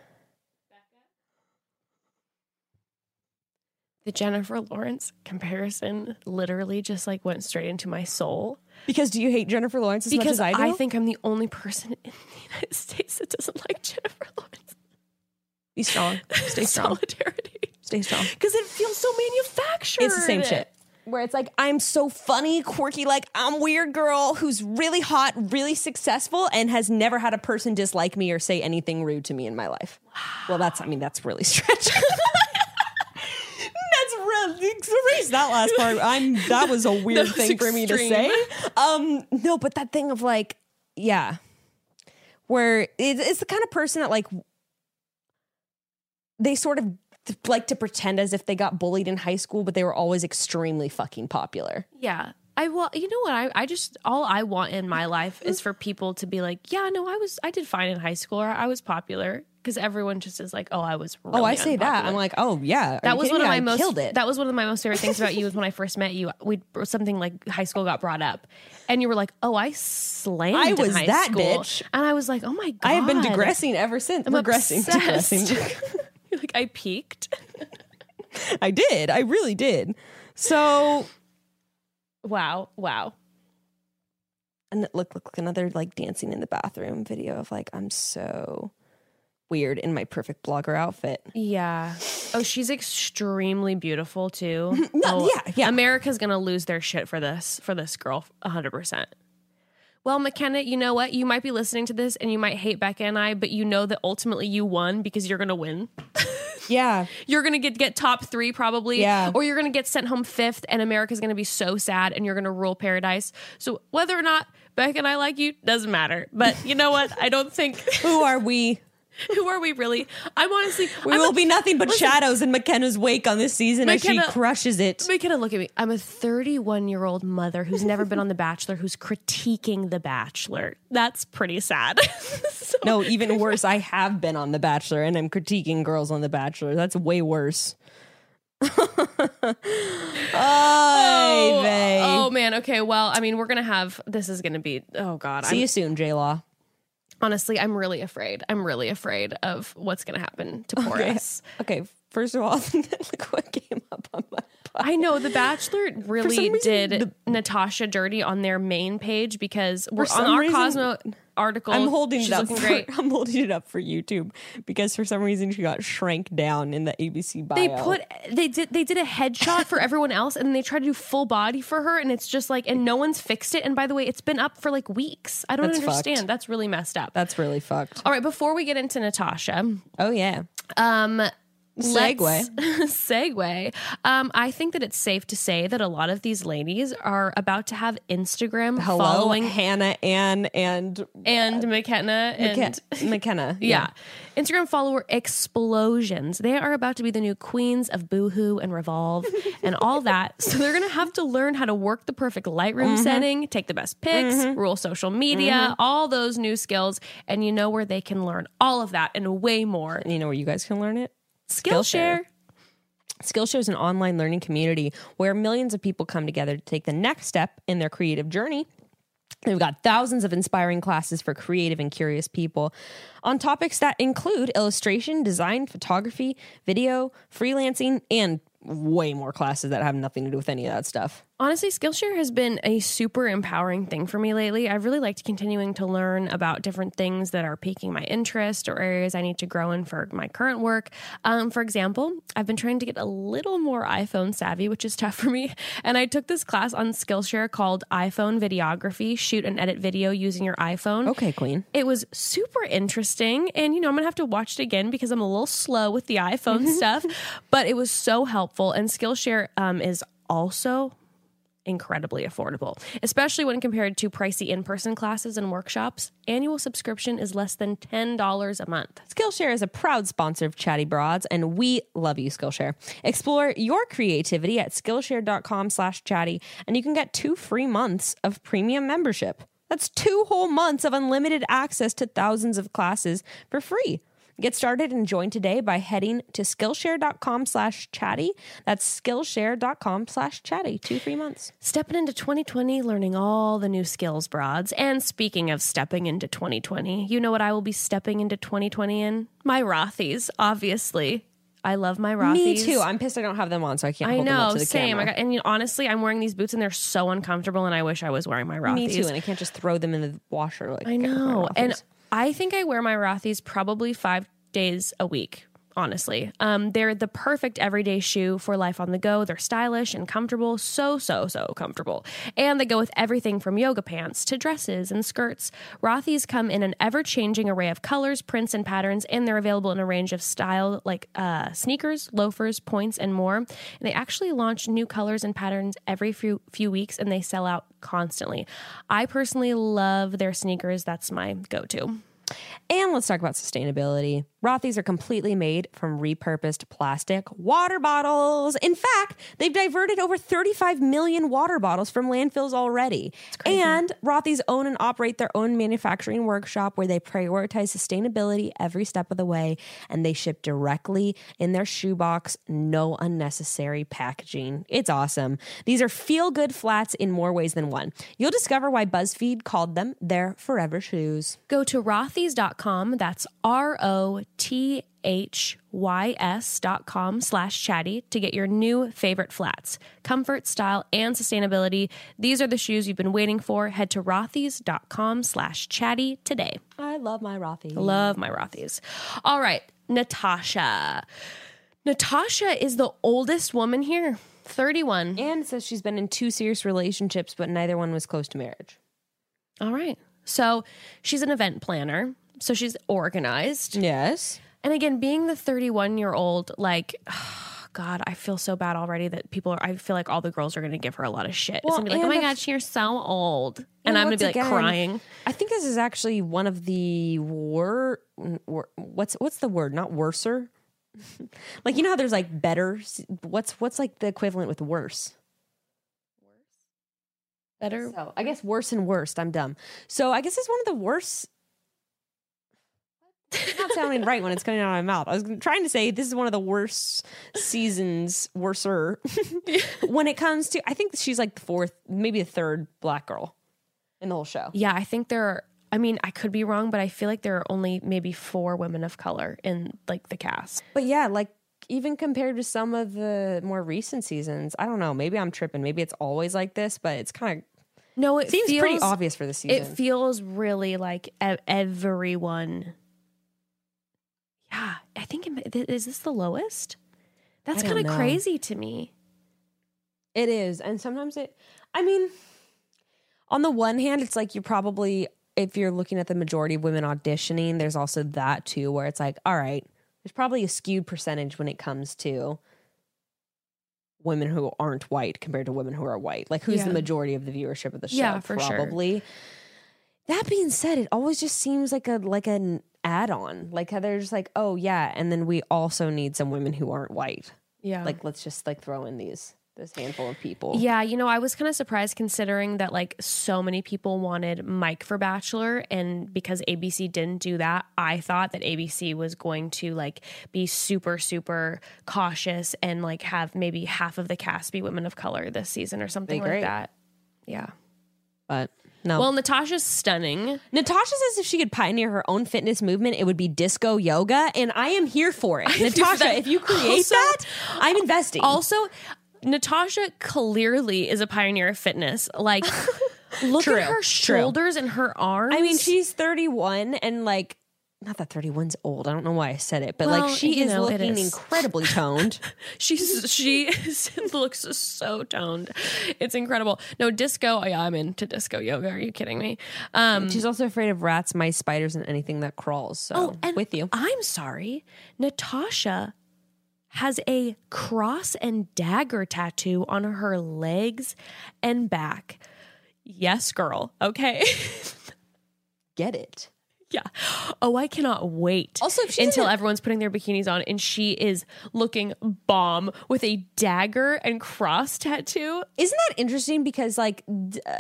The Jennifer Lawrence comparison literally just like went straight into my soul Because do you hate Jennifer Lawrence as because much as I do? I think I'm the only person in the United States that doesn't like Jennifer Lawrence. Be strong. Stay strong. Solidarity. Stay strong. Because it feels so manufactured. It's the same shit. Where it's like, I'm so funny, quirky, like I'm weird girl who's really hot, really successful, and has never had a person dislike me or say anything rude to me in my life. Well, that's, I mean, that's really stretching. that's real. Erase that last part. I'm, that was a weird was thing for me to extreme. say. Um, no, but that thing of like, yeah, where it, it's the kind of person that like they sort of th- like to pretend as if they got bullied in high school, but they were always extremely fucking popular. Yeah. I well, you know what? I, I just all I want in my life is for people to be like, yeah, no, I was I did fine in high school or I was popular because everyone just is like, oh, I was. Really oh, I say that. I'm unpopular. like, oh yeah, Are you that was one kidding of me? my I most killed it. that was one of my most favorite things about you was when I first met you. We something like high school got brought up, and you were like, oh, I slammed. I in was high that school. bitch. and I was like, oh my god, I have been digressing ever since. I'm regressing, obsessed. digressing. You're like I peaked. I did. I really did. So Wow, wow. and look, look, look, another like dancing in the bathroom video of like I'm so weird in my perfect blogger outfit. Yeah. Oh, she's extremely beautiful too. No, Oh, Mm-hmm. yeah, yeah. America's gonna lose their shit for this for this girl, hundred percent. Well, McKenna, you know what? You might be listening to this and you might hate Becca and I, but you know that ultimately you won because you're gonna win. Yeah, You're gonna get get top three probably, Yeah. or you're gonna get sent home fifth, and America's gonna be so sad, and you're gonna rule paradise. So whether or not Becca and I like you doesn't matter. But you know what? I don't think who are we? who are we really? I'm honestly We I'm will a- be nothing but Listen, shadows in McKenna's wake on this season as McKenna- she crushes it. McKenna, look at me. I'm a 31 year old mother who's never been on The Bachelor, who's critiquing The Bachelor. That's pretty sad. So- No, even worse, I have been on The Bachelor and I'm critiquing girls on The Bachelor. That's way worse. Oh, oh, they. oh, man. Okay. Well, I mean, we're gonna have this is gonna be. Oh God. See I'm, you soon, J Law. honestly, I'm really afraid. I'm really afraid of what's gonna happen to poor us. Okay, first of all, look what came up on my pod. I know The Bachelor really some reason, did Natasha dirty on their main page because For we're on some our reason- Cosmo article. I'm holding she's it up. looking for- great. I'm holding it up for YouTube because for some reason she got shrank down in the ABC bio. they put they did they did a headshot for everyone else and they tried to do full body for her and it's just like and no one's fixed it and by the way it's been up for like weeks i don't That's understand fucked. that's really messed up That's really fucked. all right before we get into natasha Oh yeah. um Segue. let's- segue um i think that it's safe to say that a lot of these ladies are about to have instagram Hello, following Hannah Ann and and mckenna and Ke- McKenna. Yeah. Instagram follower explosions. They are about to be the new queens of Boohoo and Revolve and all that. So they're going to have to learn how to work the perfect Lightroom setting, take the best pics, rule social media, all those new skills. And you know where they can learn all of that and way more. And you know where you guys can learn it? Skillshare. Skillshare. Skillshare is an online learning community where millions of people come together to take the next step in their creative journey. They've got thousands of inspiring classes for creative and curious people on topics that include illustration, design, photography, video, freelancing, and way more classes that have nothing to do with any of that stuff. Honestly, Skillshare has been a super empowering thing for me lately. I've really liked continuing to learn about different things that are piquing my interest or areas I need to grow in for my current work. Um, for example, I've been trying to get a little more iPhone savvy, which is tough for me. And I took this class on Skillshare called iPhone Videography Shoot and Edit Video Using Your iPhone. Okay, Queen. It was super interesting. And, you know, I'm going to have to watch it again because I'm a little slow with the iPhone stuff, but it was so helpful. And Skillshare um, is also incredibly affordable, especially when compared to pricey in person classes and workshops. Annual subscription is less than $10 a month. Skillshare is a proud sponsor of Chatty Broads, and we love you, Skillshare. Explore your creativity at Skillshare.com slash chatty, and you can get two free months of premium membership. That's two whole months of unlimited access to thousands of classes for free. Get started and join today by heading to Skillshare.com slash chatty. That's Skillshare.com slash chatty. Two free months. Stepping into 2020, learning all the new skills, broads. And speaking of stepping into 2020, you know what I will be stepping into 2020 in? My Rothies, obviously. I love my Rothies. Me too. I'm pissed I don't have them on, so I can't I hold them up know, to the same. camera. I got, and you know, honestly, I'm wearing these boots and they're so uncomfortable, and I wish I was wearing my Rothies. Me too, and I can't just throw them in the washer. Like I get rid of my know. And Rothy's. I think I wear my Rothy's probably five days a week, honestly. Um, they're the perfect everyday shoe for life on the go. They're stylish and comfortable, so, so, so comfortable. And they go with everything from yoga pants to dresses and skirts. Rothy's come in an ever changing array of colors, prints, and patterns, and they're available in a range of style like uh, sneakers, loafers, points, and more. And they actually launch new colors and patterns every few, few weeks, and they sell out constantly. I personally love their sneakers. That's my go to. And let's talk about sustainability. Rothys are completely made from repurposed plastic water bottles. In fact, they've diverted over 35 million water bottles from landfills already. And Rothys own and operate their own manufacturing workshop where they prioritize sustainability every step of the way and they ship directly in their shoebox, no unnecessary packaging. It's awesome. These are feel good flats in more ways than one. You'll discover why BuzzFeed called them their forever shoes. Go to rothys.com. That's R O T H Y S.com slash chatty to get your new favorite flats. Comfort, style, and sustainability. These are the shoes you've been waiting for. Head to rothys.com slash chatty today. I love my Rothy. Love my Rothies. All right, Natasha. Natasha is the oldest woman here, 31. And says she's been in two serious relationships, but neither one was close to marriage. All right. So she's an event planner. So she's organized. Yes. And again, being the 31 year old, like, God, I feel so bad already that people are, I feel like all the girls are going to give her a lot of shit. Well, it's going to be like, oh and my if- God, you're so old. And I'm going once to be like again, crying. I think this is actually one of the wor, wor- what's what's the word? Not worser. like you know how there's like better. What's what's like the equivalent with worse? Better. So I guess worse and worst. I'm dumb. So I guess it's one of the worst. It's not sounding right when it's coming out of my mouth. I was trying to say this is one of the worst seasons, worser. when it comes to, I think she's like the fourth, maybe the third black girl in the whole show. Yeah, I think there are, I mean, I could be wrong, but I feel like there are only maybe four women of color in like the cast. But yeah, like even compared to some of the more recent seasons, I don't know. Maybe I'm tripping. Maybe it's always like this, but it's kind No, of it seems feels, pretty obvious for the season. It feels really like e- everyone. Yeah, I think it- th- is this the lowest? That's I don't kind of know. crazy to me. It is. And sometimes it, I mean, on the one hand, it's like you're probably, if you're looking at the majority of women auditioning, there's also that too, where it's like, all right, there's probably a skewed percentage when it comes to women who aren't white compared to women who are white. Like, who's Yeah. the majority of the viewership of the show? Yeah, for sure. probably. That being said, it always just seems like a like an add-on. Like how they're just like, oh yeah, and then we also need some women who aren't white. Yeah, Like let's just like throw in these this handful of people. yeah. You know, I was kind of surprised considering that like so many people wanted Mike for Bachelor, and because ABC didn't do that, I thought that ABC was going to like be super super cautious and like have maybe half of the cast be women of color this season or something like great. Um, that. Yeah. but no. Well, Well, Natasha's stunning. Natasha says if she could pioneer her own fitness movement, it would be disco yoga, and I am here for it. Natasha, if you create Also- that, I'm investing. Also, Natasha clearly is a pioneer of fitness. Like, look True, at her true. shoulders and her arms. I mean, she's 31 and like not that 31's old. I don't know why I said it, but Well, like she you is know, it looking is. incredibly toned. she's she is, looks so toned. It's incredible. No disco. oh, Yeah, I'm into disco yoga. Are you kidding me? Um, She's also afraid of rats, mice, spiders, and anything that crawls. So oh, and with you. I'm sorry, Natasha has a cross and dagger tattoo on her legs and back. Yes, girl. Okay. Get it. Yeah. Oh, I cannot wait. Also, if she's until in a- everyone's putting their bikinis on and she is looking bomb with a dagger and cross tattoo. Isn't that interesting? Because like d- uh,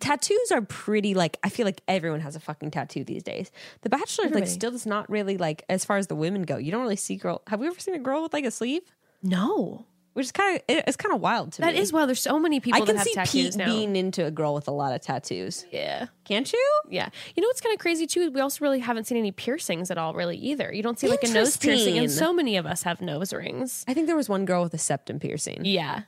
tattoos are pretty like I feel like everyone has a fucking tattoo these days. The Bachelor like Everybody. still does not really like as far as the women go. You don't really see girl. Have we ever seen a girl with like a sleeve? No, Which is kind of it's kind of wild to that me. is wild. There's so many people I can that have see tattoos Pete now. being into a girl with a lot of tattoos. yeah. Can't you? Yeah. You know what's kind of crazy too? We also really haven't seen any piercings at all, really, either. You don't see like a nose piercing, and Interesting. so many of us have nose rings. I think there was one girl with a septum piercing. Yeah.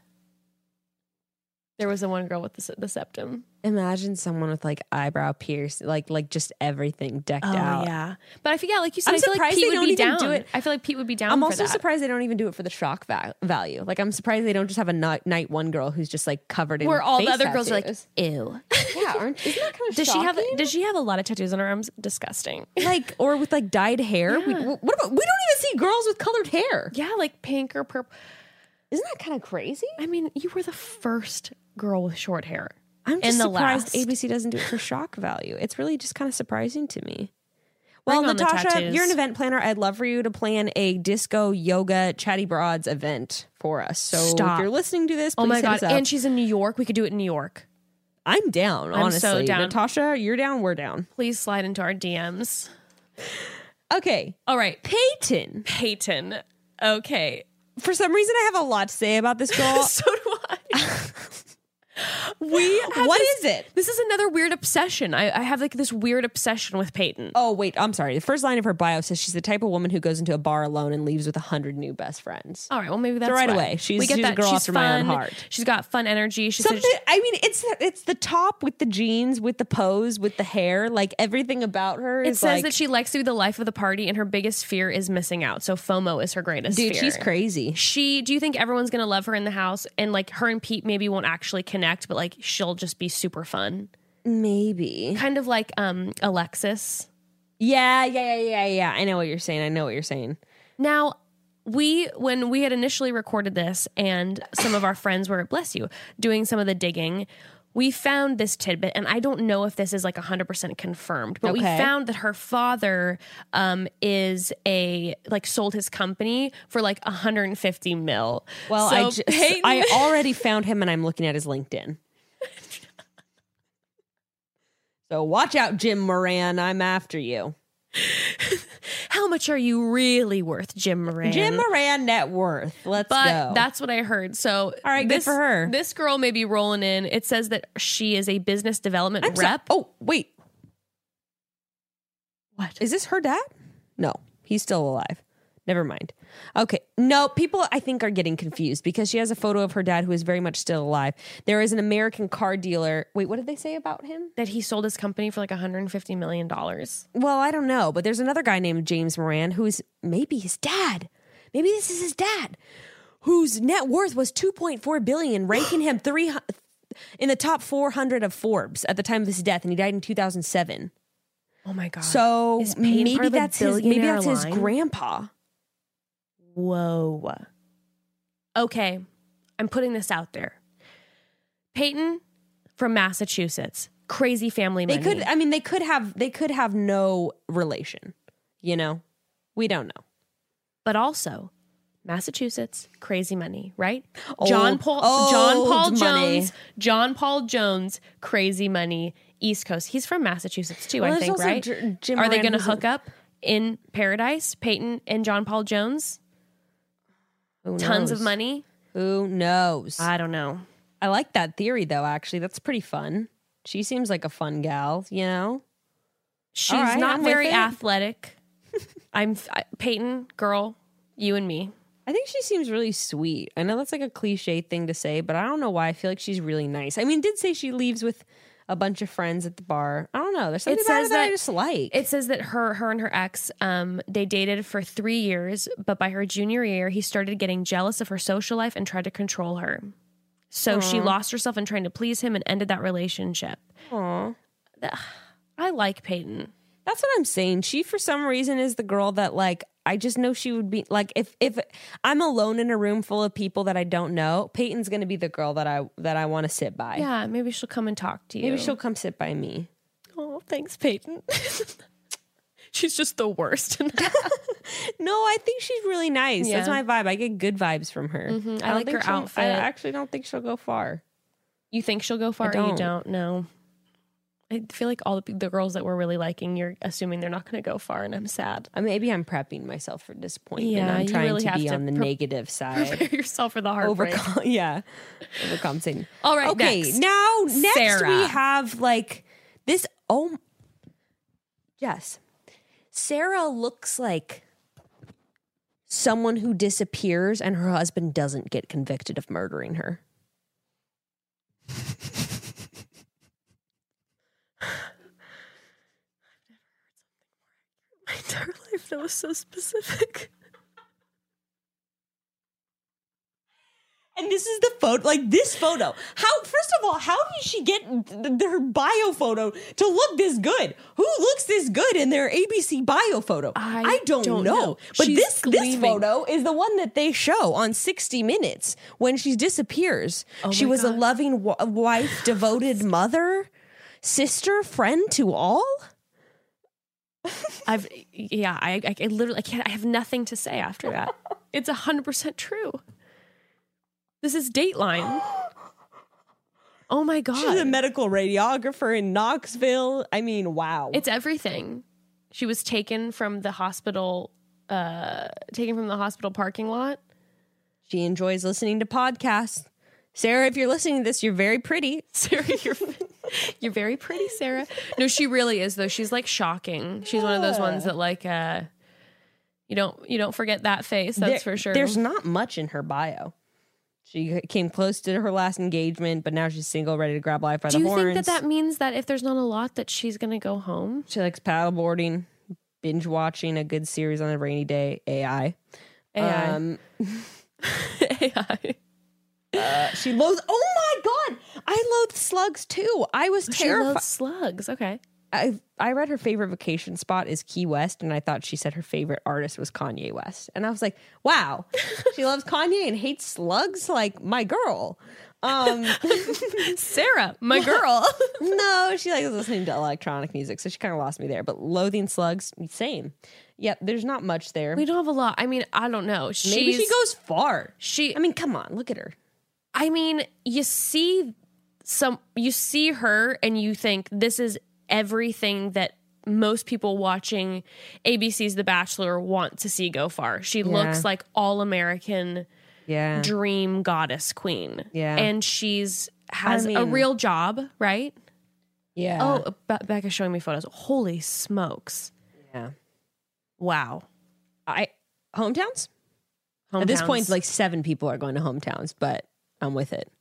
There was the one girl with the, se- the septum. Imagine someone with like eyebrow pierce, like like just everything decked out. Oh, yeah. But I feel, yeah, like you said, I'm i feel like surprised Pete they would don't be even down. do it. I feel like Pete would be down I'm for also that. surprised they don't even do it for the shock va- value. Like I'm surprised they don't just have a ni- night one girl who's just like covered in Where all the face other girls are like, tattoos. ew. yeah, aren't, isn't that kind of does she have shocking? does she have a lot of tattoos on her arms? Disgusting. like or with like dyed hair? We, what about we don't even see girls with colored hair. Yeah, like pink or purple. Isn't that kind of crazy? I mean, you were the first girl with short hair. I'm just and the surprised last. ABC doesn't do it for shock value. It's really just kind of surprising to me. Well, Bring on the Natasha, tattoos. you're an event planner. I'd love for you to plan a disco yoga chatty broads event for us. So Stop. if you're listening to this, Oh my please hit god! us up. And she's in New York. We could do it in New York. I'm down. I'm Honestly, so down. Natasha, you're down. We're down. Please slide into our DMs. Okay, All right, Peyton. Peyton. Okay, For some reason, I have a lot to say about this girl. so do I. we. have What this- is it? This is another weird obsession. I, I have like this weird obsession with Peyton. Oh wait, I'm sorry. The first line of her bio says she's the type of woman who goes into a bar alone and leaves with a hundred new best friends. All right, well maybe that's right why. away. She's- we get she's a that. girl she's after fun. my own heart. She's got fun energy. She's Something. I mean, it's it's the top with the jeans, with the pose, with the hair, like everything about her. It is says like, that she likes to be the life of the party, and her biggest fear is missing out. So FOMO is her greatest dude, fear. she's crazy. She, do you think everyone's gonna love her in the house? And like her and Pete maybe won't actually connect, but like she'll just be super fun, Maybe. kind of like um Alexis. Yeah, yeah, yeah, yeah, yeah. I know what you're saying. I know what you're saying. Now, we when we had initially recorded this, and some of our friends were bless you doing some of the digging. We found this tidbit, and I don't know if this is like 100% confirmed, but we Okay. found that her father um, is a, like, sold his company for like 150 mil. Well, I So just, Peyton- I already found him, and I'm looking at his LinkedIn. so watch out, Jim Moran. I'm after you. how much are you really worth, Jim Moran? Jim Moran net worth. Let's But go. that's what I heard. So, All right, good this- for her. This girl may be rolling in. It says that she is a business development I'm so- rep. oh wait, what? is this her dad? No, he's still alive. Never mind. Okay. No, people I think are getting confused because she has a photo of her dad who is very much still alive. There is an American car dealer. Wait, what did they say about him? that he sold his company for like 150 million dollars. Well, I don't know, but there's another guy named James Moran who's maybe his dad. Maybe this is his dad, whose net worth was 2.4 billion, ranking him three hu- in the top 400 of Forbes at the time of his death, and he died in 2007. Oh my god. So Is Payne part maybe of the that's his. Maybe billionaire that's his line? grandpa. whoa. Okay, I'm putting this out there. Peyton from Massachusetts, crazy family. They money. could. I mean, they could have. They could have no relation. You know, we don't know. but also Massachusetts crazy money, right? Old- John Paul John old Paul money. Jones, John Paul Jones, crazy money, East Coast. He's from Massachusetts too, Well, I there's think, also right? J- Jim Are they Moran going to who's a- hook up in Paradise, Peyton and John Paul Jones? Who Tons knows? of money? Who knows? I, I don't know. like that theory though. Actually, that's pretty fun. She seems like a fun gal. You know. She's All right, not I'm with very it. athletic. I'm f- I, Peyton, girl, you and me. I think she seems really sweet. I know that's like a cliche thing to say, but I don't know why. I feel like she's really nice. I mean, did say she leaves with a bunch of friends at the bar. I don't know. There's something It about her says that I that- just like. It says that her her and her ex um they dated for 3 years, but by her junior year he started getting jealous of her social life and tried to control her. So she lost herself in trying to please him and ended that relationship. Aw. I like Peyton. That's what I'm saying. She for some reason is the girl that like I just know she would be like if if I'm alone in a room full of people that I don't know, Peyton's gonna be the girl that I that I want to sit by. Yeah, maybe she'll come and talk to you. Maybe she'll come sit by me. Oh, thanks Peyton. She's just the worst. No, I think she's really nice. That's Yeah. Mm-hmm. my vibe. I get good vibes from her. I don't like think her she'll- outfit. I actually don't think she'll go far. you think she'll go far or you don't. don't know. I feel like all the, the girls that we're really liking, you're assuming they're not going to go far, and I'm sad. Uh, Maybe I'm prepping myself for disappointment. Yeah, I'm you trying really to have be to on the pre- negative side. Prepare yourself for the heartbreak. Overcom- yeah, overcompensating. All right, okay. next. Now, next Sarah. we have like this. Oh, yes, Sarah looks like someone who disappears and her husband doesn't get convicted of murdering her. My entire life that was so specific. And this is the photo, like this photo. How, first of all, how did she get th- th- her bio photo to look this good? Who looks this good in their ABC bio photo? I don't, don't know. know. But She's this this gleaming. photo is the one that they show on 60 Minutes when she disappears. Oh she was a loving w- wife, devoted mother, sister, friend to all. I've yeah, I, I, I literally I can't. I have nothing to say after that. It's hundred percent true. This is Dateline. Oh my She's a god, medical radiographer in Knoxville. I mean, wow. it's everything. She was taken from the hospital, uh, taken from the hospital parking lot. She enjoys listening to podcasts. Sarah, if you're listening to this, you're very pretty. Sarah, you're you're very pretty, Sarah. No, she really is though. She's like shocking. She's one of those ones that like uh you don't you don't forget that face, that's There- for sure. There's not much in her bio. She came close to her last engagement, but now she's single, ready to grab life by Do the you horns. think that that means that if there's not a lot that she's going to go home? she likes paddleboarding, binge watching a good series on a rainy day? AI. AI. Um, AI. uh, she loathes. Oh my god, I loathe slugs too. I was She loves terrified. slugs. Okay. I I read her favorite vacation spot is Key West, and I thought she said her favorite artist was Kanye West, and I was like, wow, she loves Kanye and hates slugs. Like my girl. Um, Sarah, my girl. no, she likes listening to electronic music, so she kind of lost me there. But loathing slugs, same. Yep, there's not much there. we don't have a lot. I mean, I don't know. She's, Maybe she goes far. She I mean, come on, look at her. I mean, you see some you see her and you think this is everything that most people watching ABC's The Bachelor want to see go far. She looks like all American Yeah, dream goddess queen. Yeah. And she's has a mean- real job, right? yeah. Oh, Be- Becca's showing me photos. Holy smokes. yeah. Wow. I hometowns. At this point, Hometowns. like seven people are going to hometowns, but I'm with it.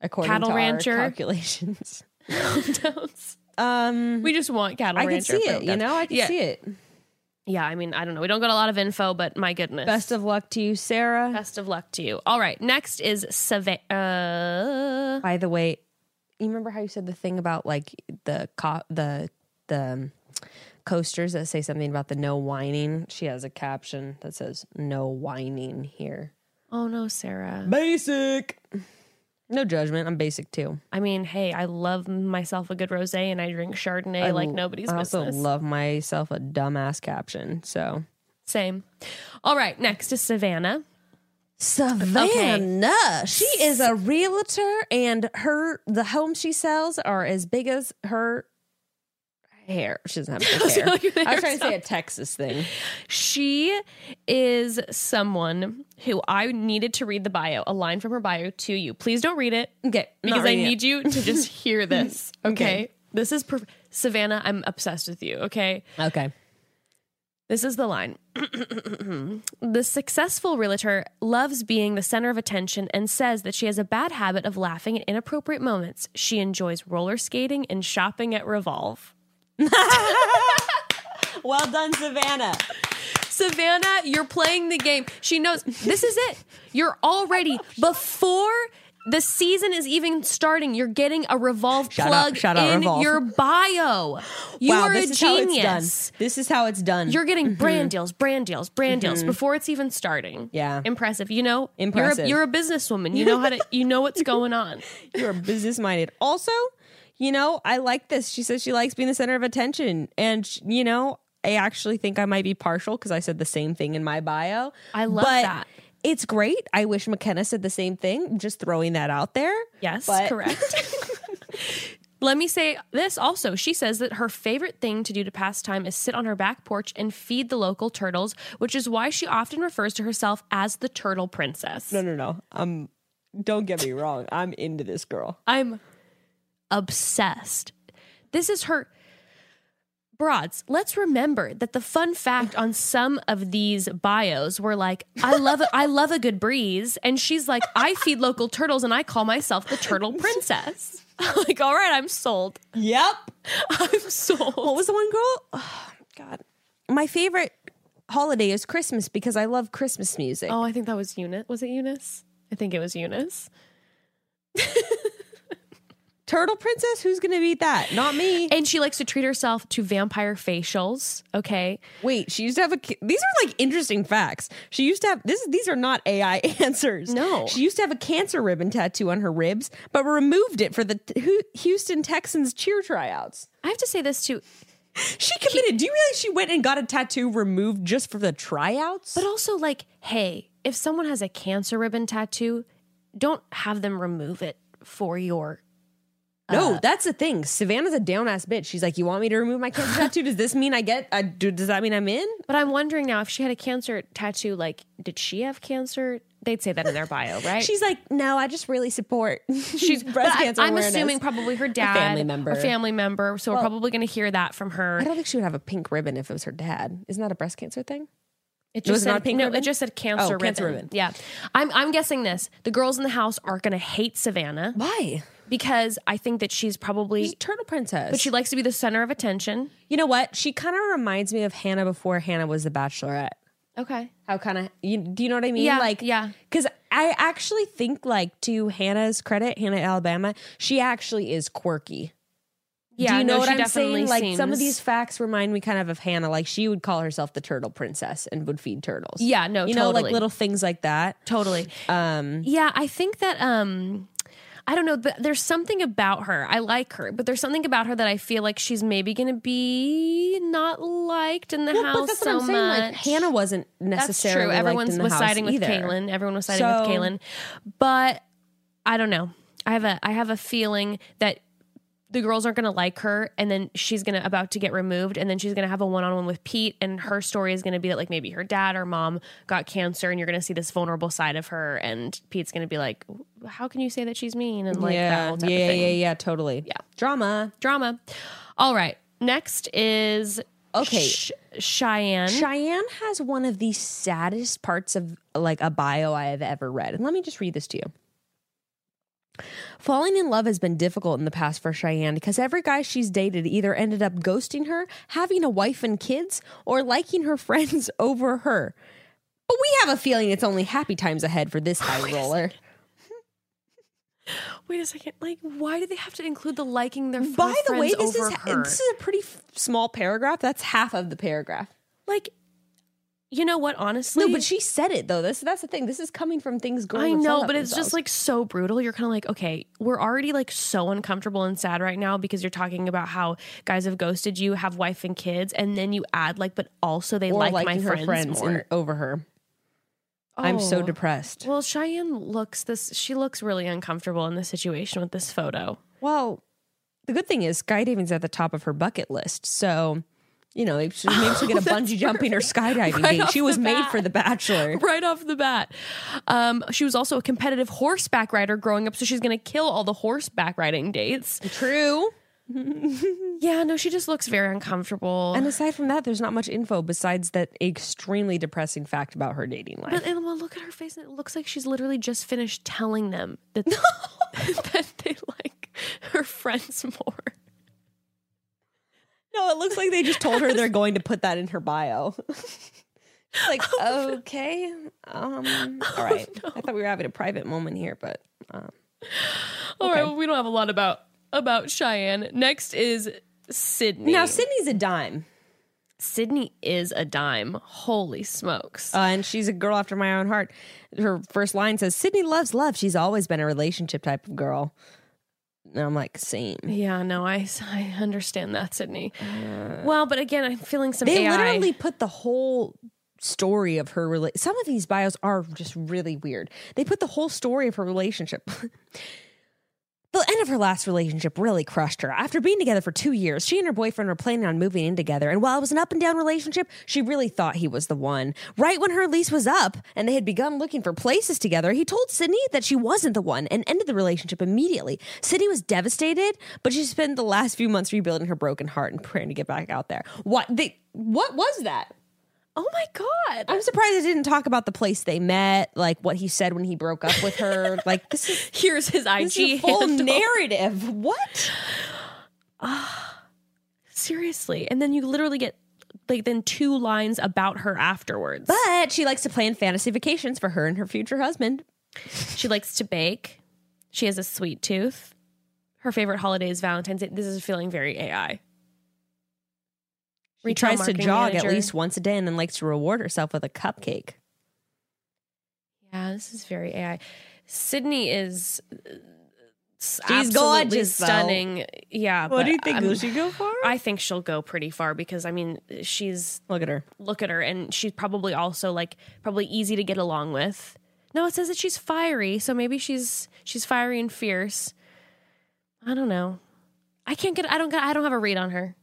According Cattle to our rancher. calculations, hometowns. um, We just want cattle I can rancher see it. You hometowns. know, I can yeah. see it. Yeah, I mean, I don't know. We don't got a lot of info, but my goodness. Best of luck to you, Sarah. Best of luck to you. All right, next is Save. Uh, By the way, you remember how you said the thing about like the co- the the um, coasters that say something about the no whining? She has a caption that says "No whining here." oh no, Sarah. Basic. No judgment. I'm basic too. I mean, hey, I love myself a good rosé, and I drink Chardonnay I like l- nobody's I also business. love myself a dumbass caption. So Same. All right, next is Savannah. Savannah, she is a realtor, and her the homes she sells are as big as her hair. She doesn't have big hair. like your I hair was trying to say a Texas thing. She is someone who I needed to read the bio, a line from her bio to you. Please don't read it Okay, because I need you to just hear this. Okay, this is perf- Savannah. I'm obsessed with you. Okay. Okay. This is the line. the successful realtor loves being the center of attention and says that she has a bad habit of laughing at inappropriate moments. She enjoys roller skating and shopping at Revolve. Well done, Savannah. Savannah, you're playing the game. She knows this is it. You're already before the season is even starting. Youyou're getting a Revolve Shout out- plug shout out in Revolve. your bio. You wow, are this a genius. is how it's done. This is how it's done. You're getting brand deals, brand deals, brand deals before it's even starting. Mm-hmm. Yeah. impressive. You know, Impressive. You're a, you're a businesswoman. You know how to. You know what's going on. You're business minded. Also, you know, I like this. She says she likes being the center of attention, and sh- you know, I actually think I might be partial because I said the same thing in my bio. I love But that. It's great. I wish McKenna said the same thing. Just throwing that out there. Yes, But- correct. Let me say this also. She says that her favorite thing to do to pass time is sit on her back porch and feed the local turtles, which is why she often refers to herself as the turtle princess. No, no, no. Um, don't get me wrong. I'm into this girl. I'm obsessed. This is her. Broads, let's remember that the fun fact on some of these bios were like, I love a, I love a good breeze. And she's like, I feed local turtles and I call myself the turtle princess. like, all right, I'm sold. Yep. I'm sold. What was the one girl? Oh, God, my favorite holiday is Christmas because I love Christmas music. Oh, I think that was Eunice. Was it Eunice? I think it was Eunice. Turtle princess. Who's gonna beat that? Not me. And she likes to treat herself to vampire facials. Okay. Wait, she used to have a. ca- These are like interesting facts. She used to have this. These are not AI answers. No. she used to have a cancer ribbon tattoo on her ribs, but removed it for the t- Hu- Houston Texans cheer tryouts. I have to say this too. She committed. do you realize she went and got a tattoo removed just for the tryouts? But also, like, hey, if someone has a cancer ribbon tattoo, don't have them remove it for your. uh, no, that's the thing. Savannah's a down ass bitch. She's like, "You want me to remove my cancer tattoo? Does this mean I get? Uh, do, does that mean I'm in?" But I'm wondering now if she had a cancer tattoo, like, did she have cancer? They'd say that in their bio, right? She's like, "No, I just really support." She's breast But I, cancer. am awareness. assuming probably her dad, family member. a family member. So we're probably going to hear that from her. I don't think she would have a pink ribbon if it was her dad. Isn't that a breast cancer thing? It was just it said, not a pink no, ribbon? it just said cancer, Oh, ribbon. cancer ribbon. Yeah, I'm I'm guessing this. The girls in the house are going to hate Savannah Why? because I think that she's probably, She's Turtle Princess. but she likes to be the center of attention. you know what? She kind of reminds me of Hannah before Hannah was the Bachelorette. Okay. How kind of you? Do you know what I mean? Yeah, like yeah. Because I actually think like to Hannah's credit, Hannah Alabama, she actually is quirky. Yeah, do you know no, what she I'm definitely saying? Like some of seems- these facts remind me kind of of Hannah. Like she would call herself the Turtle Princess and would feed turtles. Yeah, no, you know, totally. like little things like that. Totally. Um, Yeah, I think that um I don't know, but there's something about her. I like her, but there's something about her that I feel like she's maybe going to be not liked in the Well, house so much. Like Hannah wasn't That's necessarily. true. liked Everyone in the was house siding with either. Caitlyn. Everyone was siding So- with Caitlyn, but I don't know. I have a I have a feeling that the girls aren't going to like her, and then she's going to about to get removed, and then she's going to have a one on one with Pete, and her story is going to be that like maybe her dad or mom got cancer, and you're going to see this vulnerable side of her, and Pete's going to be like, "How can you say that she's mean?" and like that yeah, whole type yeah, of thing. yeah, yeah, totally. Yeah, drama. Drama. All right, next is Okay. Sh- Cheyenne. Cheyenne has one of the saddest parts of like a bio I have ever read. And let me just read this to you. Falling in love has been difficult in the past for Cheyenne because every guy she's dated either ended up ghosting her, having a wife and kids, or liking her friends over her. But we have a feeling it's only happy times ahead for this high roller. Wait a second. Like, why do they have to include the liking their By the way, friends this is over her? this is a pretty f- small paragraph. That's half of the paragraph. like, you know what? Honestly, No, but she said it though. This that's the thing. This is coming from things girls. I have said know, about but it's themselves. just like so brutal. You're kind of like, okay, we're already like so uncomfortable and sad right now because you're talking about how guys have ghosted you, have wife and kids, and then you add like, but also they or like my liking her friends, friends more. in- over her. I'm so Oh. depressed. Well, Cheyenne looks this. She looks really uncomfortable in this situation with this photo. Well, the good thing is skydiving's at the top of her bucket list. So, you know, maybe she'll, maybe she'll get a bungee jumping or skydiving Oh, Right date. She off was the made bat. for the bachelor. right off the bat. Um, she was also a competitive horseback rider growing up, so she's going to kill all the horseback riding dates. True. Yeah, no, she just looks very uncomfortable. And aside from that, there's not much info besides that extremely depressing fact about her dating life. but and, well, look at her face, and it looks like she's literally just finished telling them that, that they like her friends more. No, it looks like they just told her they're going to put that in her bio. It's like, okay, um, all right. I thought we were having a private moment here, but um, All right, well, we don't have a lot about about Cheyenne. Next is Sydney. now Sydney's a dime, Sydney is a dime. Holy smokes. uh, and she's a girl after my own heart. Her first line says, "Sydney loves love. She's always been a relationship type of girl." And I'm like, same. yeah, no, I, I understand that, Sydney. well, but again, I'm feeling some They AI. literally put the whole story of her rela- some of these bios are just really weird. They put the whole story of her relationship. The end of her last relationship really crushed her. After being together for two years, she and her boyfriend were planning on moving in together. And while it was an up and down relationship, she really thought he was the one. Right when her lease was up and they had begun looking for places together, he told Sydney that she wasn't the one and ended the relationship immediately. Sydney was devastated, but she spent the last few months rebuilding her broken heart and praying to get back out there. What they what was that? Oh my god. I'm surprised they didn't talk about the place they met, like what he said when he broke up with her. like this is Here's his IG this is a full handle. narrative. What? Seriously. And then you literally get like then two lines about her afterwards. But she likes to plan fantasy vacations for her and her future husband. She likes to bake. She has a sweet tooth. Her favorite holiday is Valentine's Day. This is feeling very AI. She Retail tries to marketing jog manager. at least once a day and then likes to reward herself with a cupcake. Yeah, this is very AI. Sydney is uh, s- She's absolutely gorgeous, though. stunning. Yeah. but I'm- go for? I think she'll go pretty far because I mean she's Look at her. look at her and she's probably also like probably easy to get along with. No, it says that she's fiery, so maybe she's she's fiery and fierce. I don't know. I can't get I don't get I don't have a read on her.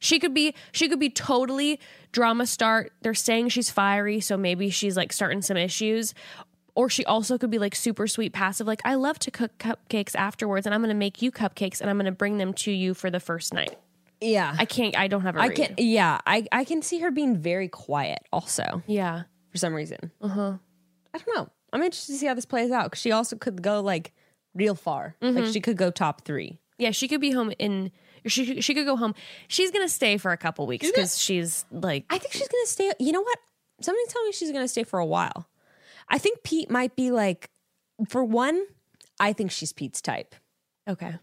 She could be she could be totally drama start. They're saying she's fiery, so maybe she's like starting some issues. Or she also could be like super sweet passive like I love to cook cupcakes afterwards and I'm going to make you cupcakes and I'm going to bring them to you for the first night. Yeah. I can't I don't have a I read. can yeah, I, I can see her being very quiet also Yeah. for some reason. Uh-huh. I don't know. I'm interested to see how this plays out because she also could go like real far. Like she could go top three. Yeah, she could be home in. She she could go home. She's gonna stay for a couple weeks because she's like I think she's gonna stay. You know what? Somebody tell me she's gonna stay for a while. I think Pete might be like, for one, I think she's Pete's type. okay.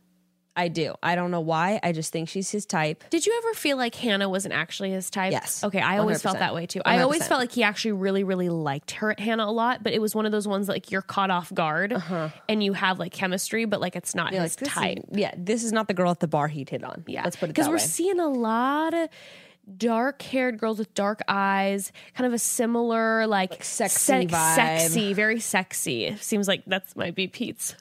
I do. I don't know why. I just think she's his type. Did you ever feel like Hannah wasn't actually his type? Yes, Okay, I always felt 100%. that way too. I always 100%. felt like he actually really really liked her Hannah a lot, but it was one of those ones like you're caught off guard and you have like chemistry, but like it's not Uh-huh. You're his like, this is- type. yeah, this is not the girl at the bar he'd hit on. Yeah. let's put it Because that we're way. seeing a lot of dark haired girls with dark eyes, kind of a similar, like, sexy sex- vibe. Sexy, very sexy. Seems like that's might be Pete's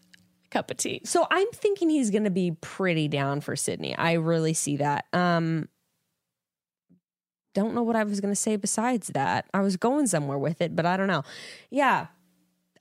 cup of tea. so I'm thinking he's gonna be pretty down for Sydney. I really see that. Um, don't know what I was gonna say besides that. I was going somewhere with it, but I don't know. Yeah.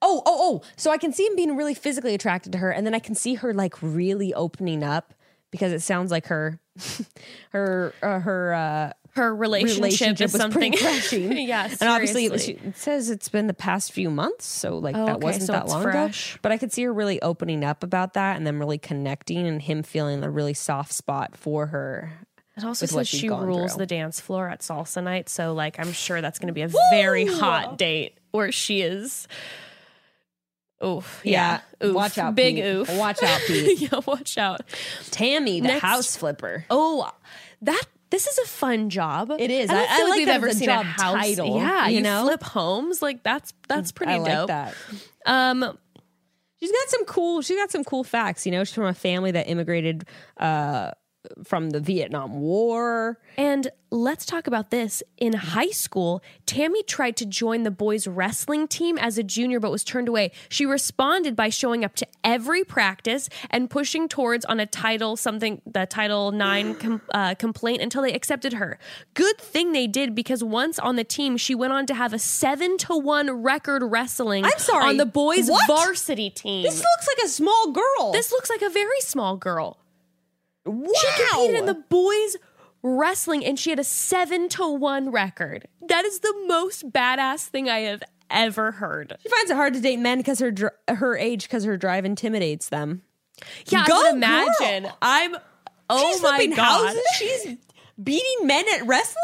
Oh, oh, oh. So I can see him being really physically attracted to her, and then I can see her like really opening up because it sounds like her, her, uh, her. uh Her relationship, relationship is was something. pretty crushing. yeah, and obviously it, was, seriously. it says it's been the past few months, so like Oh, that okay, wasn't so that it's long fresh. ago. But I could see her really opening up about that, and them really connecting, and him feeling a really soft spot for her. It also with what says she'd she gone rules through. the dance floor at salsa night, so like I'm sure that's going to be a very hot date where she is. Oof! Yeah, oof. watch out, big Pete. oof. Watch out, Pete. yeah, watch out. Tammy, the Next- house flipper. Oh, that this is a fun job. It is. I, don't I- I feel like like we've that ever as a seen a job house. title, yeah, you you, know? flip homes like that's that's pretty I like dope. that. Um, She's got some cool. She's got some cool facts. You know, she's from a family that immigrated uh, from the Vietnam War. and let's talk about this. In high school, Tammy tried to join the boys' wrestling team as a junior, but was turned away. She responded by showing up to every practice and pushing towards on a title something the Title Nine com- uh, complaint until they accepted her. Good thing they did because once on the team, she went on to have a seven to one record wrestling. I'm sorry, on the boys' what? varsity team. This looks like a small girl. This looks like a very small girl. wow. She competed in the boys wrestling and she had a 7 to 1 record. That is the most badass thing I have ever heard. She finds it hard to date men because her dr- her age because her drive intimidates them. Yeah, Go I can imagine. girl! I'm Oh She's my flipping god. houses. She's beating men at wrestling.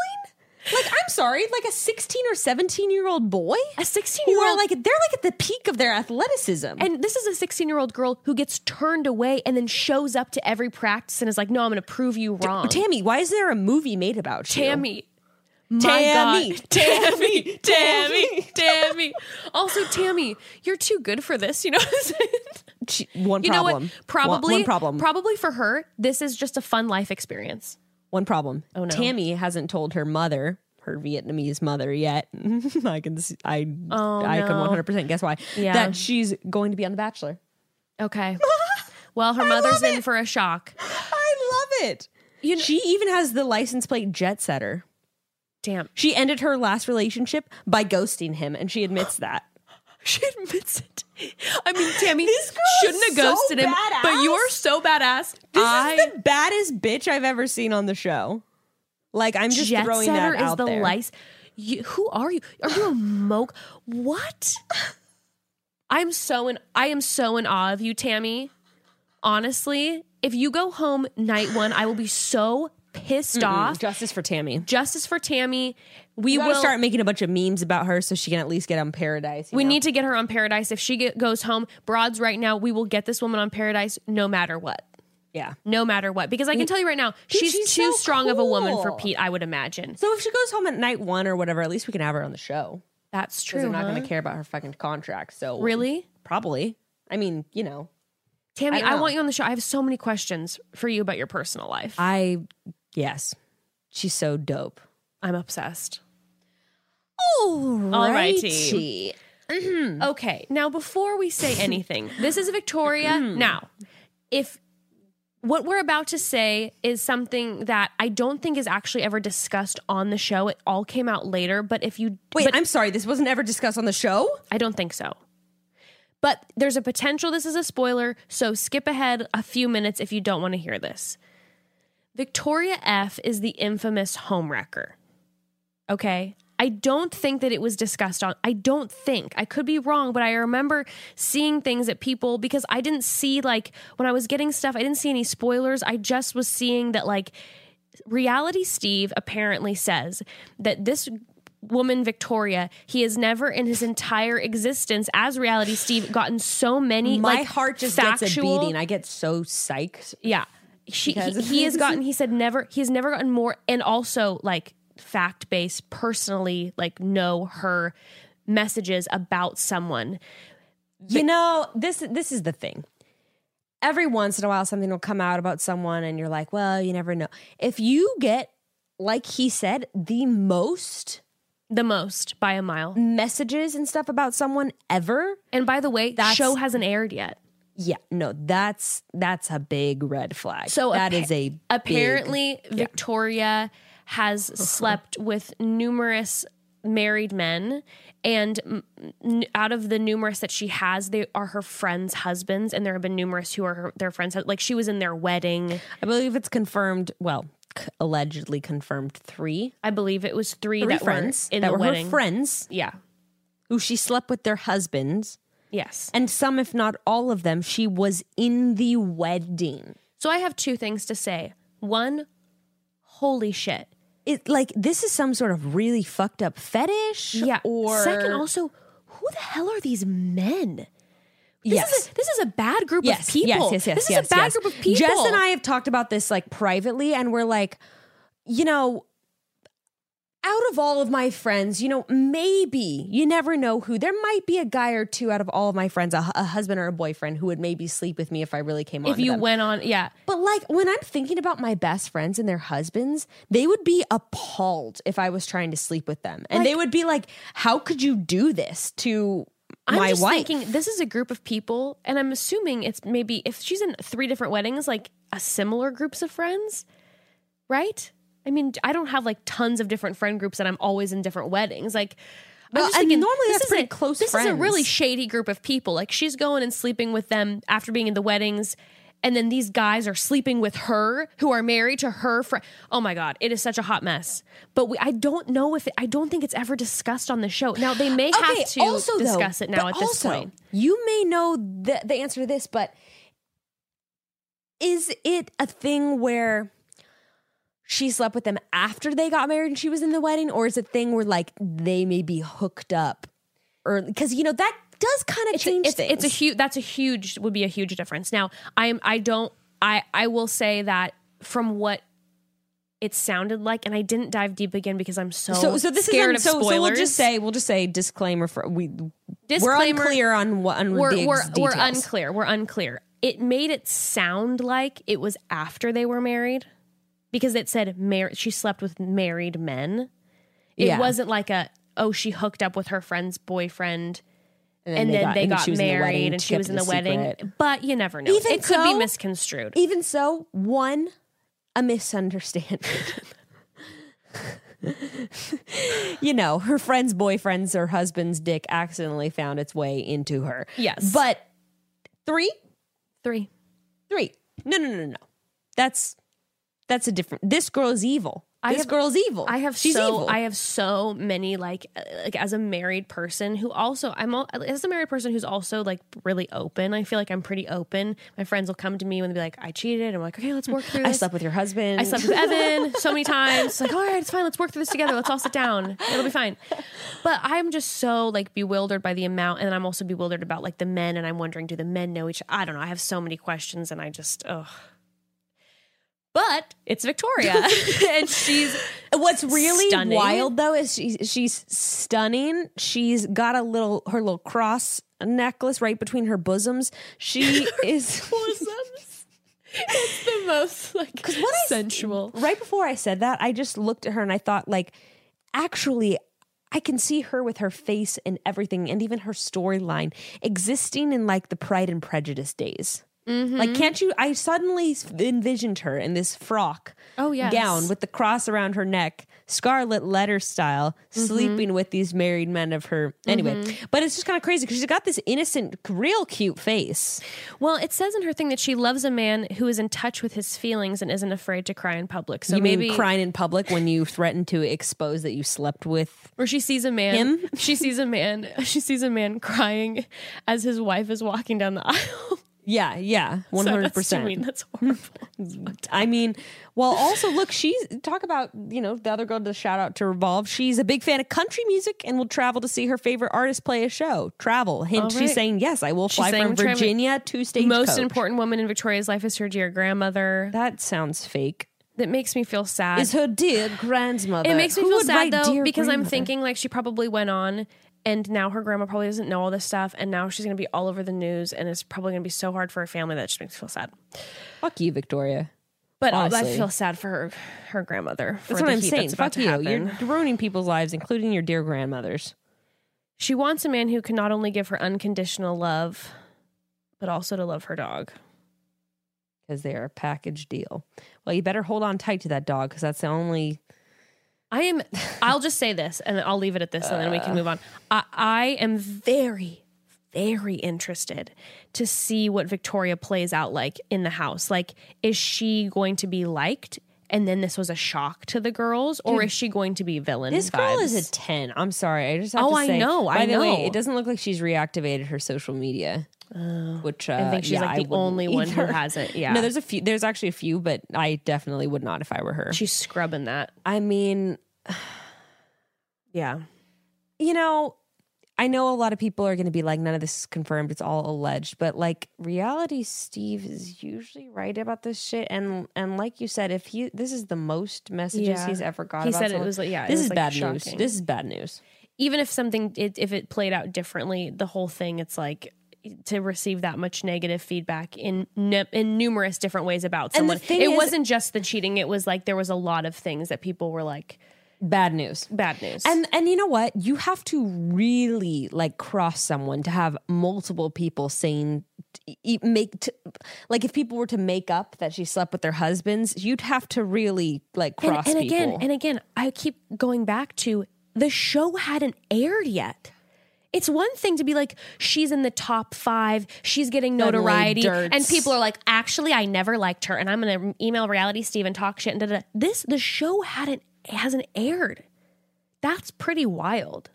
Like I'm sorry, like a 16 or 17 year old boy. A 16 Who year are old like they're like at the peak of their athleticism. and this is a 16 year old girl who gets turned away and then shows up to every practice and is like, "No, I'm going to prove you wrong." Tammy, why is there a movie made about you? Tammy. My Tammy. God. Tammy, Tammy, Tammy. Also, Tammy, you're too good for this. You know what I'm saying? She- one you problem. know One- what? Probably, one, problem. Probably for her, this is just a fun life experience. one problem. Oh, no. Tammy hasn't told her mother, her Vietnamese mother, yet. I can see, I I can no. 100 percent guess why. Yeah. That she's going to be on The Bachelor. Okay. Well, her mother's in for a shock. I love it. she even has the license plate jet setter. Damn. She ended her last relationship by ghosting him, and she admits that. She admits it. I mean, Tammy This girl shouldn't is have ghosted so him, but you badass. are so badass. This I is the baddest bitch I've ever seen on the show. Like I'm just jet throwing setter that is out the there. lice. You, who are you? Are you a moke? What? I'm so in. I am so in awe of you, Tammy. Honestly, if you go home night one, I will be so pissed off. Mm, Justice for Tammy. Justice for Tammy. We You will gotta start making a bunch of memes about her so she can at least get on Paradise. you We know? need to get her on Paradise. If she get, goes home, broads right now, we will get this woman on Paradise no matter what. yeah. No matter what. Because I can tell you right now, she's, she's too so strong of a woman for cool. Pete, I would imagine. So if she goes home at night one or whatever, at least we can have her on the show That's true. because they're not huh? going to care about her fucking contract. So Really? probably. I mean, you know, Tammy, I don't I, know. want you on the show. I have so many questions for you about your personal life. I, I yes, she's so dope. am obsessed. Alrighty. Okay. Now, before we say anything, this is Victoria. now, if what we're about to say is something that I don't think is actually ever discussed on the show, it all came out later. But if you Wait, I'm sorry. This wasn't ever discussed on the show. I don't think so. But there's a potential this is a spoiler, so skip ahead a few minutes if you don't want to hear this. Victoria F is the infamous homewrecker. Okay? I don't think that it was discussed on. I don't think. I could be wrong, but I remember seeing things that people because I didn't see like when I was getting stuff, I didn't see any spoilers. I just was seeing that like Reality Steve apparently says that this woman, Victoria, he has never in his entire existence as Reality Steve gotten so many. My like, heart just gets a factual- beating. I get so psyched. yeah. She, he, Because of he has this. gotten, he said never, he's never gotten more, and also like fact based, personally, like know her messages about someone. You know, this this is the thing. Every once in a while something will come out about someone and you're like, "Well, you never know." If you get like he said, the most The most by a mile. messages and stuff about someone ever, And by the way, that That's- show hasn't aired yet. yeah, no, that's that's a big red flag. So that appa- is a big- apparently Victoria has slept with numerous married men, and mm, n- out of the numerous that she has, they are her friends' husbands, and there have been numerous who are her, their friends. hu- Like she was in their wedding. I believe it's confirmed, well, c- allegedly confirmed 3 I believe it was three, three that friends were in that the were wedding. her friends Yeah. who she slept with their husbands Yes. and some if not all of them she was in the wedding. So I have two things to say. One, holy shit. it like this is some sort of really fucked up fetish Yeah. or second, also, who the hell are these men? This yes Is a, this is a bad group yes of people. yes yes yes This yes, is a bad yes. group of people. jess and i have talked about this like privately and we're like you know out of all of my friends you know maybe you never know who there might be a guy or two out of all of my friends a, hu- a husband or a boyfriend who would maybe sleep with me if i really came on If you went on, yeah. But like when I'm thinking about my best friends and their husbands, they would be appalled if I was trying to sleep with them. And they would be like, "How could you do this to I'm my just wife?" thinking this is a group of people, and I'm assuming it's maybe if she's in three different weddings, like a similar groups of friends, right? I mean, I don't have like tons of different friend groups that I'm always in different weddings. Like, Well, I'm just and thinking, normally this that's is pretty a, close This is a friends. really shady group of people. Like, she's going and sleeping with them after being in the weddings, and then these guys are sleeping with her, who are married to her friend. Oh my god, it is such a hot mess. But we, I don't know if it, I don't think it's ever discussed on the show. Now they may have to though, discuss it now but at this also, point. You may know the, the answer to this, but is it a thing where she slept with them after they got married and she was in the wedding, or is it a thing where like they may be hooked up, or because you know that does kind of It's a- change it's, things. it's a huge. That's a huge. Would be a huge difference. Now I am. I don't. I I will say that from what it sounded like, and I didn't dive deep again because I'm so so so this scared is of on, so, spoilers. so we'll just say we'll just say disclaimer for we we're Disclaimer. unclear on what on we're the we're, ex- we're details. unclear. We're unclear. It made it sound like it was after they were married because it said mar- she slept with married men. It Yeah. wasn't like a oh she hooked up with her friend's boyfriend and then they and got she was in the wedding, married and she kept was in it the a wedding. secret. But you never know. Even it could be so- misconstrued. Even so, one, a misunderstanding. you know, her friend's boyfriend's or husband's dick accidentally found its way into her. Yes. But three, Three. three. No, no, no, no, no. That's that's a different. This girl's evil. I this have- girl's evil. I have She's so evil. I have so many like uh, like as a married person who also I'm al- as a married person who's also like really open. I feel like I'm pretty open. My friends will come to me and be like, "I cheated." I'm like, "Okay, let's work through I this." slept with your husband. I slept with Evan so many times. Like, all right, it's fine. Let's work through this together. Let's all sit down. It'll be fine. But I'm just so like bewildered by the amount, and then I'm also bewildered about like the men, and I'm wondering, do the men know each? I don't know. I have so many questions, and I just ugh. But it's Victoria, and she's What's really Stunning. wild though is she's she's stunning. She's got a little her little cross necklace right between her bosoms. She is it's the most like what I- sensual. right before I said that, I just looked at her and I thought, like, actually, I can see her with her face and everything, and even her storyline existing in like the Pride and Prejudice days. Mm-hmm. Like, can't you? I suddenly envisioned her in this frock, Oh, yes. gown with the cross around her neck, scarlet letter style, Mm-hmm. sleeping with these married men of her. Anyway, but it's just kind of crazy because she's got this innocent, real cute face. Well, it says in her thing that she loves a man who is in touch with his feelings and isn't afraid to cry in public. So you maybe mean crying in public when you threaten to expose that you slept with Where she sees a man. Him? She sees a man. She sees a man crying as his wife is walking down the aisle. Yeah, yeah, one So hundred that's- I mean, percent. Mm. that's horrible. I mean, well, also look, she's talk about you know the other girl to shout out to Revolve. She's a big fan of country music and will travel to see her favorite artist play a show. Travel hint. All right. She's saying yes, I will She's fly saying from travel- Virginia to The stagecoach. most important woman in Victoria's life is her dear grandmother. That sounds fake. That makes me feel sad. Is her dear grandmother? it makes me Who feel would write sad though dear because I'm grandmother? thinking like she probably went on and now her grandma probably doesn't know all this stuff and now she's going to be all over the news and it's probably going to be so hard for her family that just makes me feel sad. fuck you, Victoria. But uh, I Honestly. feel sad for her her grandmother for That's the what I'm heat saying. that's about Fuck to you. happen. You're ruining people's lives, including your dear grandmothers. She wants a man who can not only give her unconditional love, but also to love her dog. Because they are a package deal. Well, you better hold on tight to that dog because that's the only I am, I'll just say this and I'll leave it at this and then we Uh. can move on. I, I am very, very interested to see what Victoria plays out like in the house. Like, is she going to be liked? And then this was a shock to the girls, or is she going to be villain? This girl is vibes? a ten. I'm sorry. I just have Oh, to I say. know, By I the way, know. it doesn't look like she's reactivated her social media, which uh, think she's, yeah, like, the wouldn't only one who either. has it, yeah. No, there's a few. There's actually a few, but I definitely would not if I were her. She's scrubbing that. I mean, Yeah. you know, I know a lot of people are going to be like, none of this is confirmed. It's all alleged. But like, reality Steve is usually right about this shit. And and like you said, if he this is the most messages Yeah. he's ever got. He about said it someone. was, like, yeah, it this was, is like, bad shocking. news. This is bad news. even if something it, if it played out differently the whole thing it's like to receive that much negative feedback in nu- in numerous different ways about And the someone thing it is- wasn't just the cheating it was like there was a lot of things that people were like Bad news. bad news And and you know what? You have to really like cross someone to have multiple people saying e- make t- like if people were to make up that she slept with their husbands, you'd have to really like and, cross and again people. and again i keep going back to the show hadn't aired yet it's one thing to be like she's in the top five she's getting Suddenly notoriety dirts. and people are like actually i never liked her and i'm gonna email reality steve and talk shit and da, da, da. this the show hadn't hasn't aired that's pretty wild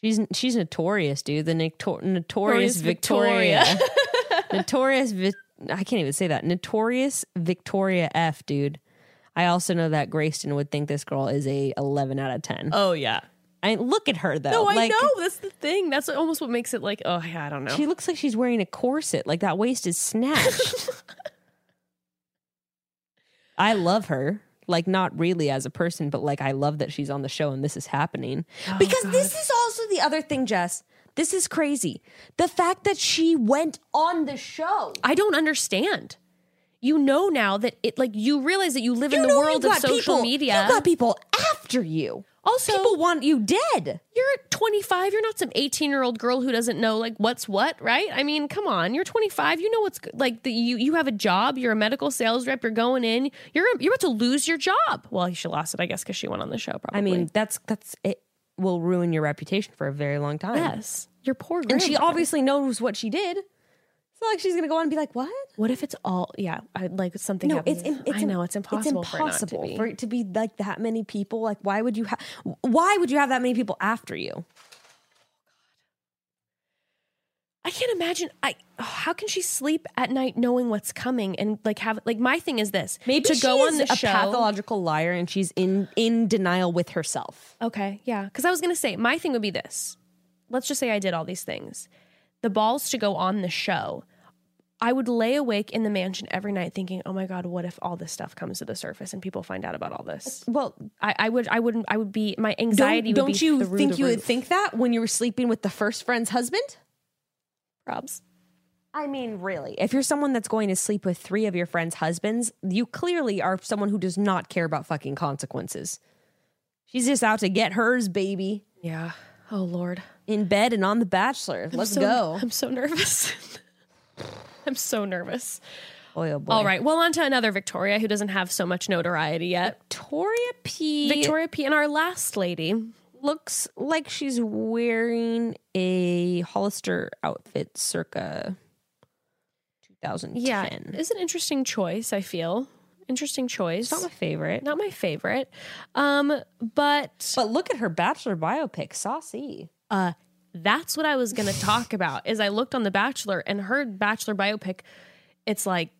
she's she's notorious, dude. The notor- notorious Victoria. notorious Vi- I can't even say that. Notorious Victoria F, dude. I also know that Grayston would think this girl is a 11 out of 10. oh yeah I look at her though. no like, i know that's the thing that's almost what makes it like oh yeah i don't know She looks like she's wearing a corset. Like that waist is snatched. I love her. Like not really as a person, but like I love that she's on the show and this is happening. Oh, because this is also the other thing, Jess. This is crazy. The fact that she went on the show. I don't understand. You know now that it like you realize that you live in the know world you of got social people- media. You got people after you. Also, People want you dead. you're 25. You're not some 18 year old girl who doesn't know like what's what, right? I mean, come on. You're 25. You know what's go- like the, you. You have a job. You're a medical sales rep. You're going in. You're you're about to lose your job. Well, she lost it, I guess, because she went on the show. Probably. I mean, That's that's it. Will ruin your reputation for a very long time. yes. Your poor. And she grandmother. obviously knows what she did. It's not like she's gonna go on and be like, "What? What if it's all? Yeah, I, like something. No, happened. it's, im- it's I im- know it's impossible. It's impossible for it not to be. it to be like that many people. Like, why would you have? Why would you have that many people after you? I can't imagine. I oh, how can she sleep at night knowing what's coming and like have like my thing is this Maybe to she go is on the a show. pathological liar, and she's in in denial with herself. okay, yeah, because I was gonna say my thing would be this. Let's just say I did all these things. The balls to go on the show. I would lay awake in the mansion every night thinking, "Oh my god, what if all this stuff comes to the surface and people find out about all this?" Well, I, I would, I wouldn't, I would be my don't, anxiety. would don't be you through think the you would roof. think that when you were sleeping with the first friend's husband? Robs? I mean, really, if you're someone that's going to sleep with three of your friend's husbands, you clearly are someone who does not care about fucking consequences. She's just out to get hers, baby, Yeah. Oh Lord. in bed and on The Bachelor. Let's so, go. I'm so nervous. I'm so nervous. Boy, oh boy. All right. Well, on to another Victoria who doesn't have so much notoriety yet. Victoria P. Victoria P. and our last lady. looks like she's wearing a Hollister outfit circa 2010. Is an interesting choice, I feel. Interesting choice. It's not my favorite. Not my favorite. Um, but But look at her bachelor biopic, saucy. uh that's what I was gonna talk about is I looked on The Bachelor and her Bachelor biopic, it's like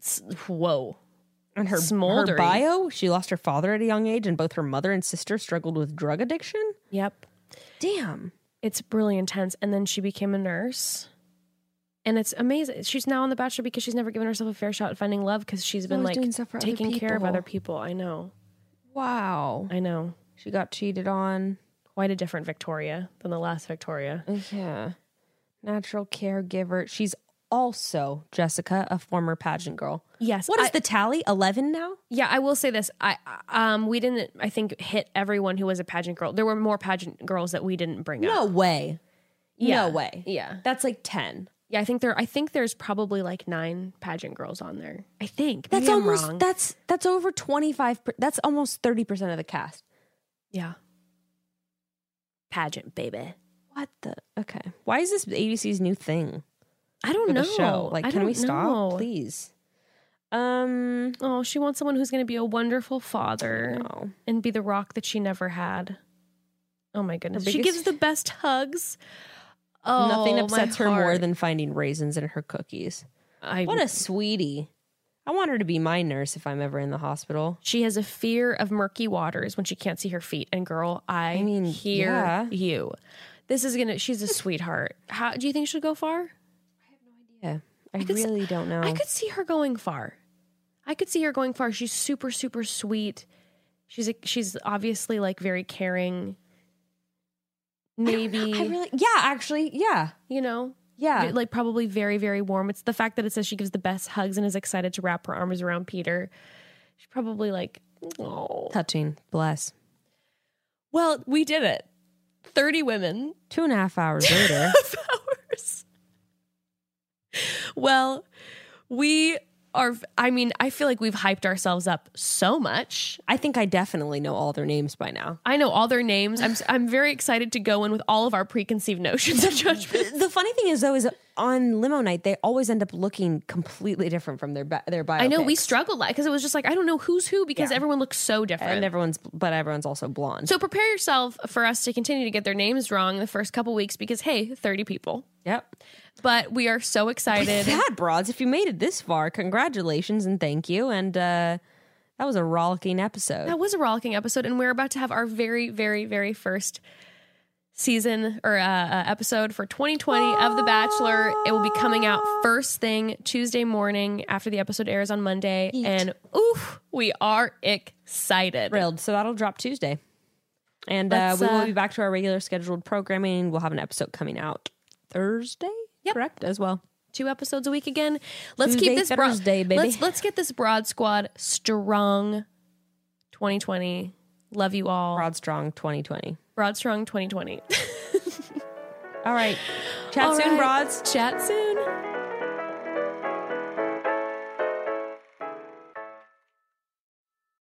s- whoa. And her, her Smoldery. bio, she lost her father at a young age, and both her mother and sister struggled with drug addiction. Yep. Damn. it's really intense. And then she became a nurse. And it's amazing. She's now on The Bachelor because she's never given herself a fair shot at finding love because she's been always like doing stuff for other taking care of people. other people. I know. Wow. I know. She got cheated on. Quite a different Victoria than the last Victoria. Yeah. Natural caregiver. She's also Jessica, a former pageant girl. Yes. What is I- the tally? 11 now? Yeah, I will say this. I um we didn't I think hit everyone who was a pageant girl. There were more pageant girls that we didn't bring No up. way. Yeah. No way. Yeah. That's like 10. Yeah, I think there I think there's probably like 9 pageant girls on there. I think. That's Maybe I'm almost wrong. that's that's over 25 per, that's almost 30% of the cast. Yeah. Pageant baby. What the Okay. Why is this ABC's new thing I don't for know. the show? Like I can we don't stop, know. please? Um Oh, she wants someone who's going to be a wonderful father no. and be the rock that she never had. Oh my goodness. She biggest- gives the best hugs. Oh, Nothing my upsets her more heart. than finding raisins in her cookies. I, What a sweetie. I want her to be my nurse if I'm ever in the hospital. she has a fear of murky waters when she can't see her feet. And girl, I, I mean, hear yeah. you. This is gonna. She's a sweetheart. How do you think she'll go far? Yeah. I, could s- really don't know. I could see her going far. I could see her going far. She's super, super sweet. She's a, she's obviously like very caring. Maybe I really Yeah, actually. Yeah. you know, Yeah. ve- like probably very, very warm. It's the fact that it says she gives the best hugs and is excited to wrap her arms around Peter. She's probably like, oh, Touching. Bless. well, we did it. Thirty women, Two and a half hours later. hours. Well, we are. I mean, I feel like we've hyped ourselves up so much. I think I definitely know all their names by now. I know all their names. I'm I'm very excited to go in with all of our preconceived notions and judgments. The funny thing is, though, is on limo night they always end up looking completely different from their bi- their bio. I know we struggled like because it was just like I don't know who's who because everyone looks so different. and everyone's, but everyone's also blonde. so prepare yourself for us to continue to get their names wrong the first couple weeks because hey, 30 people. yep. But we are so excited. That broads, if you made it this far, congratulations and thank you. And uh, that was a rollicking episode. That was a rollicking episode, and we're about to have our very, very, very first season or uh, uh, episode for 2020 of The Bachelor. It will be coming out first thing Tuesday morning after the episode airs on Monday, and oof, we are excited. Thrilled. So that'll drop Tuesday, and uh, Let's, we will uh, be back to our regular scheduled programming. We'll have an episode coming out Thursday. Correct as well. Two episodes a week again. Let's Tuesday, keep this broad. Thursday, baby. Let's let's get this broad squad strong. 2020 Love you all. Broad, Broad Strong 2020. Strong 2020. All right. Chat All soon, right. broads. Chat soon.